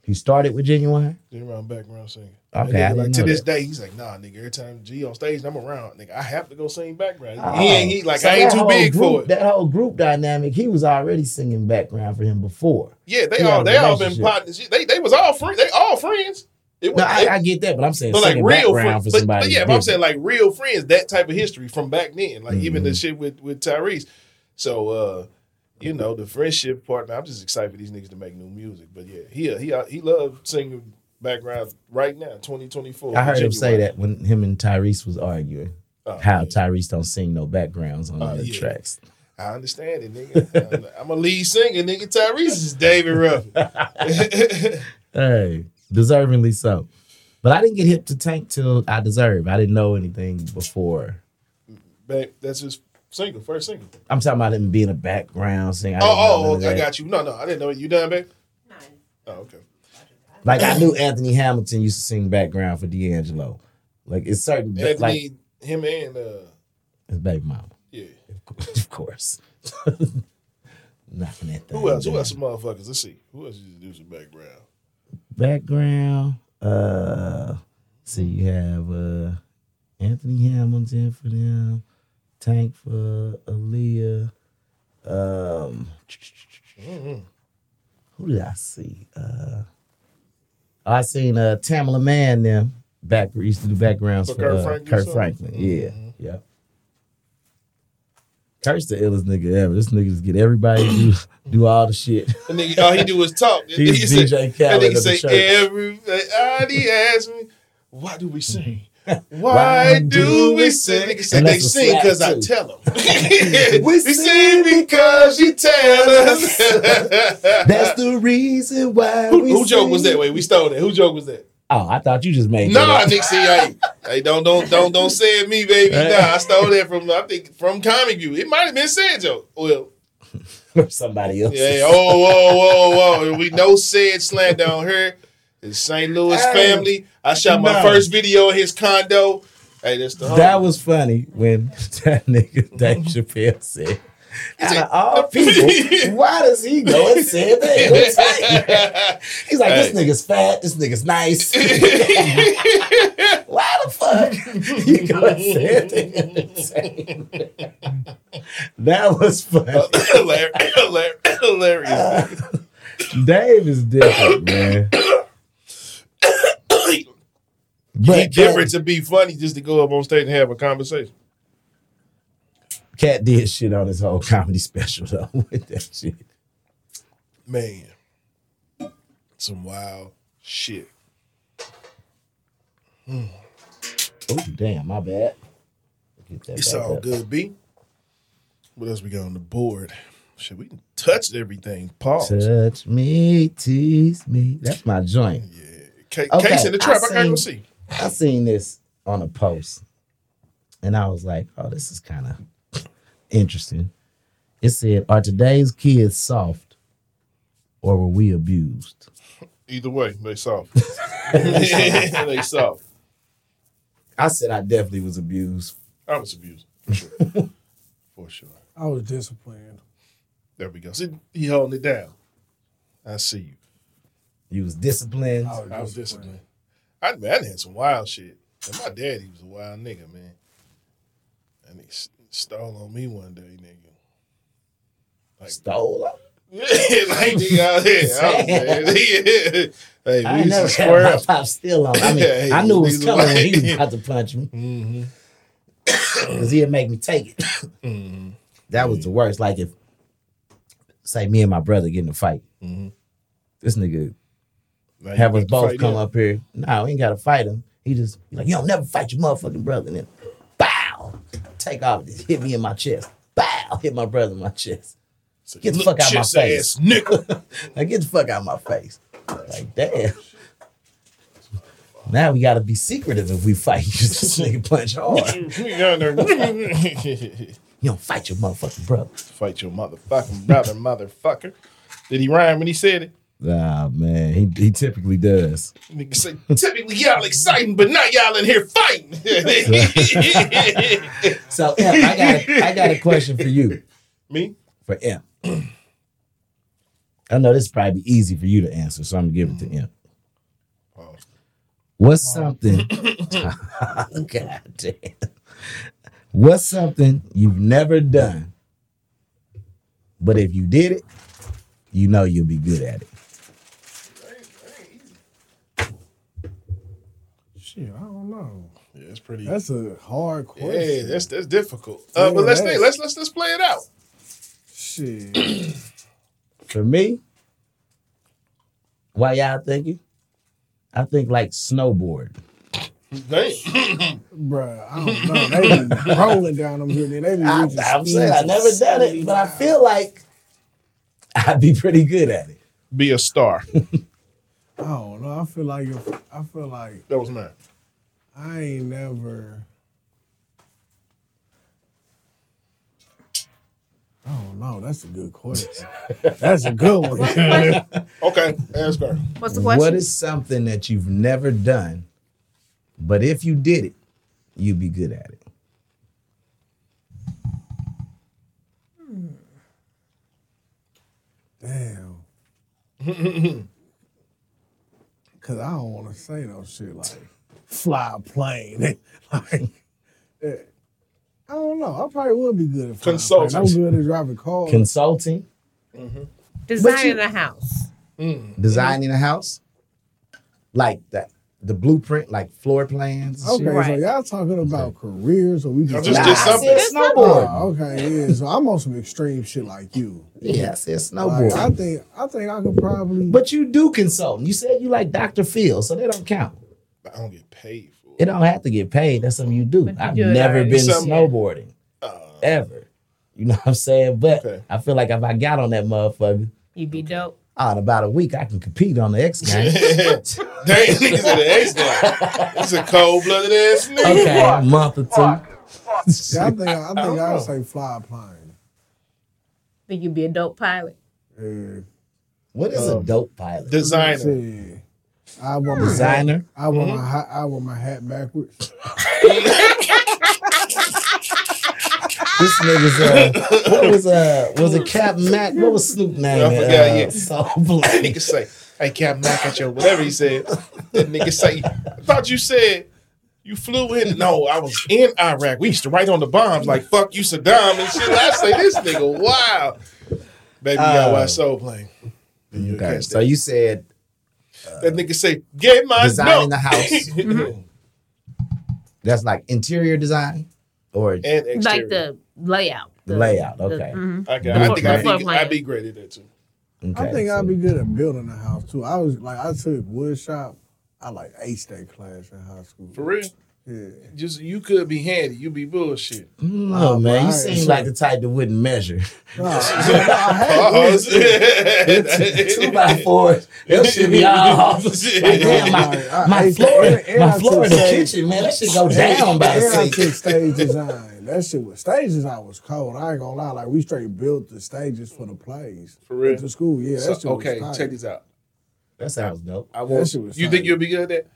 C: He started with genuine.
A: They're around background singing.
C: Okay,
A: That
C: I
A: nigga, like
C: didn't
A: to
C: know
A: this
C: that.
A: day, he's like, nah, nigga. Every time G on stage, and I'm around, nigga. I have to go sing background.
C: Oh.
A: he ain't he like
C: So
A: I ain't
C: that
A: too
C: whole
A: big for
C: group-
A: it.
C: That whole group dynamic, he was already singing background for him before.
A: yeah, they
C: he had
A: all
C: a
A: they all been
C: relationship.
A: partners. They they was all friends. They all friends. It
C: No, I, I get that, but I'm saying
A: but like
C: singing
A: real friends.
C: background for
A: But,
C: somebody.
A: but yeah, but
C: is
A: I'm
C: different.
A: saying like real friends. That type of history from back then. Like even the
C: Mhm.
A: shit with with Tyrese. So uh, you know the friendship part. man, I'm just excited for these niggas to make new music. But yeah, he he uh, he loved singing background right now. 2024.
C: I heard him say
A: Genuine.
C: that when him and Tyrese was arguing.
A: Oh,
C: How
A: yeah.
C: Tyrese don't sing no backgrounds on
A: Oh,
C: the
A: yeah.
C: tracks.
A: I understand it, nigga. I'm a lead singer, nigga. Tyrese is David Ruffin.
C: Hey, deservingly so. But I didn't get hip to Tank till I deserve. I didn't know anything before.
A: Babe, that's his Single, first single.
C: I'm talking about him being a background singer. I didn't know
A: Oh,
C: none
A: oh,
C: of
A: I
C: that.
A: got you. No, no, I didn't know you done, babe. Oh, okay.
C: Like I knew Anthony Hamilton used to sing background for D'Angelo. Like it's certain,
A: Anthony,
C: like
A: him and uh,
C: his baby mama,
A: yeah.
C: of course. Nothing at that.
A: Who else? Who else? Some motherfuckers. Let's see. Who else used to do some background?
C: Background. Uh, see, you have uh Anthony Hamilton for them, Tank for Aaliyah. Um, who did I see? Uh, I seen uh Tamala Mann them back used to do backgrounds
A: For
C: for,
A: Kirk Franklin
C: uh,
A: Mm-hmm. or
C: Kirk
A: something?
C: Franklin. Yeah, yeah. Kurt's the illest nigga ever. This nigga just get everybody to do, do all the shit.
A: That nigga, all he do is talk. That
C: He's
A: nigga
C: DJ
A: say, that
C: Khaled
A: nigga
C: of the
A: say
C: church.
A: everybody asks me, why do we sing? Why, do
C: do
A: we
C: we
A: sing?
C: sing?
A: Nigga say
C: And
A: they
C: that's a
A: sing
C: slap,
A: because I
C: too.
A: tell them.
C: We
A: sing because you tell us.
C: That's the reason why.
A: who,
C: we
A: who joke was
C: sing.
A: that? Wait, we stole that. Who joke was that?
C: Oh, I thought you just made
A: No, nah,
C: that.
A: Nick, see, hey, hey, don't, don't, don't, don't say it me, baby. Nah, I stole that from, I think, from Comic View. It might have been said joke. Well,
C: up. somebody else.
A: yeah, oh, whoa, whoa, whoa. We know said slant down here. The St. Louis
C: Hey,
A: family. I shot my
C: no.
A: first video in his condo. Hey, that's the
C: That was funny when that nigga Dave Chappelle said, out of all people, why does he go and say that? He's like, this nigga's fat, this nigga's nice. why the fuck you go and say that? that was funny.
A: hilarious, hilarious, hilarious.
C: Dave is different, man.
A: he
C: But uh,
A: different to be funny just to go up on stage and have a conversation.
C: Cat did shit on his whole comedy special though with that shit.
A: Man. Some wild shit.
C: Oh damn, my bad. Get that
A: It's
C: back
A: all
C: up.
A: good, B. What else we got on the board? Shit, we touched everything. Pause.
C: Touch me, tease me. That's my joint.
A: Ca-
C: Okay,
A: Case in the trap.
C: I
A: I, can't go see.
C: seen- I seen this on a post, and I was like, "Oh, this is kind of interesting." It said, "Are today's kids soft, or were we abused?"
A: Either way, they soft. they soft.
C: I said, "I definitely was abused."
A: I was abused. For sure. for sure.
G: I was disciplined.
A: There we go. See, he holding it down. I see you.
C: You was disciplined.
A: I was disciplined. I, man, I done had some wild shit. And my daddy was a wild nigga, man. And he s- stole on me one day, nigga.
C: Stole.
A: Yeah, like nigga out here. Oh, I was mad. Yeah. Hey,
C: I
A: we
C: ain't
A: used to
C: never had my
A: square.
C: pop still on. I mean,
A: Yeah,
C: I knew it
A: he's
C: was coming when he was
A: like-
C: about to punch me
A: Mm-hmm.
C: because he'd make me take it.
A: Mm-hmm.
C: That was the worst. Like if, say, me and my brother get in a fight,
A: Mhm.
C: this nigga have us both come up here. Nah, we ain't gotta fight him. He just he like, you don't never fight your motherfucking brother. And then, bow, take off. Just hit me in my chest. Bow, hit my brother in my chest. Get the fuck out my face."
A: nigga.
C: Now get the fuck out of my face. Like damn. Now we gotta be secretive if we fight. this nigga punch hard.
A: Nigga out there.
C: You don't fight your motherfucking brother.
A: Fight your motherfucking brother, motherfucker. Did he rhyme when he said it?
C: Nah, man, he he typically does.
A: Nigga say, typically y'all exciting, but not y'all in here fighting.
C: So Em, I got a, I got a question for you
A: Me?
C: for Em. I know this is probably easy for you to answer, so I'm gonna give it to Em.
A: Oh,
C: What's something? God damn. What's something you've never done, but if you did it, you know you'll be good at it.
G: Shit, I don't know.
A: yeah, it's pretty.
G: That's a hard question.
A: yeah, that's that's difficult. Uh, but
G: Yeah,
A: let's
G: that's-
A: think. Let's let's let's play it out.
G: shit.
C: For me, why y'all thinking? I think like snowboard.
A: Damn.
G: Bruh, I don't know. They be rolling down them here. They be
C: I,
G: reaching
C: I'm
G: speeds
C: saying I
G: of
C: never done it, but I
G: 70
C: feel like I'd be pretty good at it.
A: Be a star.
G: I don't know. I feel like if, I feel like
A: That was mine.
G: I ain't never. Oh no, that's a good question. That's a good one.
A: okay, ask her.
B: What's the question?
C: What is something that you've never done, but if you did it, you'd be good at it?
G: Damn. Cause I don't want to say no shit like fly a plane. like, eh, I don't know. I probably would be good at flying a plane. I'm
A: Consultant.
G: good at driving cars.
C: Consulting,
B: Designing a house.
C: designing a house, like that, the blueprint, like floor plans. and
G: okay,
C: shit?
G: so
B: Right.
G: y'all talking about careers or we
A: Y'all just
G: just,
A: did something.
C: I said snowboard.
G: Oh, okay, yeah. So I'm on some extreme shit like you.
C: Yeah, I said
A: Oh,
C: snowboard.
G: Like, I think I think I could probably.
C: but you do consulting. You said you like Dr. Phil, so they don't count.
A: I don't get paid for
C: It don't have to get paid. That's something you do.
B: But you
C: I've
B: do it
C: never
B: already.
C: been
A: Some-
C: snowboarding
A: Uh,
C: ever. You know what I'm saying? But
A: Okay.
C: I feel like if I got on that motherfucker,
B: You'd be dope.
C: out in about a week, I can compete on the X Games.
A: Damn, niggas in the X now. It's a cold blooded ass nigga.
C: okay, a month or two.
G: Yeah, I think I, think
A: know.
G: I'd say fly a plane.
B: Think you'd be a dope pilot.
G: Yeah.
C: what is
A: Um,
C: a dope pilot?
A: Designer.
G: Yeah. I want my hat,
C: Designer.
G: I want
A: Mm-hmm.
G: my hat, I want my hat backwards.
C: This nigga's uh, what was uh was it Cap Mac? What was Snoop name?
A: I
C: Uh,
A: forgot, yeah.
C: Soul Black.
A: Nigga say, hey, Cap Mac at your whatever he said. That nigga say, I thought you said you flew in. No, I was in Iraq. We used to write on the bombs like, fuck you, Saddam and shit. I say, this nigga, wow. Baby, y'all
C: Oh.
A: watch Soul Plane. You
C: Okay,
A: catch
C: so
A: that.
C: you said
A: that nigga say, get my
C: Design in
A: milk."
C: the house. that's like interior design or
A: and exterior.
B: Like the layout.
C: The layout, okay.
B: mhm.
A: I, got, I think I'd
B: Floor
A: be,
B: plan.
A: I'd be great at that too.
C: okay,
G: I think
C: so-
G: I'd be good at building a house too. I was like I took wood shop. I like aced that class in high school.
A: For real?
G: Yeah.
A: Just you could be handy. You be bullshit.
C: No, Oh, man, you
G: alright,
C: seem
G: sure.
C: like the type that wouldn't measure.
G: No, I, no, I had wood.
A: Pause.
C: Two by fours, that shit be all off. Like, damn, my,
G: Alright,
C: my
G: I-
C: floor,
G: and- and
C: my
G: I
C: floor in
G: took
C: the
G: stage-
C: kitchen, man, that shit go down by
G: and I
C: the
G: took
C: sink.
G: stage design. That shit was stage design was cold. I ain't gonna lie. Like we straight built the stages for the plays.
A: For real?
G: The school, yeah. That
A: So-
G: shit was
A: okay,
G: tight.
A: check this out.
C: That sounds dope.
A: I want
G: shit was
A: you
G: tight.
A: think you'll be good at that?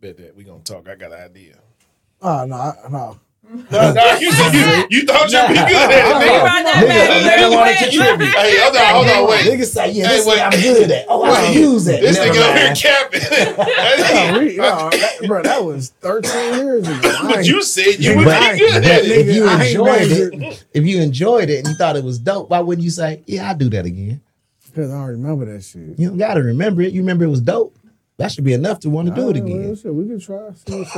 A: Bet that we gonna talk. I got an idea.
G: Oh no, I, no.
A: No, no, you, you, you thought you'd be good at
B: They
A: it, nigga.
B: run that
C: Nigga,
B: man.
C: nigga
B: They
C: wanna
B: wet.
C: contribute.
A: Oh, Hey, hold on, hold on, Oh, wait.
C: Niggas say, yeah,
A: Hey,
C: this
A: wait.
C: nigga I'm good at. Oh, I can use that.
A: This
C: Never
A: nigga over here
C: mind.
G: No,
A: capping.
G: we, no, that, bro, that was 13 years ago. I
A: But
G: ain't-
A: you said you would
C: But,
A: be good at
C: but
A: it.
C: if you
G: I ain't
C: enjoyed
G: measured.
C: it, if you enjoyed it and you thought it was dope, why wouldn't you say, yeah, I'll do that again?
G: Because I don't remember that shit.
C: You don't gotta remember it. You remember it was dope. That should be enough to want to do it
G: Alright, well,
C: again.
G: shit, we can try. See what's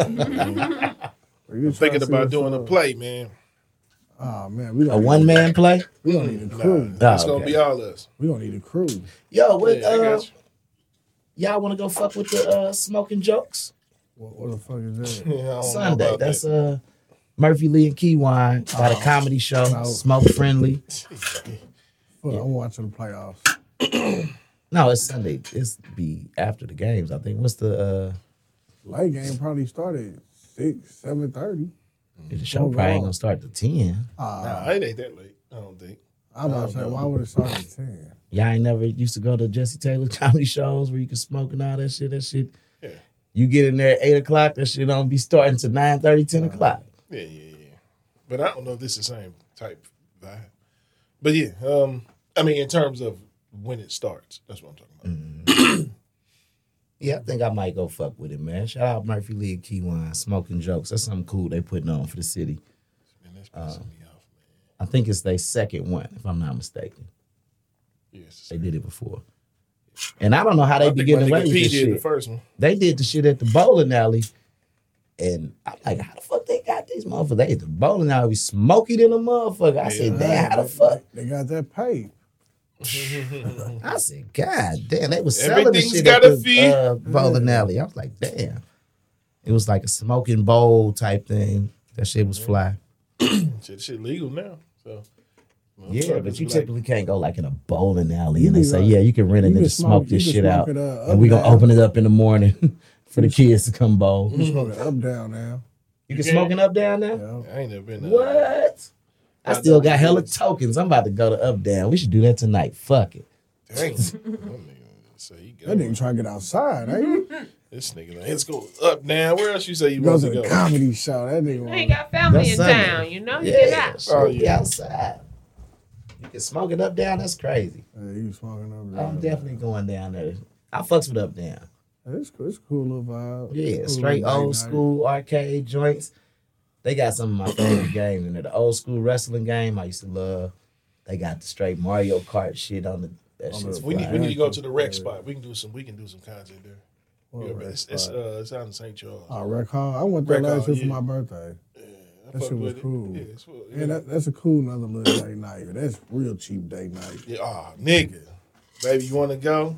G: happening. We can try,
A: Thinking
G: see
A: about
G: what's
A: doing a
G: up.
A: play, man.
G: Oh man, we
C: A
G: don't
C: one man play.
G: We don't need a crew.
C: Oh,
A: It's gonna
C: okay.
A: be all us.
G: We don't need a crew.
C: Yo, what
A: Yeah, I
C: uh,
A: got you.
C: y'all want to go fuck with the uh, smoking jokes
G: What, what the fuck is
A: Yeah, I
G: that?
A: don't know
C: Sunday?
A: about
C: That's
A: that. Oh,
C: uh Murphy Lee and Keywine by the comedy show Smoke Friendly.
G: Fuck, I'm watching the playoffs.
C: No, it's Sunday. It's be after the games. I think. What's the uh,
G: Late game probably started six, seven thirty. Ah,
C: uh the show? Probably ain't gonna start to ten.
A: nah, it ain't that late. I don't think.
G: I'm about to say, why would it start at ten?
C: Y'all ain't never used to go to Jesse Taylor comedy shows where you can smoke and all that shit. That shit.
A: Yeah.
C: You get in there at eight o'clock. That shit don't be starting till 9, 10 o'clock.
A: Yeah, yeah, yeah. But I don't know if this is the same type vibe. But yeah, um, I mean, in terms of when it starts, that's what I'm talking about.
G: Mm-hmm.
C: Yeah, I think I might go fuck with it, man. Shout out Murphy Lee and Keyline, smoking jokes. That's something cool they putting on for the city.
A: And that's pissing
G: Uh-huh.
A: me off, man.
C: I think it's their second one, if I'm not mistaken.
A: Yeah, it's the
C: They
A: same.
C: did it before. And I don't know how they
A: I
C: be
A: think my
C: getting away
A: nigga
C: with
A: P
C: this
A: did the
C: shit.
A: first one.
C: they did the shit at the bowling alley. And I'm like, how the fuck they got these motherfuckers? They at the bowling alley smoking in a motherfucker. I said, damn, how the fuck?
G: They got that paid.
C: I said, God damn, they was selling this
A: Everything's
C: shit
A: got
C: at
A: a
C: the
A: fee.
C: Uh, bowling alley. I was like, damn. It was like a smoking bowl type thing. That shit was fly.
A: Shit, shit legal now. So
C: Yeah,
A: motherfuckers
C: but you
A: be
C: typically can't go like in a bowling alley
G: You
C: and they
G: be
C: say,
G: like-
C: yeah, you can rent it
G: you
C: and
G: can
C: just
G: smoke-
C: smoke
G: you
C: this
G: can
C: shit
G: smoke
C: out.
G: it, uh,
C: and we going to
G: up
C: open it up in the morning for the kids to come bowl.
G: It's going up down now.
C: You can smoke it up down there?
G: Yeah.
A: like, I ain't never been. there.
C: What? I still got hella tokens. I'm about to go to up down. We should do that tonight. Fuck it.
A: Dang. that nigga, so he go.
G: That nigga trying to get outside, ain't he?
A: This nigga, like, let's go up now. Where else you say you
G: Goes
A: want
G: to
A: to go?
G: the comedy show. That nigga.
B: You ain't got family
C: That's
B: in
C: Sunday.
B: town, you know? You Get
C: Yeah,
B: out.
C: oh,
A: Oh,
C: be
A: yeah.
C: outside. You can smoke it up down. That's crazy.
G: Yeah, he was fucking
A: Oh,
G: over there.
C: I'm definitely going down there. I fucks with up down.
G: It's cool. It's a cool little vibe. Cool
C: Yeah,
G: little
C: straight
G: night
C: old
G: night.
C: school arcade joints. They got some of my favorite games in there. The old school wrestling game I used to love. They got the straight Mario Kart shit on the. That
G: On
C: shit's
G: the-
A: We need,
C: fly.
A: we need to go to the rec spot. We can do some. We can do some content there.
G: What
A: Yeah,
G: a
A: but it's,
G: rec
A: it's,
G: spot.
A: uh, it's out in St. Charles.
G: Oh, rec hall. I went there
A: Rec
G: last
A: hall,
G: year for
A: yeah.
G: my birthday.
A: I
G: That
A: fuck
G: shit was
A: with it.
G: cool.
A: Yeah, it's cool.
G: Yeah,
A: Yeah.
G: that, that's a cool another little day night. That's real cheap day night.
A: Yeah, oh, nigga, baby, you want to go?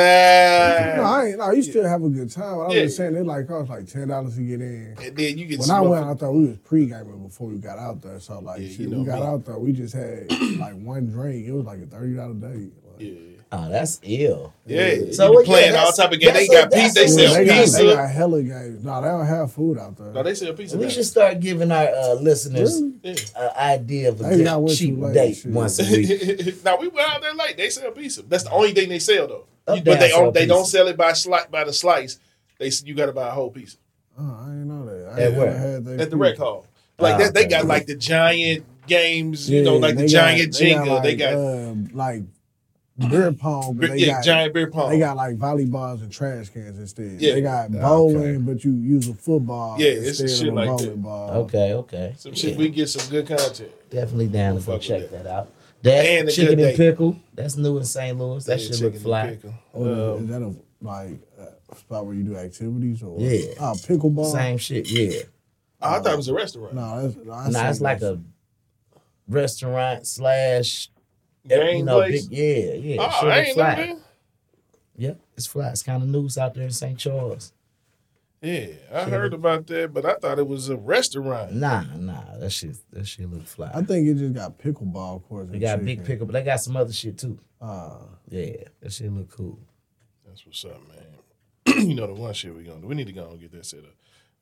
G: No,
A: Yeah.
G: I ain't. No, you still have a good time. I was
A: Yeah.
G: just saying, it like cost like ten dollars to get in.
A: And then you get
G: When I
A: some-
G: went, I thought we was pre-gaming before we got out there. So like,
A: Yeah,
G: shit,
A: you know
G: we got
A: me.
G: out there, we just had like one drink. It was like a thirty dollar day. Like,
A: Yeah,
C: Oh, that's ill.
A: yeah.
C: So
A: So
C: what-
A: you playing
C: yeah,
A: all
C: that's-
A: type of games. They
C: that's a-
A: got pizza. They
C: that's a-
A: sell
G: they, got,
A: pizza.
G: they got hella games. No, they don't have food out there.
A: no, they sell pizza.
C: We
A: now.
C: should start giving our uh, listeners
G: Really?
A: Yeah.
C: an idea of a
G: Maybe I
C: good
G: went
C: cheap
G: too late,
C: date
G: shit.
C: once a week.
A: now we went out there late. They sell pizza. That's the only thing they sell though.
C: Up
A: You-
C: down
A: but they
C: sell
A: don't, they don't
C: pizza.
A: sell it by slice by the slice. They s- you got to buy a whole piece
G: Oh, I didn't know that. I
C: At
G: ain't
C: where?
G: never had that
A: at the rec
G: food.
A: hall. Like
C: Ah,
A: that, they
C: okay.
A: got like the giant games. You know,
G: Yeah,
A: like the
G: they
A: giant
G: got- um,
A: Jenga. They got,
G: like, uh, like beer pong. But
A: gr-
G: they
A: yeah,
G: got,
A: giant beer pong.
G: They got like volleyballs and trash cans instead.
A: Yeah.
G: They got bowling, but you use a football.
A: Yeah, it's
G: instead
A: shit
G: of a
A: like
G: bowling
A: that.
G: ball.
C: Okay, okay.
A: some shit.
C: Yeah,
A: We get some good content.
C: definitely down to
A: Fuck
C: go
A: with
C: check
A: that.
C: that out. That
A: And a good
C: chicken and
A: date.
C: pickle. That's new in St. Louis. That
A: Yeah,
C: should look
A: chicken and
C: fly.
A: pickle.
G: Or is-
A: Um,
G: is that a like a spot where you do activities or
C: Yeah.
G: Oh, pickleball.
C: Same shit. Yeah.
A: Oh, I thought it was a restaurant.
G: Um, No, that's no, that's
C: Nah, it's like a restaurant slash
A: Game
C: you know,
A: place.
C: big- yeah, yeah.
A: oh,
C: shit
A: I
C: look
A: ain't
C: fly.
A: living.
C: Yep, it's fly. It's kind of news out there in St. Charles.
A: Yeah, I
C: Shit.
A: heard about that, but I thought it was a restaurant.
C: Nah, nah, that shit, that shit look fly.
G: I think it just got pickleball courts.
C: they
G: and
C: got a
G: chicken.
C: big pickle, but they got some other shit too.
G: Uh,
C: Yeah, that shit look cool.
A: That's what's up, man. you know the one shit we gonna do. We need to go and get that set up.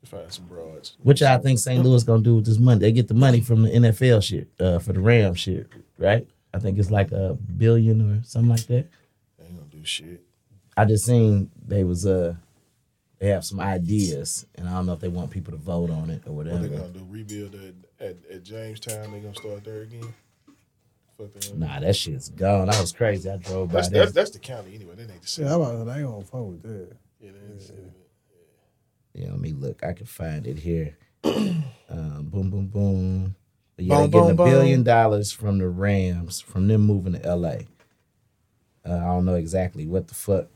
A: We find some broads.
C: What y'all think St. Louis gonna do with this money? They get the money from the NFL shit, uh, for the Ram shit, right? I think it's like a billion or something like that.
A: They ain't gonna do shit.
C: I just seen they was uh, they have some ideas, and I don't know if they want people to vote on it or
A: What
C: whatever.
A: they gonna do? Rebuild at, at at Jamestown? They gonna start there again? Fuck that.
C: Nah, that shit's gone. I was crazy. I drove by
A: That's,
C: there.
A: that's that's the county anyway. That ain't the
G: shit,
A: city.
G: I'm about to say, they ain't gonna fuck with that.
A: Yeah, that ain't the city.
C: Yeah, let me look. I can find it here. um, boom, boom, boom. But yeah,
A: Boom,
C: they're getting
A: boom,
C: a billion
A: boom.
C: dollars from the Rams from them moving to LA. Uh, I don't know exactly what the fuck.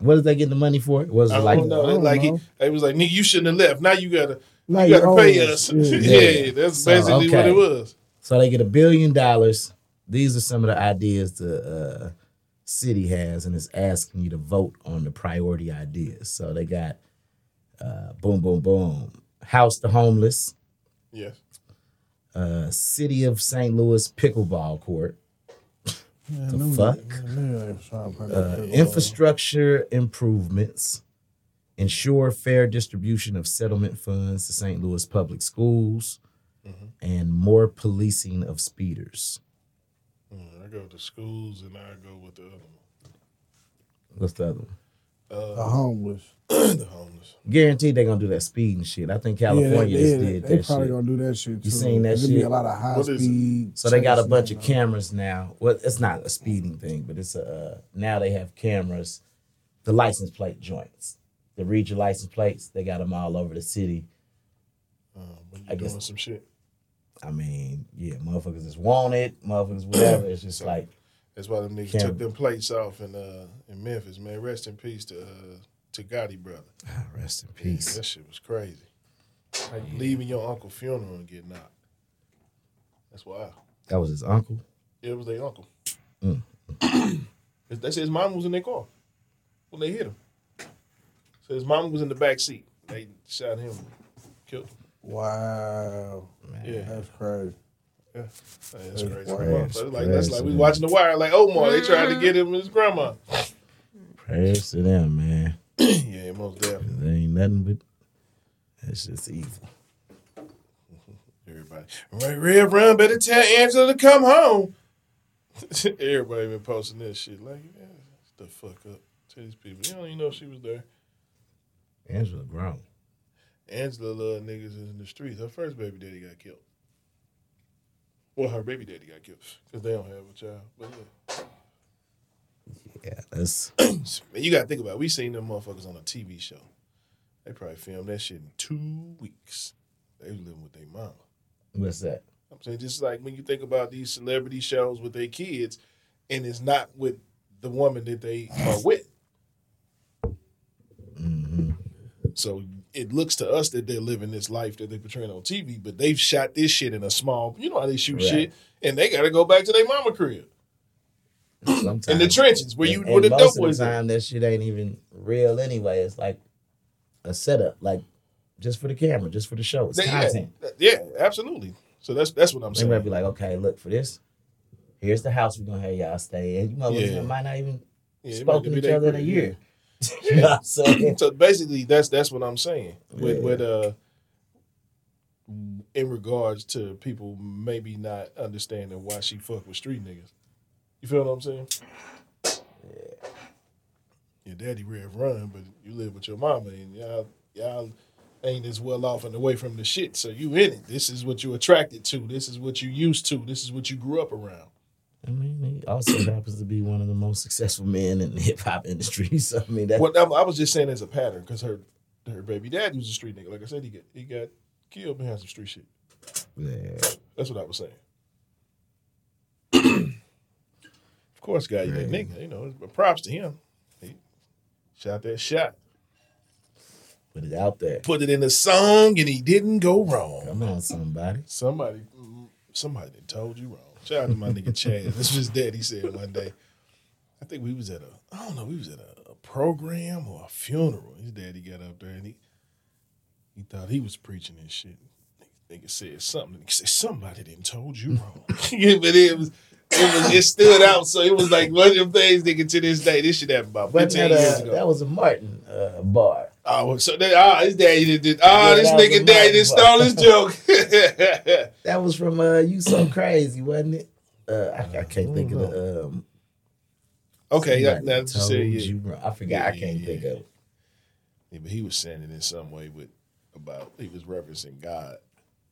C: What did they get the money for? Was
A: I
C: it like
A: don't know.
G: I don't
A: like
G: know.
A: He, they was like, nigga, you shouldn't have left. Now you gotta
G: Now
A: you gotta
G: you're
A: pay
G: old.
A: us.
G: oh, Yeah.
A: Yeah,
C: Yeah.
A: that's
C: So,
A: basically what
C: okay.
A: it was.
C: so they get a billion dollars? These are some of the ideas the uh, city has, and it's asking you to vote on the priority ideas. So they got uh, boom, boom, boom, house the homeless,
A: Yeah.
C: uh, city of St. Louis pickleball court,
G: Man,
C: The
G: them-
C: fuck?
G: man, they was trying to play
C: uh,
G: pickleball.
C: infrastructure improvements, ensure fair distribution of settlement funds to St. Louis public schools, and more policing of speeders.
A: Mm, I go to schools and I go with the other one.
C: What's the other one?
G: The
A: Uh,
G: homeless.
A: the homeless.
C: Guaranteed they're gonna do that speeding shit. I think California
G: yeah,
C: just
G: they,
C: did
G: they
C: that
G: probably
C: shit.
G: gonna do that shit too.
C: You seen that
G: There'll be
C: shit?
G: a lot of high
A: What is it?
G: speed.
C: So they got a bunch of
G: chasing
C: cameras now. Well, it's not a speeding thing, but it's a uh, now they have cameras, the license plate joints. They read your license plates. They got them all over the city.
A: Uh, when
C: I
A: you doing
C: guess-
A: some shit.
C: I mean, yeah, motherfuckers is wanted, motherfuckers whatever. It's just like
A: That's why them niggas
C: Can't-
A: took them plates off in uh in Memphis, man. Rest in peace to uh to Gotti brother.
C: ah, rest in
A: Yeah,
C: peace.
A: that shit was crazy. Like leaving your uncle funeral and getting out. That's why.
C: That was his uncle.
A: It was their uncle.
C: Mm.
A: It- they said his mom was in their car when they hit him. So his mom was in the back seat. They shot him, killed him.
G: Wow,
A: Yeah,
G: that's crazy.
A: Man, that's crazy.
G: wild.
A: Motherfucker,
C: That's
A: like that's like
C: crazy,
A: we
C: man.
A: watching the wire. Like Omar, they tried to get him and his grandma.
C: Prayers to them, man.
A: yeah, most definitely.
C: There ain't nothing but that's just evil.
A: Yeah, everybody. Right, Red Run better tell Angela to come home. everybody been posting this shit. Like, yeah, shut the fuck up to these people. You don't even know she was there.
C: Angela grown.
A: Angela little niggas is in the streets. Her first baby daddy got killed. Well, her baby daddy got killed because they don't have a child. But yeah.
C: Yeah, that's
A: Man, you gotta think about it. We seen them motherfuckers on a TV show. They probably filmed that shit in two weeks. They was living with their mama.
C: what's that?
A: I'm saying just like when you think about these celebrity shows with their kids, and it's not with the woman that they are with.
C: Mm-hmm.
A: So it looks to us that they're living this life that they're portraying on TV, but they've shot this shit in a small. You know how they shoot
C: Right.
A: shit, and they got to go back to their mama crib
C: Sometimes.
A: in the trenches where you
C: And-
A: where the
C: and most
A: dope
C: of the
A: was. at.
C: time that shit ain't even real anyway. It's like a setup, like just for the camera, just for the show. It's
A: They- yeah,
C: content.
A: yeah, absolutely. So that's that's what I'm
C: They
A: saying.
C: might be like, okay, look for this. Here's the house we're gonna have y'all stay in. You motherfuckers
A: Yeah.
C: might not even
A: Yeah, it
C: spoken
A: might
C: to
A: be
C: each
A: their
C: other in a
A: crib,
C: year.
A: yeah.
C: you know what I'm saying?
A: so basically, that's that's what I'm saying with
C: Yeah.
A: with uh in regards to people maybe not understanding why she fuck with street niggas. You feel what I'm saying? Your daddy rev run, but you live with your mama, and y'all y'all ain't as well off and away from the shit. So you in it. This is what you attracted to. This is what you used to. This is what you grew up around.
C: I mean, he also happens to be one of the most successful men in the hip hop industry. So I mean, that
A: What I I was just saying as a pattern because her her baby dad was a street nigga. Like I said, he got he got killed behind some street shit.
C: yeah.
A: That's what I was saying. of course, guy, you that nigga. You know, props to him. He shot that shot,
C: put it out there.
A: put it in a song, and he didn't go wrong.
C: Come on, somebody.
A: Somebody, mm, somebody done told you wrong. Shout out to my nigga Chad. This was his dad. He said one day. I think we was at a, I don't know, we was at a, a program or a funeral. His daddy got up there and he, he thought he was preaching this shit. Nigga said something. He said somebody didn't told you wrong. yeah, but it was, it was, it stood out. So it was like one of them things, nigga. To this day, this shit happened about
C: But
A: fifteen
C: that,
A: years
C: uh,
A: ago.
C: that was a Martin uh, bar.
A: Oh, well, so that, ah, his daddy did- did. Ah,
C: Yeah,
A: this
C: that was
A: nigga
C: a
A: daddy did stole his
C: mountain
A: joke.
C: That was from uh, You So Crazy, wasn't it? Uh, I, I can't think of the. Um,
A: Okay, Mm-hmm. yeah,
C: somebody
A: that's
C: told
A: just it. Yeah.
C: you wrong. I forgot. I
A: Yeah,
C: can't
A: yeah,
C: think
A: yeah.
C: of. it.
A: Yeah, but he was saying it in some way with about he was referencing God,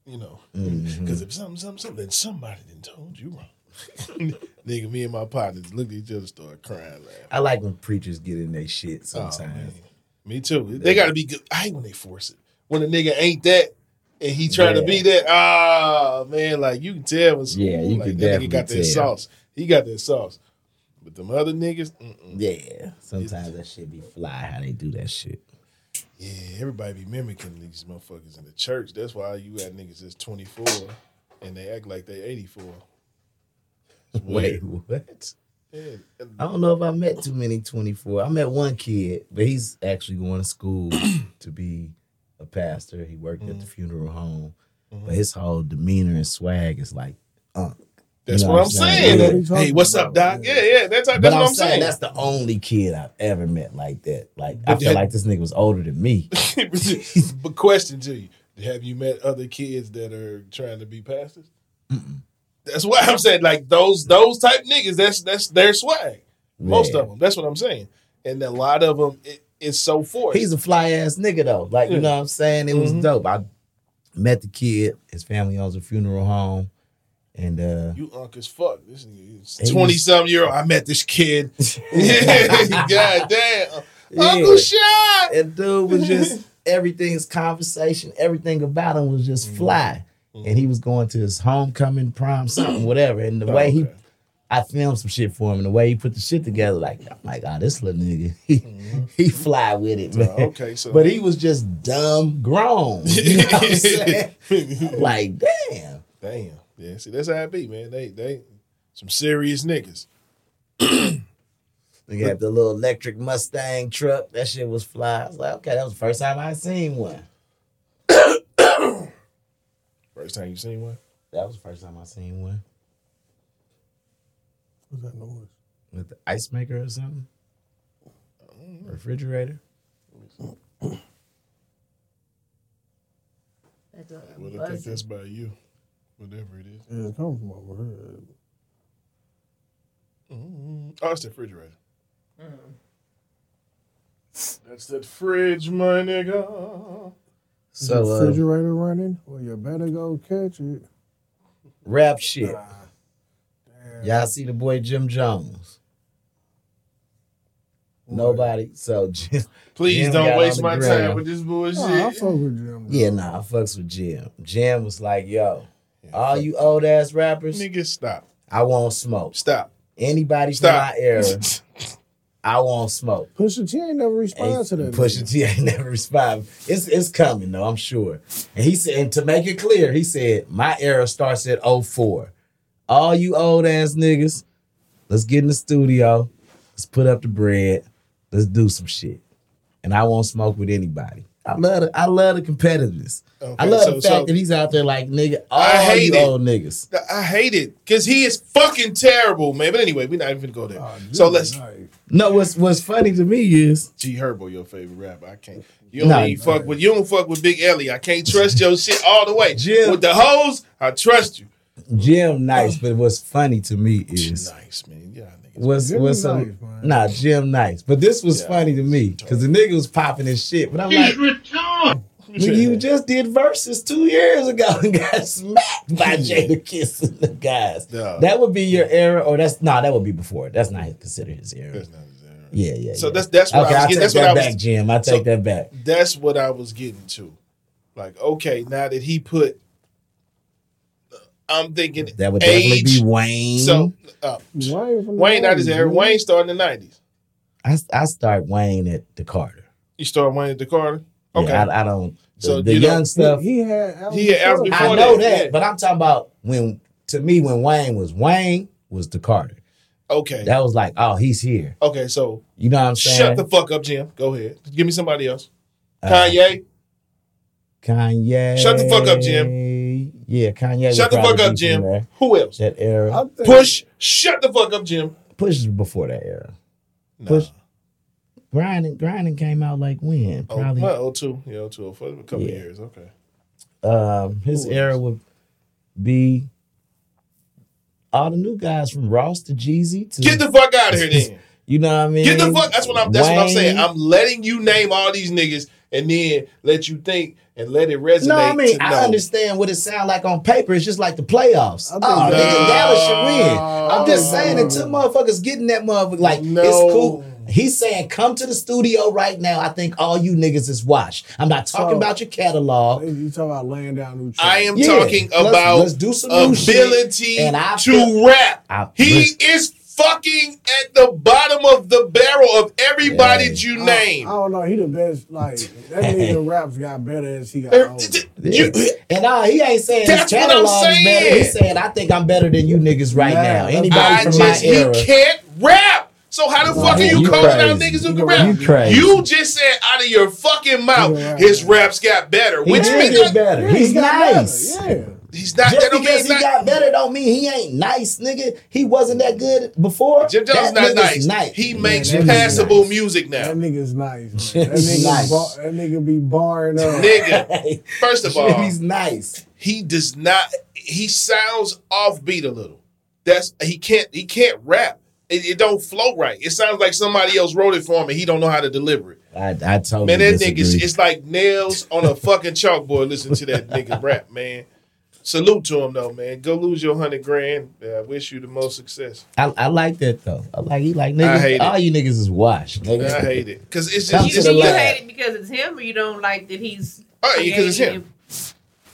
A: you know,
C: Mhm.
A: because if something, something, something, then somebody done told you wrong. Nigga, me and my partners looked at each other, started crying, laughing.
C: I like when preachers get in their shit
A: Oh,
C: sometimes.
A: man. me too. They got to be good. I hate when they force it. When a nigga ain't that and he trying to be that, ah man, like you can tell when
C: Yeah, you
A: like,
C: can
A: that nigga got
C: definitely
A: that
C: tell.
A: sauce. He got that sauce, but them other niggas, mm-mm.
C: yeah, sometimes that shit be fly how they do that shit.
A: Yeah, everybody be mimicking these motherfuckers in the church. That's why you got niggas that's 24 and they act like they 84. It's
C: Wait,
A: weird.
C: what?
A: Yeah.
C: I don't know if I met too many 24. I met one kid, but he's actually going to school to be a pastor. He worked at the
A: Mm-hmm.
C: funeral home, but his whole demeanor and swag is like, uh.
A: That's
C: You know
A: what I'm saying.
C: Yeah.
G: Yeah.
A: Hey, what's up, Doc? Yeah, yeah. That's, how,
C: but
A: that's
C: I'm,
A: what I'm
C: saying,
A: saying.
C: that's the only kid I've ever met like that. Like I
A: But
C: feel
A: that-
C: like this nigga was older than me.
A: but question to you: Have you met other kids that are trying to be pastors? That's why I'm saying like those those type niggas. That's that's their swag. Most
C: Yeah.
A: of them. That's what I'm saying. And a lot of them, it, it's so forced.
C: He's a fly ass nigga though. Like you know what I'm saying? It
A: Mm-hmm.
C: was dope. I met the kid. His family owns a funeral home, and uh,
A: You unk as fuck. This
C: He
A: nigga, twenty something year old. I met this kid. God damn, Uncle
C: Yeah.
A: Shot.
C: And dude was just everything's conversation, everything about him was just
A: Mm-hmm.
C: fly. And he was going to his homecoming prom, something, whatever. And the way he
A: Okay.
C: I filmed some shit for him and the way he put the shit together, like, I'm like, oh, this little nigga, he, he fly with it, man.
A: Mm-hmm. Oh, okay, so-
C: but he was just dumb grown. You know what I'm saying? like, damn.
A: Damn. Yeah. See, that's how it be, man. They they some serious niggas.
C: They got the little electric Mustang truck. That shit was fly. I was like, okay, that was the first time I seen one.
A: First time you seen one.
C: That was the first time I seen one.
G: What's that noise?
C: with the ice maker or something? Refrigerator?
O: That's a
A: Well, I think
O: buzzing.
A: that's by you. Whatever it is.
G: Yeah, it comes from over here.
A: Mm. Oh, it's the refrigerator. That's that fridge, my nigga.
G: So
C: uh,
G: the refrigerator running? Well, you better go catch it.
C: Rap shit. Y'all see the boy Jim Jones. Nobody. So Jim,
A: Please
C: Jim got
A: don't
C: on
A: waste
C: the
A: my
C: gram.
A: time with this bullshit.
G: Nah, I fuck with Jim.
C: Yeah, nah, I fucks with Jim. Jim was like, yo, all you old ass rappers,
A: Nigga, stop.
C: I won't smoke.
A: Stop.
C: Anybody
A: Stop.
C: from my era, I won't smoke.
G: Pusha T ain't never responded to that.
C: Pusha T ain't never responded. It's it's coming though, I'm sure. And he said, and to make it clear, he said, my era starts at 04. All you old ass niggas, let's get in the studio, let's put up the bread, let's do some shit. And I won't smoke with anybody. I love the, I love the competitiveness. I
A: Okay,
C: love
A: so-
C: the fact
A: so-
C: that he's out there like nigga, all
A: I hate
C: you
A: it.
C: old niggas.
A: I hate it because he is fucking terrible, man. But anyway, we're not even gonna go there.
G: Oh,
A: so let's
C: No, what's what's funny to me is
A: G Herbo, your favorite rapper. I can't. You don't
C: Nah,
A: even fuck with. You don't fuck with Big Ellie. I can't trust your shit all the way.
C: Jim.
A: With the hoes, I trust you.
C: Jim
A: Oh.
C: nice, but what's funny to me is
A: Nice man. Yeah. I think.
C: What's
A: Jim
C: what's
A: is
C: a,
A: nice,
C: nah Jim nice, but this was funny to me because the nigga was popping his shit, but I'm like, nigga, you just did verses two years ago and got smacked by Jada Kiss and the guys.
A: Duh.
C: That would be your era, or that's no, that would be before. That's not considered his era. Yeah, yeah.
A: So
C: yeah.
A: that's- that's what I was
C: okay, I'll
A: getting-
C: Take
A: that's
C: that
A: what I was-
C: back, Jim. I take
A: So-
C: that back.
A: That's what I was getting to. Like, okay, now that he put, I'm thinking
C: That would
A: age.
C: definitely be Wayne.
A: So uh,
G: Wayne, from the
A: Wayne not his
G: 90s,
A: era.
G: man.
A: Wayne started in the nineties.
C: I I start Wayne at the Carter.
A: You start Wayne at the Carter.
C: Yeah,
A: Okay.
C: I, I don't. The,
A: So
C: the
A: you don't-
C: young stuff.
G: He had Al
A: He had Al
G: Before
C: I
A: before
C: know
A: that,
C: that,
A: yeah.
C: but I'm talking about when to me when Wayne was Wayne was the Carter.
A: okay.
C: That was like, oh, he's here.
A: okay. So
C: You know what I'm saying? Uh,
A: shut the fuck up, Jim. Go ahead. Give me somebody else. Kanye.
C: Kanye.
A: Shut the fuck up,
C: Jim. Yeah, Kanye.
A: Shut
C: would
A: the fuck
C: probably
A: up,
C: be from
A: Jim.
C: there.
A: Who else?
C: That era.
G: I think-
A: Push. Shut the fuck up, Jim.
C: Push is before that era. Push. Grinding, grinding came out like when?
A: Oh,
C: Probably.
A: well, 02. Yeah, 02. For a couple
C: Yeah.
A: years. Okay.
C: um, his
A: Who
C: era would be all the new guys from Ross to Jeezy to
A: Get the fuck out of here then.
C: you know what I mean.
A: Get the fuck. That's what I'm. That's what I'm saying.
C: Wayne.
A: I'm letting you name all these niggas and then let you think and let it resonate.
C: No, I mean
A: to
C: I
A: know.
C: understand what it sounds like on paper. It's just like the playoffs. Oh,
G: think-
C: nigga,
A: No.
C: Dallas should win. I'm just saying until motherfuckers getting that motherfucker, like it's cool. He's saying, come to the studio right now. I think all you niggas is washed. I'm not talking
G: So-
C: about your catalog.
G: You talking about laying down new
A: I am
C: Yeah.
A: talking
C: Let's-
A: about
C: let's do some new shit,
A: ability
C: and I
A: to
C: feel-
A: rap.
C: I-
A: he
C: listen.
A: is fucking at the bottom of the barrel of everybody
C: Yeah.
A: that you
G: I-
A: name.
G: I,
C: Oh,
G: don't know. He the best. Like that nigga raps got better as he got
C: oh,
A: Er-
G: older.
A: d- d-
C: Yeah.
A: you-
C: And uh, he ain't saying
A: That's
C: his
A: what I'm
C: catalog is better. He's
A: saying.
C: saying, I think I'm better than you niggas right
G: Nah,
C: now.
G: that's-
C: Anybody
A: I
C: from
A: just
C: my era.
A: he can't rap. So how the
C: Nah,
A: fuck are you,
C: you
A: calling out
C: crazy.
A: niggas who
C: You
A: can rap?
C: crazy. You crazy.
A: You just said out of your fucking mouth,
G: Yeah.
A: his raps got better.
C: He
A: which
C: did
A: means
C: get better.
G: Yeah, he
C: He's
G: got better,
C: nice.
G: Yeah.
A: he's not.
C: Just
A: that don't mean
C: because
A: he's
C: he
A: not-
C: got better don't mean he ain't nice, nigga. He wasn't that good before.
A: Jim Jones not
C: That
A: nice.
C: nigga's
A: He
C: Man,
A: makes
C: that nigga's
A: passable
C: nice.
A: music now.
G: That nigga's nice. Man. That
C: He's
G: nigga,
C: nice.
G: bar, that nigga be barring up.
A: Nigga, first of all,
C: He's nice.
A: he does not he sounds offbeat a little that's he can't he can't rap it, it don't flow right it sounds like somebody else wrote it for him and he don't know how to deliver it
C: I, I totally
A: man that
C: disagree.
A: nigga it's like nails on a fucking chalkboard listen to that nigga rap man salute to him though man go lose your hundred grand i wish you the most success
C: I, I like that though. I like he like niggas.
A: I hate it.
C: all you niggas is washed.
A: i
C: Nigga.
A: hate it because it's
C: Come
A: just
C: to
A: it's
C: the
B: You, you
C: lab.
B: hate it because it's him, or you don't like that he's.
A: Oh, yeah, 'cause it's
B: creating
A: him.
B: it?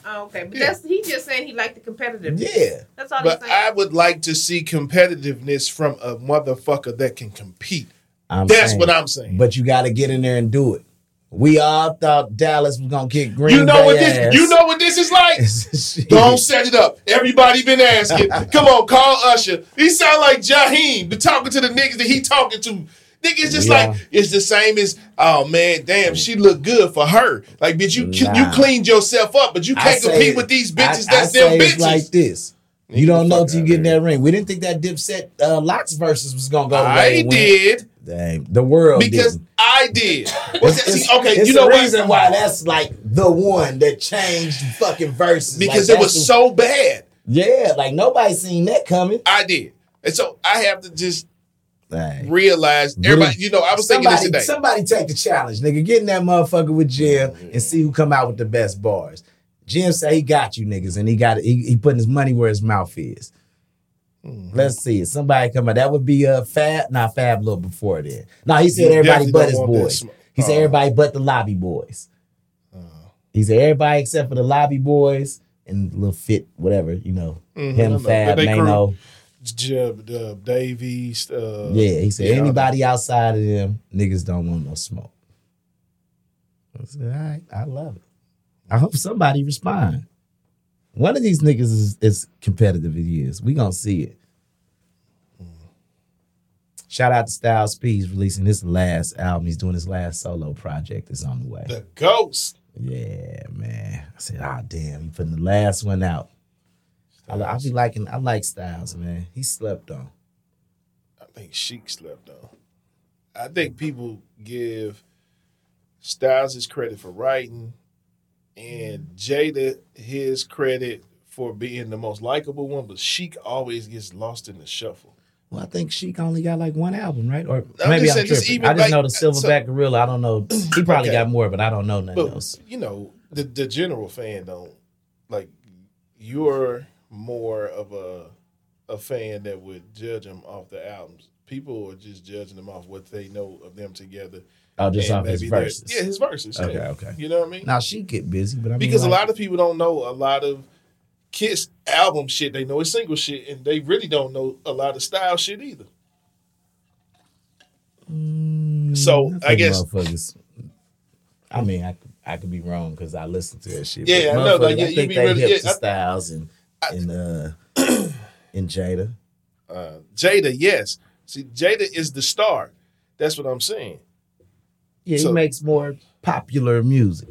B: Oh, okay, but
A: Yeah.
B: that's he just saying he liked the competitive.
C: Yeah.
B: that's all
A: but
B: he's saying.
A: i would like to see competitiveness from a motherfucker that can compete
C: I'm
A: that's
C: saying.
A: what i'm saying
C: But you got to get in there and do it. We all thought Dallas was gonna kick Green
A: you know
C: Bay
A: what this
C: ass.
A: you know what this is like
C: Shit.
A: Don't set it up. Everybody been asking. Come on, call Usher. He sound like Jaheim, the talking to the niggas that he talking to. Nigga, it's just
C: Yeah.
A: like it's the same as oh man, damn, she look good for her. Like, bitch, you you
C: Nah.
A: cleaned yourself up, but you
C: I
A: can't
C: say
A: compete
C: it-
A: with these
C: I-
A: bitches.
C: I
A: That's
C: say
A: them
C: it's
A: bitches.
C: like this. You
A: Nigga,
C: don't know
A: fuck
C: till you
A: outta
C: get in
A: here.
C: that ring. We didn't think that Dipset uh, Locks versus was gonna go. the way
A: I
C: it went.
A: did
C: Dang, the world
A: because
C: didn't.
A: I did. What's that?
C: It's-
A: See, okay,
C: it's
A: you know
C: the
A: what?
C: reason why that's like the one that changed fucking verses.
A: because
C: Like,
A: it
C: that's
A: was
C: the-
A: so bad.
C: Yeah, like nobody seen that coming.
A: I did. And so I have to just realize everybody, you know, I was thinking
C: somebody,
A: this today.
C: Somebody take the challenge, nigga. Get in that motherfucker with Jim
A: Mm-hmm.
C: and see who come out with the best bars. Jim say he got you niggas, and he got it. He, he putting his money where his mouth is.
A: Mm-hmm.
C: Let's see it. Somebody come out. That would be a uh, Fab, not Fab, a little before then. No, he said
A: You
C: everybody
A: definitely
C: but
A: don't
C: his
A: want that Uh-huh.
C: boys.
A: sm-
C: He said everybody but the lobby boys.
A: Uh-huh.
C: He said everybody except for the lobby boys and little fit, whatever you know,
A: Mhm. I know.
C: him, Fab,
A: They crew.
C: Mano.
A: Jeb, uh, Davies. Uh,
C: Yeah, he said
A: yeah, I know.
C: anybody outside of them niggas don't want no smoke. I said, all right, I love it. I hope somebody respond. One of these niggas is as competitive as he is. We gonna see it. Shout out to Styles P. He's releasing his last album. He's doing his last solo project. It's on the way.
A: The Ghost.
C: Yeah, man. I said, ah, damn, you putting the last one out. I, I be liking, I like Styles, man. He slept on.
A: I think Sheik slept on. I think people give Styles his credit for writing and Jada his credit for being the most likable one, but Sheik always gets lost in the shuffle.
C: Well, I think Sheik only got like one album, right? Or
A: I'm
C: maybe
A: just
C: I'm
A: saying, just
C: tripping.
A: even
C: I just
A: like-
C: know the Silverback Gorilla. I don't know. He probably
A: Okay.
C: got more, but I don't know nothing
A: But
C: else.
A: you know, the the general fan don't like you're more of a a fan that would judge them off the albums. People are just judging them off what they know of them together.
C: Oh, just
A: And
C: off his
A: maybe their-
C: verses.
A: Yeah, his verses.
C: Okay,
A: yeah.
C: okay.
A: You know what I mean?
C: Now she get busy, but I mean,
A: because
C: like,
A: a lot of people don't know a lot of Kiss album shit. They know his single shit, and they really don't know a lot of style shit either. so
C: mm, think
A: I guess
C: motherfuckers. I mean, I could, I could be wrong because I listen to that shit.
A: Yeah,
C: but
A: I know, like,
C: motherfuckers,
A: yeah,
C: I
A: you
C: think
A: be
C: they
A: really-
C: hip
A: yeah,
C: to
A: I-
C: Styles and and uh and Jada.
A: uh, Jada, yes. See, Jada is the star. That's what I'm saying.
C: Yeah,
A: So-
C: he makes more popular music.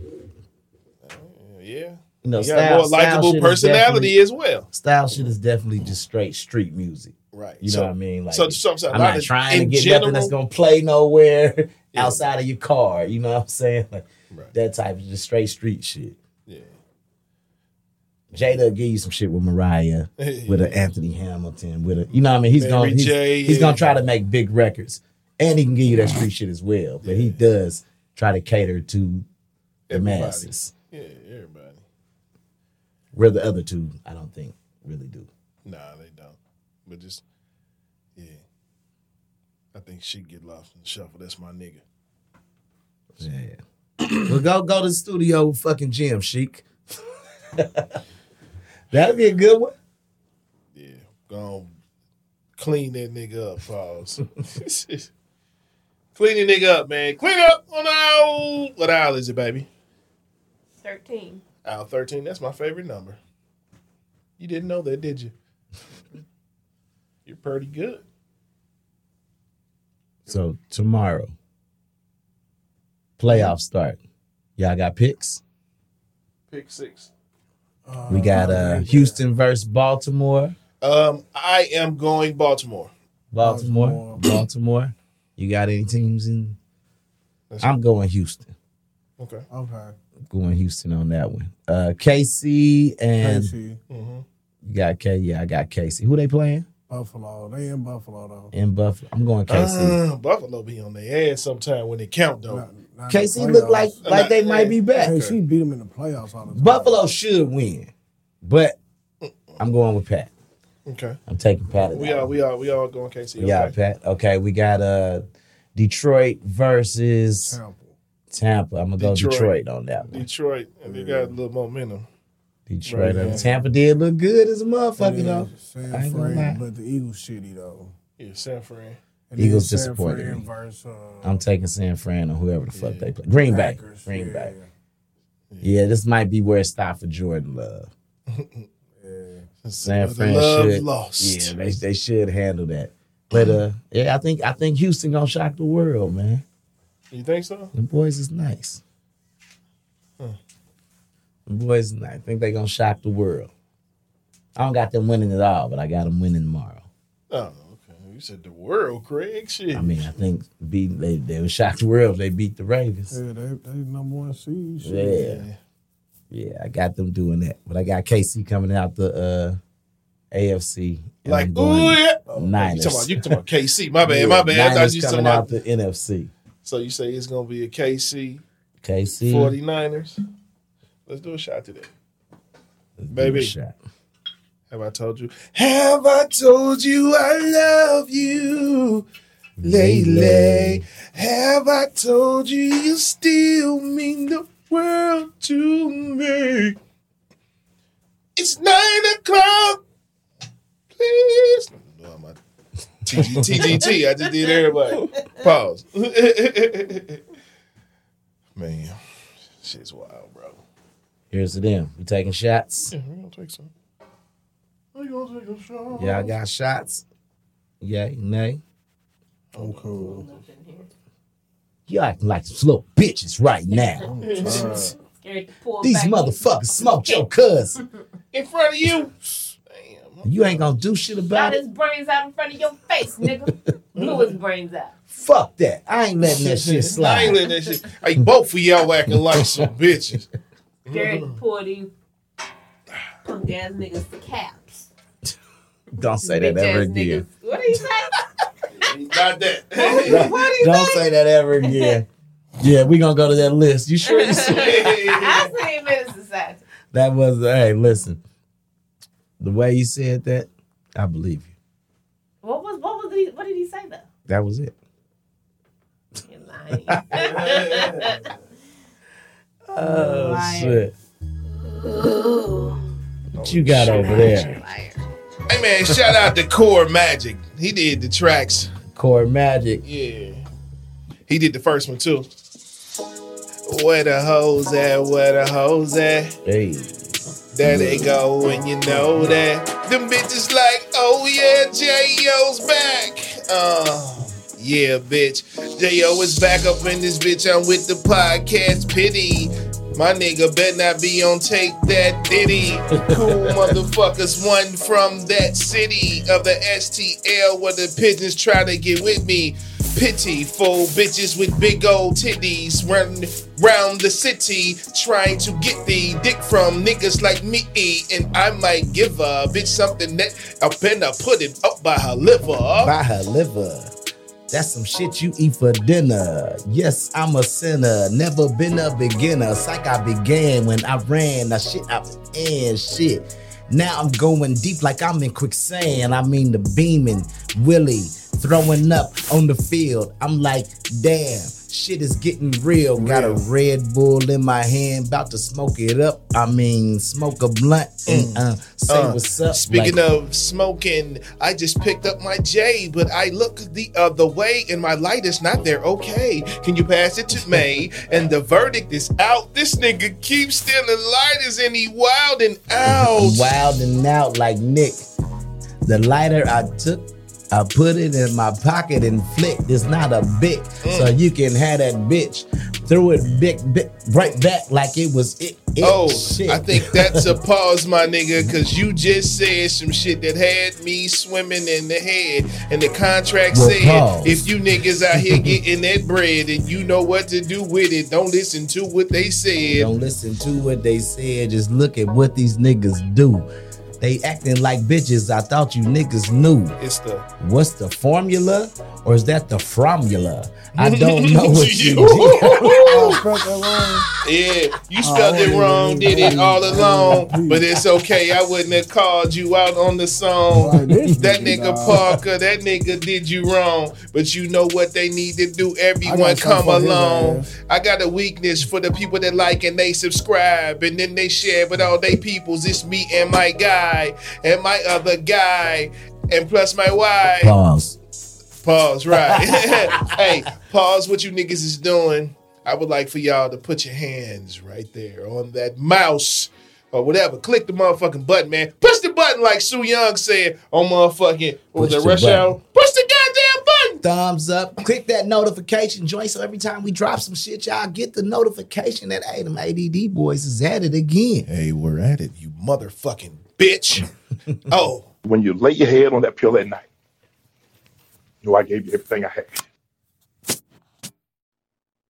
A: Yeah.
C: You know,
A: You got
C: style,
A: more likable
C: style shit is
A: personality
C: definitely-
A: as well.
C: Style shit is definitely just straight street music.
A: Right.
C: You
A: So-
C: know what I mean? Like,
A: so- so I'm saying a
C: I'm
A: lot
C: not
A: of-
C: trying to
A: in
C: get nothing that's
A: general-
C: gonna play nowhere outside of your car. You know what I'm saying? Like that type of just straight street shit.
A: Yeah.
C: Jada will give you some shit with Mariah, with an Anthony Hamilton, with a you know what I mean. He's
A: Mary
C: gonna he's,
A: J,
C: he's
A: yeah.
C: gonna try to make big records, and he can give you that street shit as well. But he does try to cater to the
A: Everybody.
C: masses,
A: Yeah, everybody.
C: where the other two I don't think really do.
A: Nah, they don't. But just, yeah. I think she get lost in the shuffle. That's my nigga.
C: Yeah. well, go go to the studio, with fucking Jim Chic. That'll be a good one.
A: Gonna clean that nigga up, pause. clean that nigga up, man. Clean up on aisle. What aisle is it, baby?
B: 13.
A: Aisle 13. That's my favorite number. You didn't know that, did you? You're pretty good.
C: So tomorrow, playoff start. Y'all got picks.
A: Pick six.
C: We got uh Houston versus Baltimore.
A: Um, I am going Baltimore.
C: Baltimore. Baltimore. You got any teams in?
A: That's-
C: I'm going Houston.
A: Okay.
G: Okay.
C: Going Houston on that one. Uh KC and
G: KC.
C: Mm-hmm. you got K. Yeah, I got KC. Who they playing
G: Buffalo. They in Buffalo though.
C: in Buffalo? I'm going KC.
A: Uh, Buffalo be on their ass sometime when they count though.
G: oh, Not in the
C: KC look
G: playoffs.
C: like like they might be back.
G: KC beat them in the playoffs all the time.
C: Buffalo should win, but I'm going with Pat.
A: Okay.
C: I'm taking Pat. at
A: We
C: that
A: are
C: one.
A: we are we are going KC.
C: We got
A: okay.
C: Pat. Okay, we got uh Detroit versus Tampa. I'm gonna go Detroit on that one.
A: Detroit, and they got a little momentum.
C: Detroit.
A: Right,
C: uh,
A: yeah.
C: Tampa did look good as a motherfucker though.
G: San
C: I ain't gonna
G: Fran,
C: lie.
G: but the Eagles shitty though.
A: Yeah, San Fran.
G: And then
C: Eagles
G: San
C: disappointed
G: Fran
C: me.
G: versus, uh,
C: I'm taking San Fran or whoever the fuck they play. Green Bay.
G: Packers,
C: Green
G: yeah.
C: Bay. Yeah. this might be where it stopped for Jordan Love. San
A: Another
C: Fran
A: love
C: should
A: lost.
C: Yeah, they, they should handle that. But uh, yeah, I think I think Houston gonna shock the world, man.
A: You think so?
C: The boys is nice.
A: Huh.
C: The boys is nice. I think they gonna shock the world. I don't got them winning at all, but I got them winning tomorrow.
A: Oh, okay. You said the world, Craig. Shit.
C: I mean, I think beat they they would shock the world. if They beat the Ravens.
G: Yeah, they they number one seed.
C: Yeah.
G: shit.
C: Yeah, I got them doing that. But I got KC coming out the uh AFC. and
A: Like,
C: I'm
A: ooh,
C: going
A: yeah. Oh,
C: Niners.
A: You talking about, you talking about KC. My bad, my bad. I thought
C: Niners
A: you
C: coming
A: talking about.
C: out the NFC.
A: So you say it's going to be a KC
C: KC.
A: 49ers. Let's do a shot today. Baby.
C: shot.
A: Have I told you? Have I told you I love you lately? Have I told you you still mean the world to me? It's nine o'clock. Please. No, I'm not. TG, TGT. I just did everybody. Pause. Man, shit's wild, bro.
C: Here's to them. We taking shots.
A: Yeah, we're gonna take some. We're gonna take a shot.
C: Y'all got shots? Yay, nay.
G: I'm cool.
C: You acting like some little bitches right
A: Mm-hmm.
C: now. These motherfuckers smoked your cousin.
A: Mm-hmm. in front of you.
C: You ain't gonna do shit
B: Got
C: about it.
B: his brains out in front of your face, nigga. Blew his brains out.
C: Fuck that. I ain't letting that shit
A: I ain't
C: slide.
A: letting that shit. Hey, both of y'all acting like some bitches.
B: Gary
A: Mm-hmm.
B: poured these punk ass niggas caps.
C: Don't say that
B: Bitch
C: ever
B: ass
C: again.
B: niggas. What do you say?
A: Not that.
C: Don't, don't say that ever again. Yeah, we gonna go to that list. You sure? You see?
B: I seen Minister Society.
C: That was hey. Listen, the way you said that, I believe you.
B: What was what was he, what did he say though?
C: That was it.
B: You're lying.
C: Oh
B: Liar.
C: shit! What you got over there?
A: hey man, shout out to Core Magic. He did the tracks.
C: Core Magic.
A: Yeah. He did the first one too. Where the hoes at? Where the hoes at?
C: Hey,
A: There they go, and you know that. Them bitches like, oh yeah, J.O.'s back. Uh, yeah, bitch. J.O. is back up in this bitch. I'm with the podcast. Pity. My nigga better not be on take that ditty. Cool motherfuckers, one from that city of the STL where the pigeons try to get with me. Pitiful bitches with big old titties run round the city trying to get the dick from niggas like me. And I might give a bitch something that I better put it up by her liver.
C: by her liver. That's some shit you eat for dinner. Yes, I'm a sinner. Never been a beginner. Psych, I began when I ran. Now shit, I and shit. Now I'm going deep like I'm in quicksand. I mean the beaming Willie throwing up on the field. I'm like, damn, shit is getting real. Got a Red Bull in my hand, about to smoke it up. I mean, smoke a blunt and uh, say
A: Uh,
C: what's up.
A: Speaking
C: Like,
A: of smoking, I just picked up my J, but I look the other way and my light is not there. Okay, can you pass it to me? And the verdict is out. This nigga keeps stealing lighters and he wild and out.
C: wilding out like Nick. The lighter I took, I put it in my pocket and flicked. It's not a bit, so
A: Mm.
C: you can have that bitch. Threw it big, big right back like it was it. it
A: Oh,
C: shit.
A: I think that's a pause, my nigga, because you just said some shit that had me swimming in the head. And the contract
C: Well,
A: said,
C: pause.
A: if you niggas out here getting that bread and you know what to do with it, don't listen to what they said.
C: Don't listen to what they said. Just look at what these niggas do. They acting like bitches. I thought you niggas knew.
A: It's the
C: What's the formula, or is that the formula? I don't know what you did.
A: you.
G: I felt that
A: yeah, you spelled it
G: Oh,
A: wrong, did it all
G: oh,
A: along,
G: oh,
A: but it's okay. I wouldn't have called you out on the
G: wrong.
A: song.
G: Like, this
A: That
G: nigga,
A: nigga
G: dawg.
A: Parker, that nigga did you wrong, but you know what they need to do. Everyone
G: gotta
A: come
G: fuck his
A: along.
G: ass.
A: I got a weakness for the people that like and they subscribe, and then they share with all they peoples. It's me and my guy, and my other guy, and plus my wife.
C: Pause.
A: Pause, right. hey, pause what you niggas is doing. I would like for y'all to put your hands right there on that mouse or whatever. Click the motherfucking button, man. Push the button like Sue Young said on motherfucking what was
C: Push
A: that
C: the
A: rush
C: button.
A: hour? Push the goddamn button.
C: thumbs up, click that notification joint so every time we drop some shit, y'all get the notification that hey, them ADD boys is at it again.
A: Hey, we're at it, you motherfucking bitch. oh,
P: When you lay your head on that pillow at night, you know I gave you everything I had.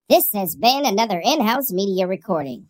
Q: This has been another in house media recording.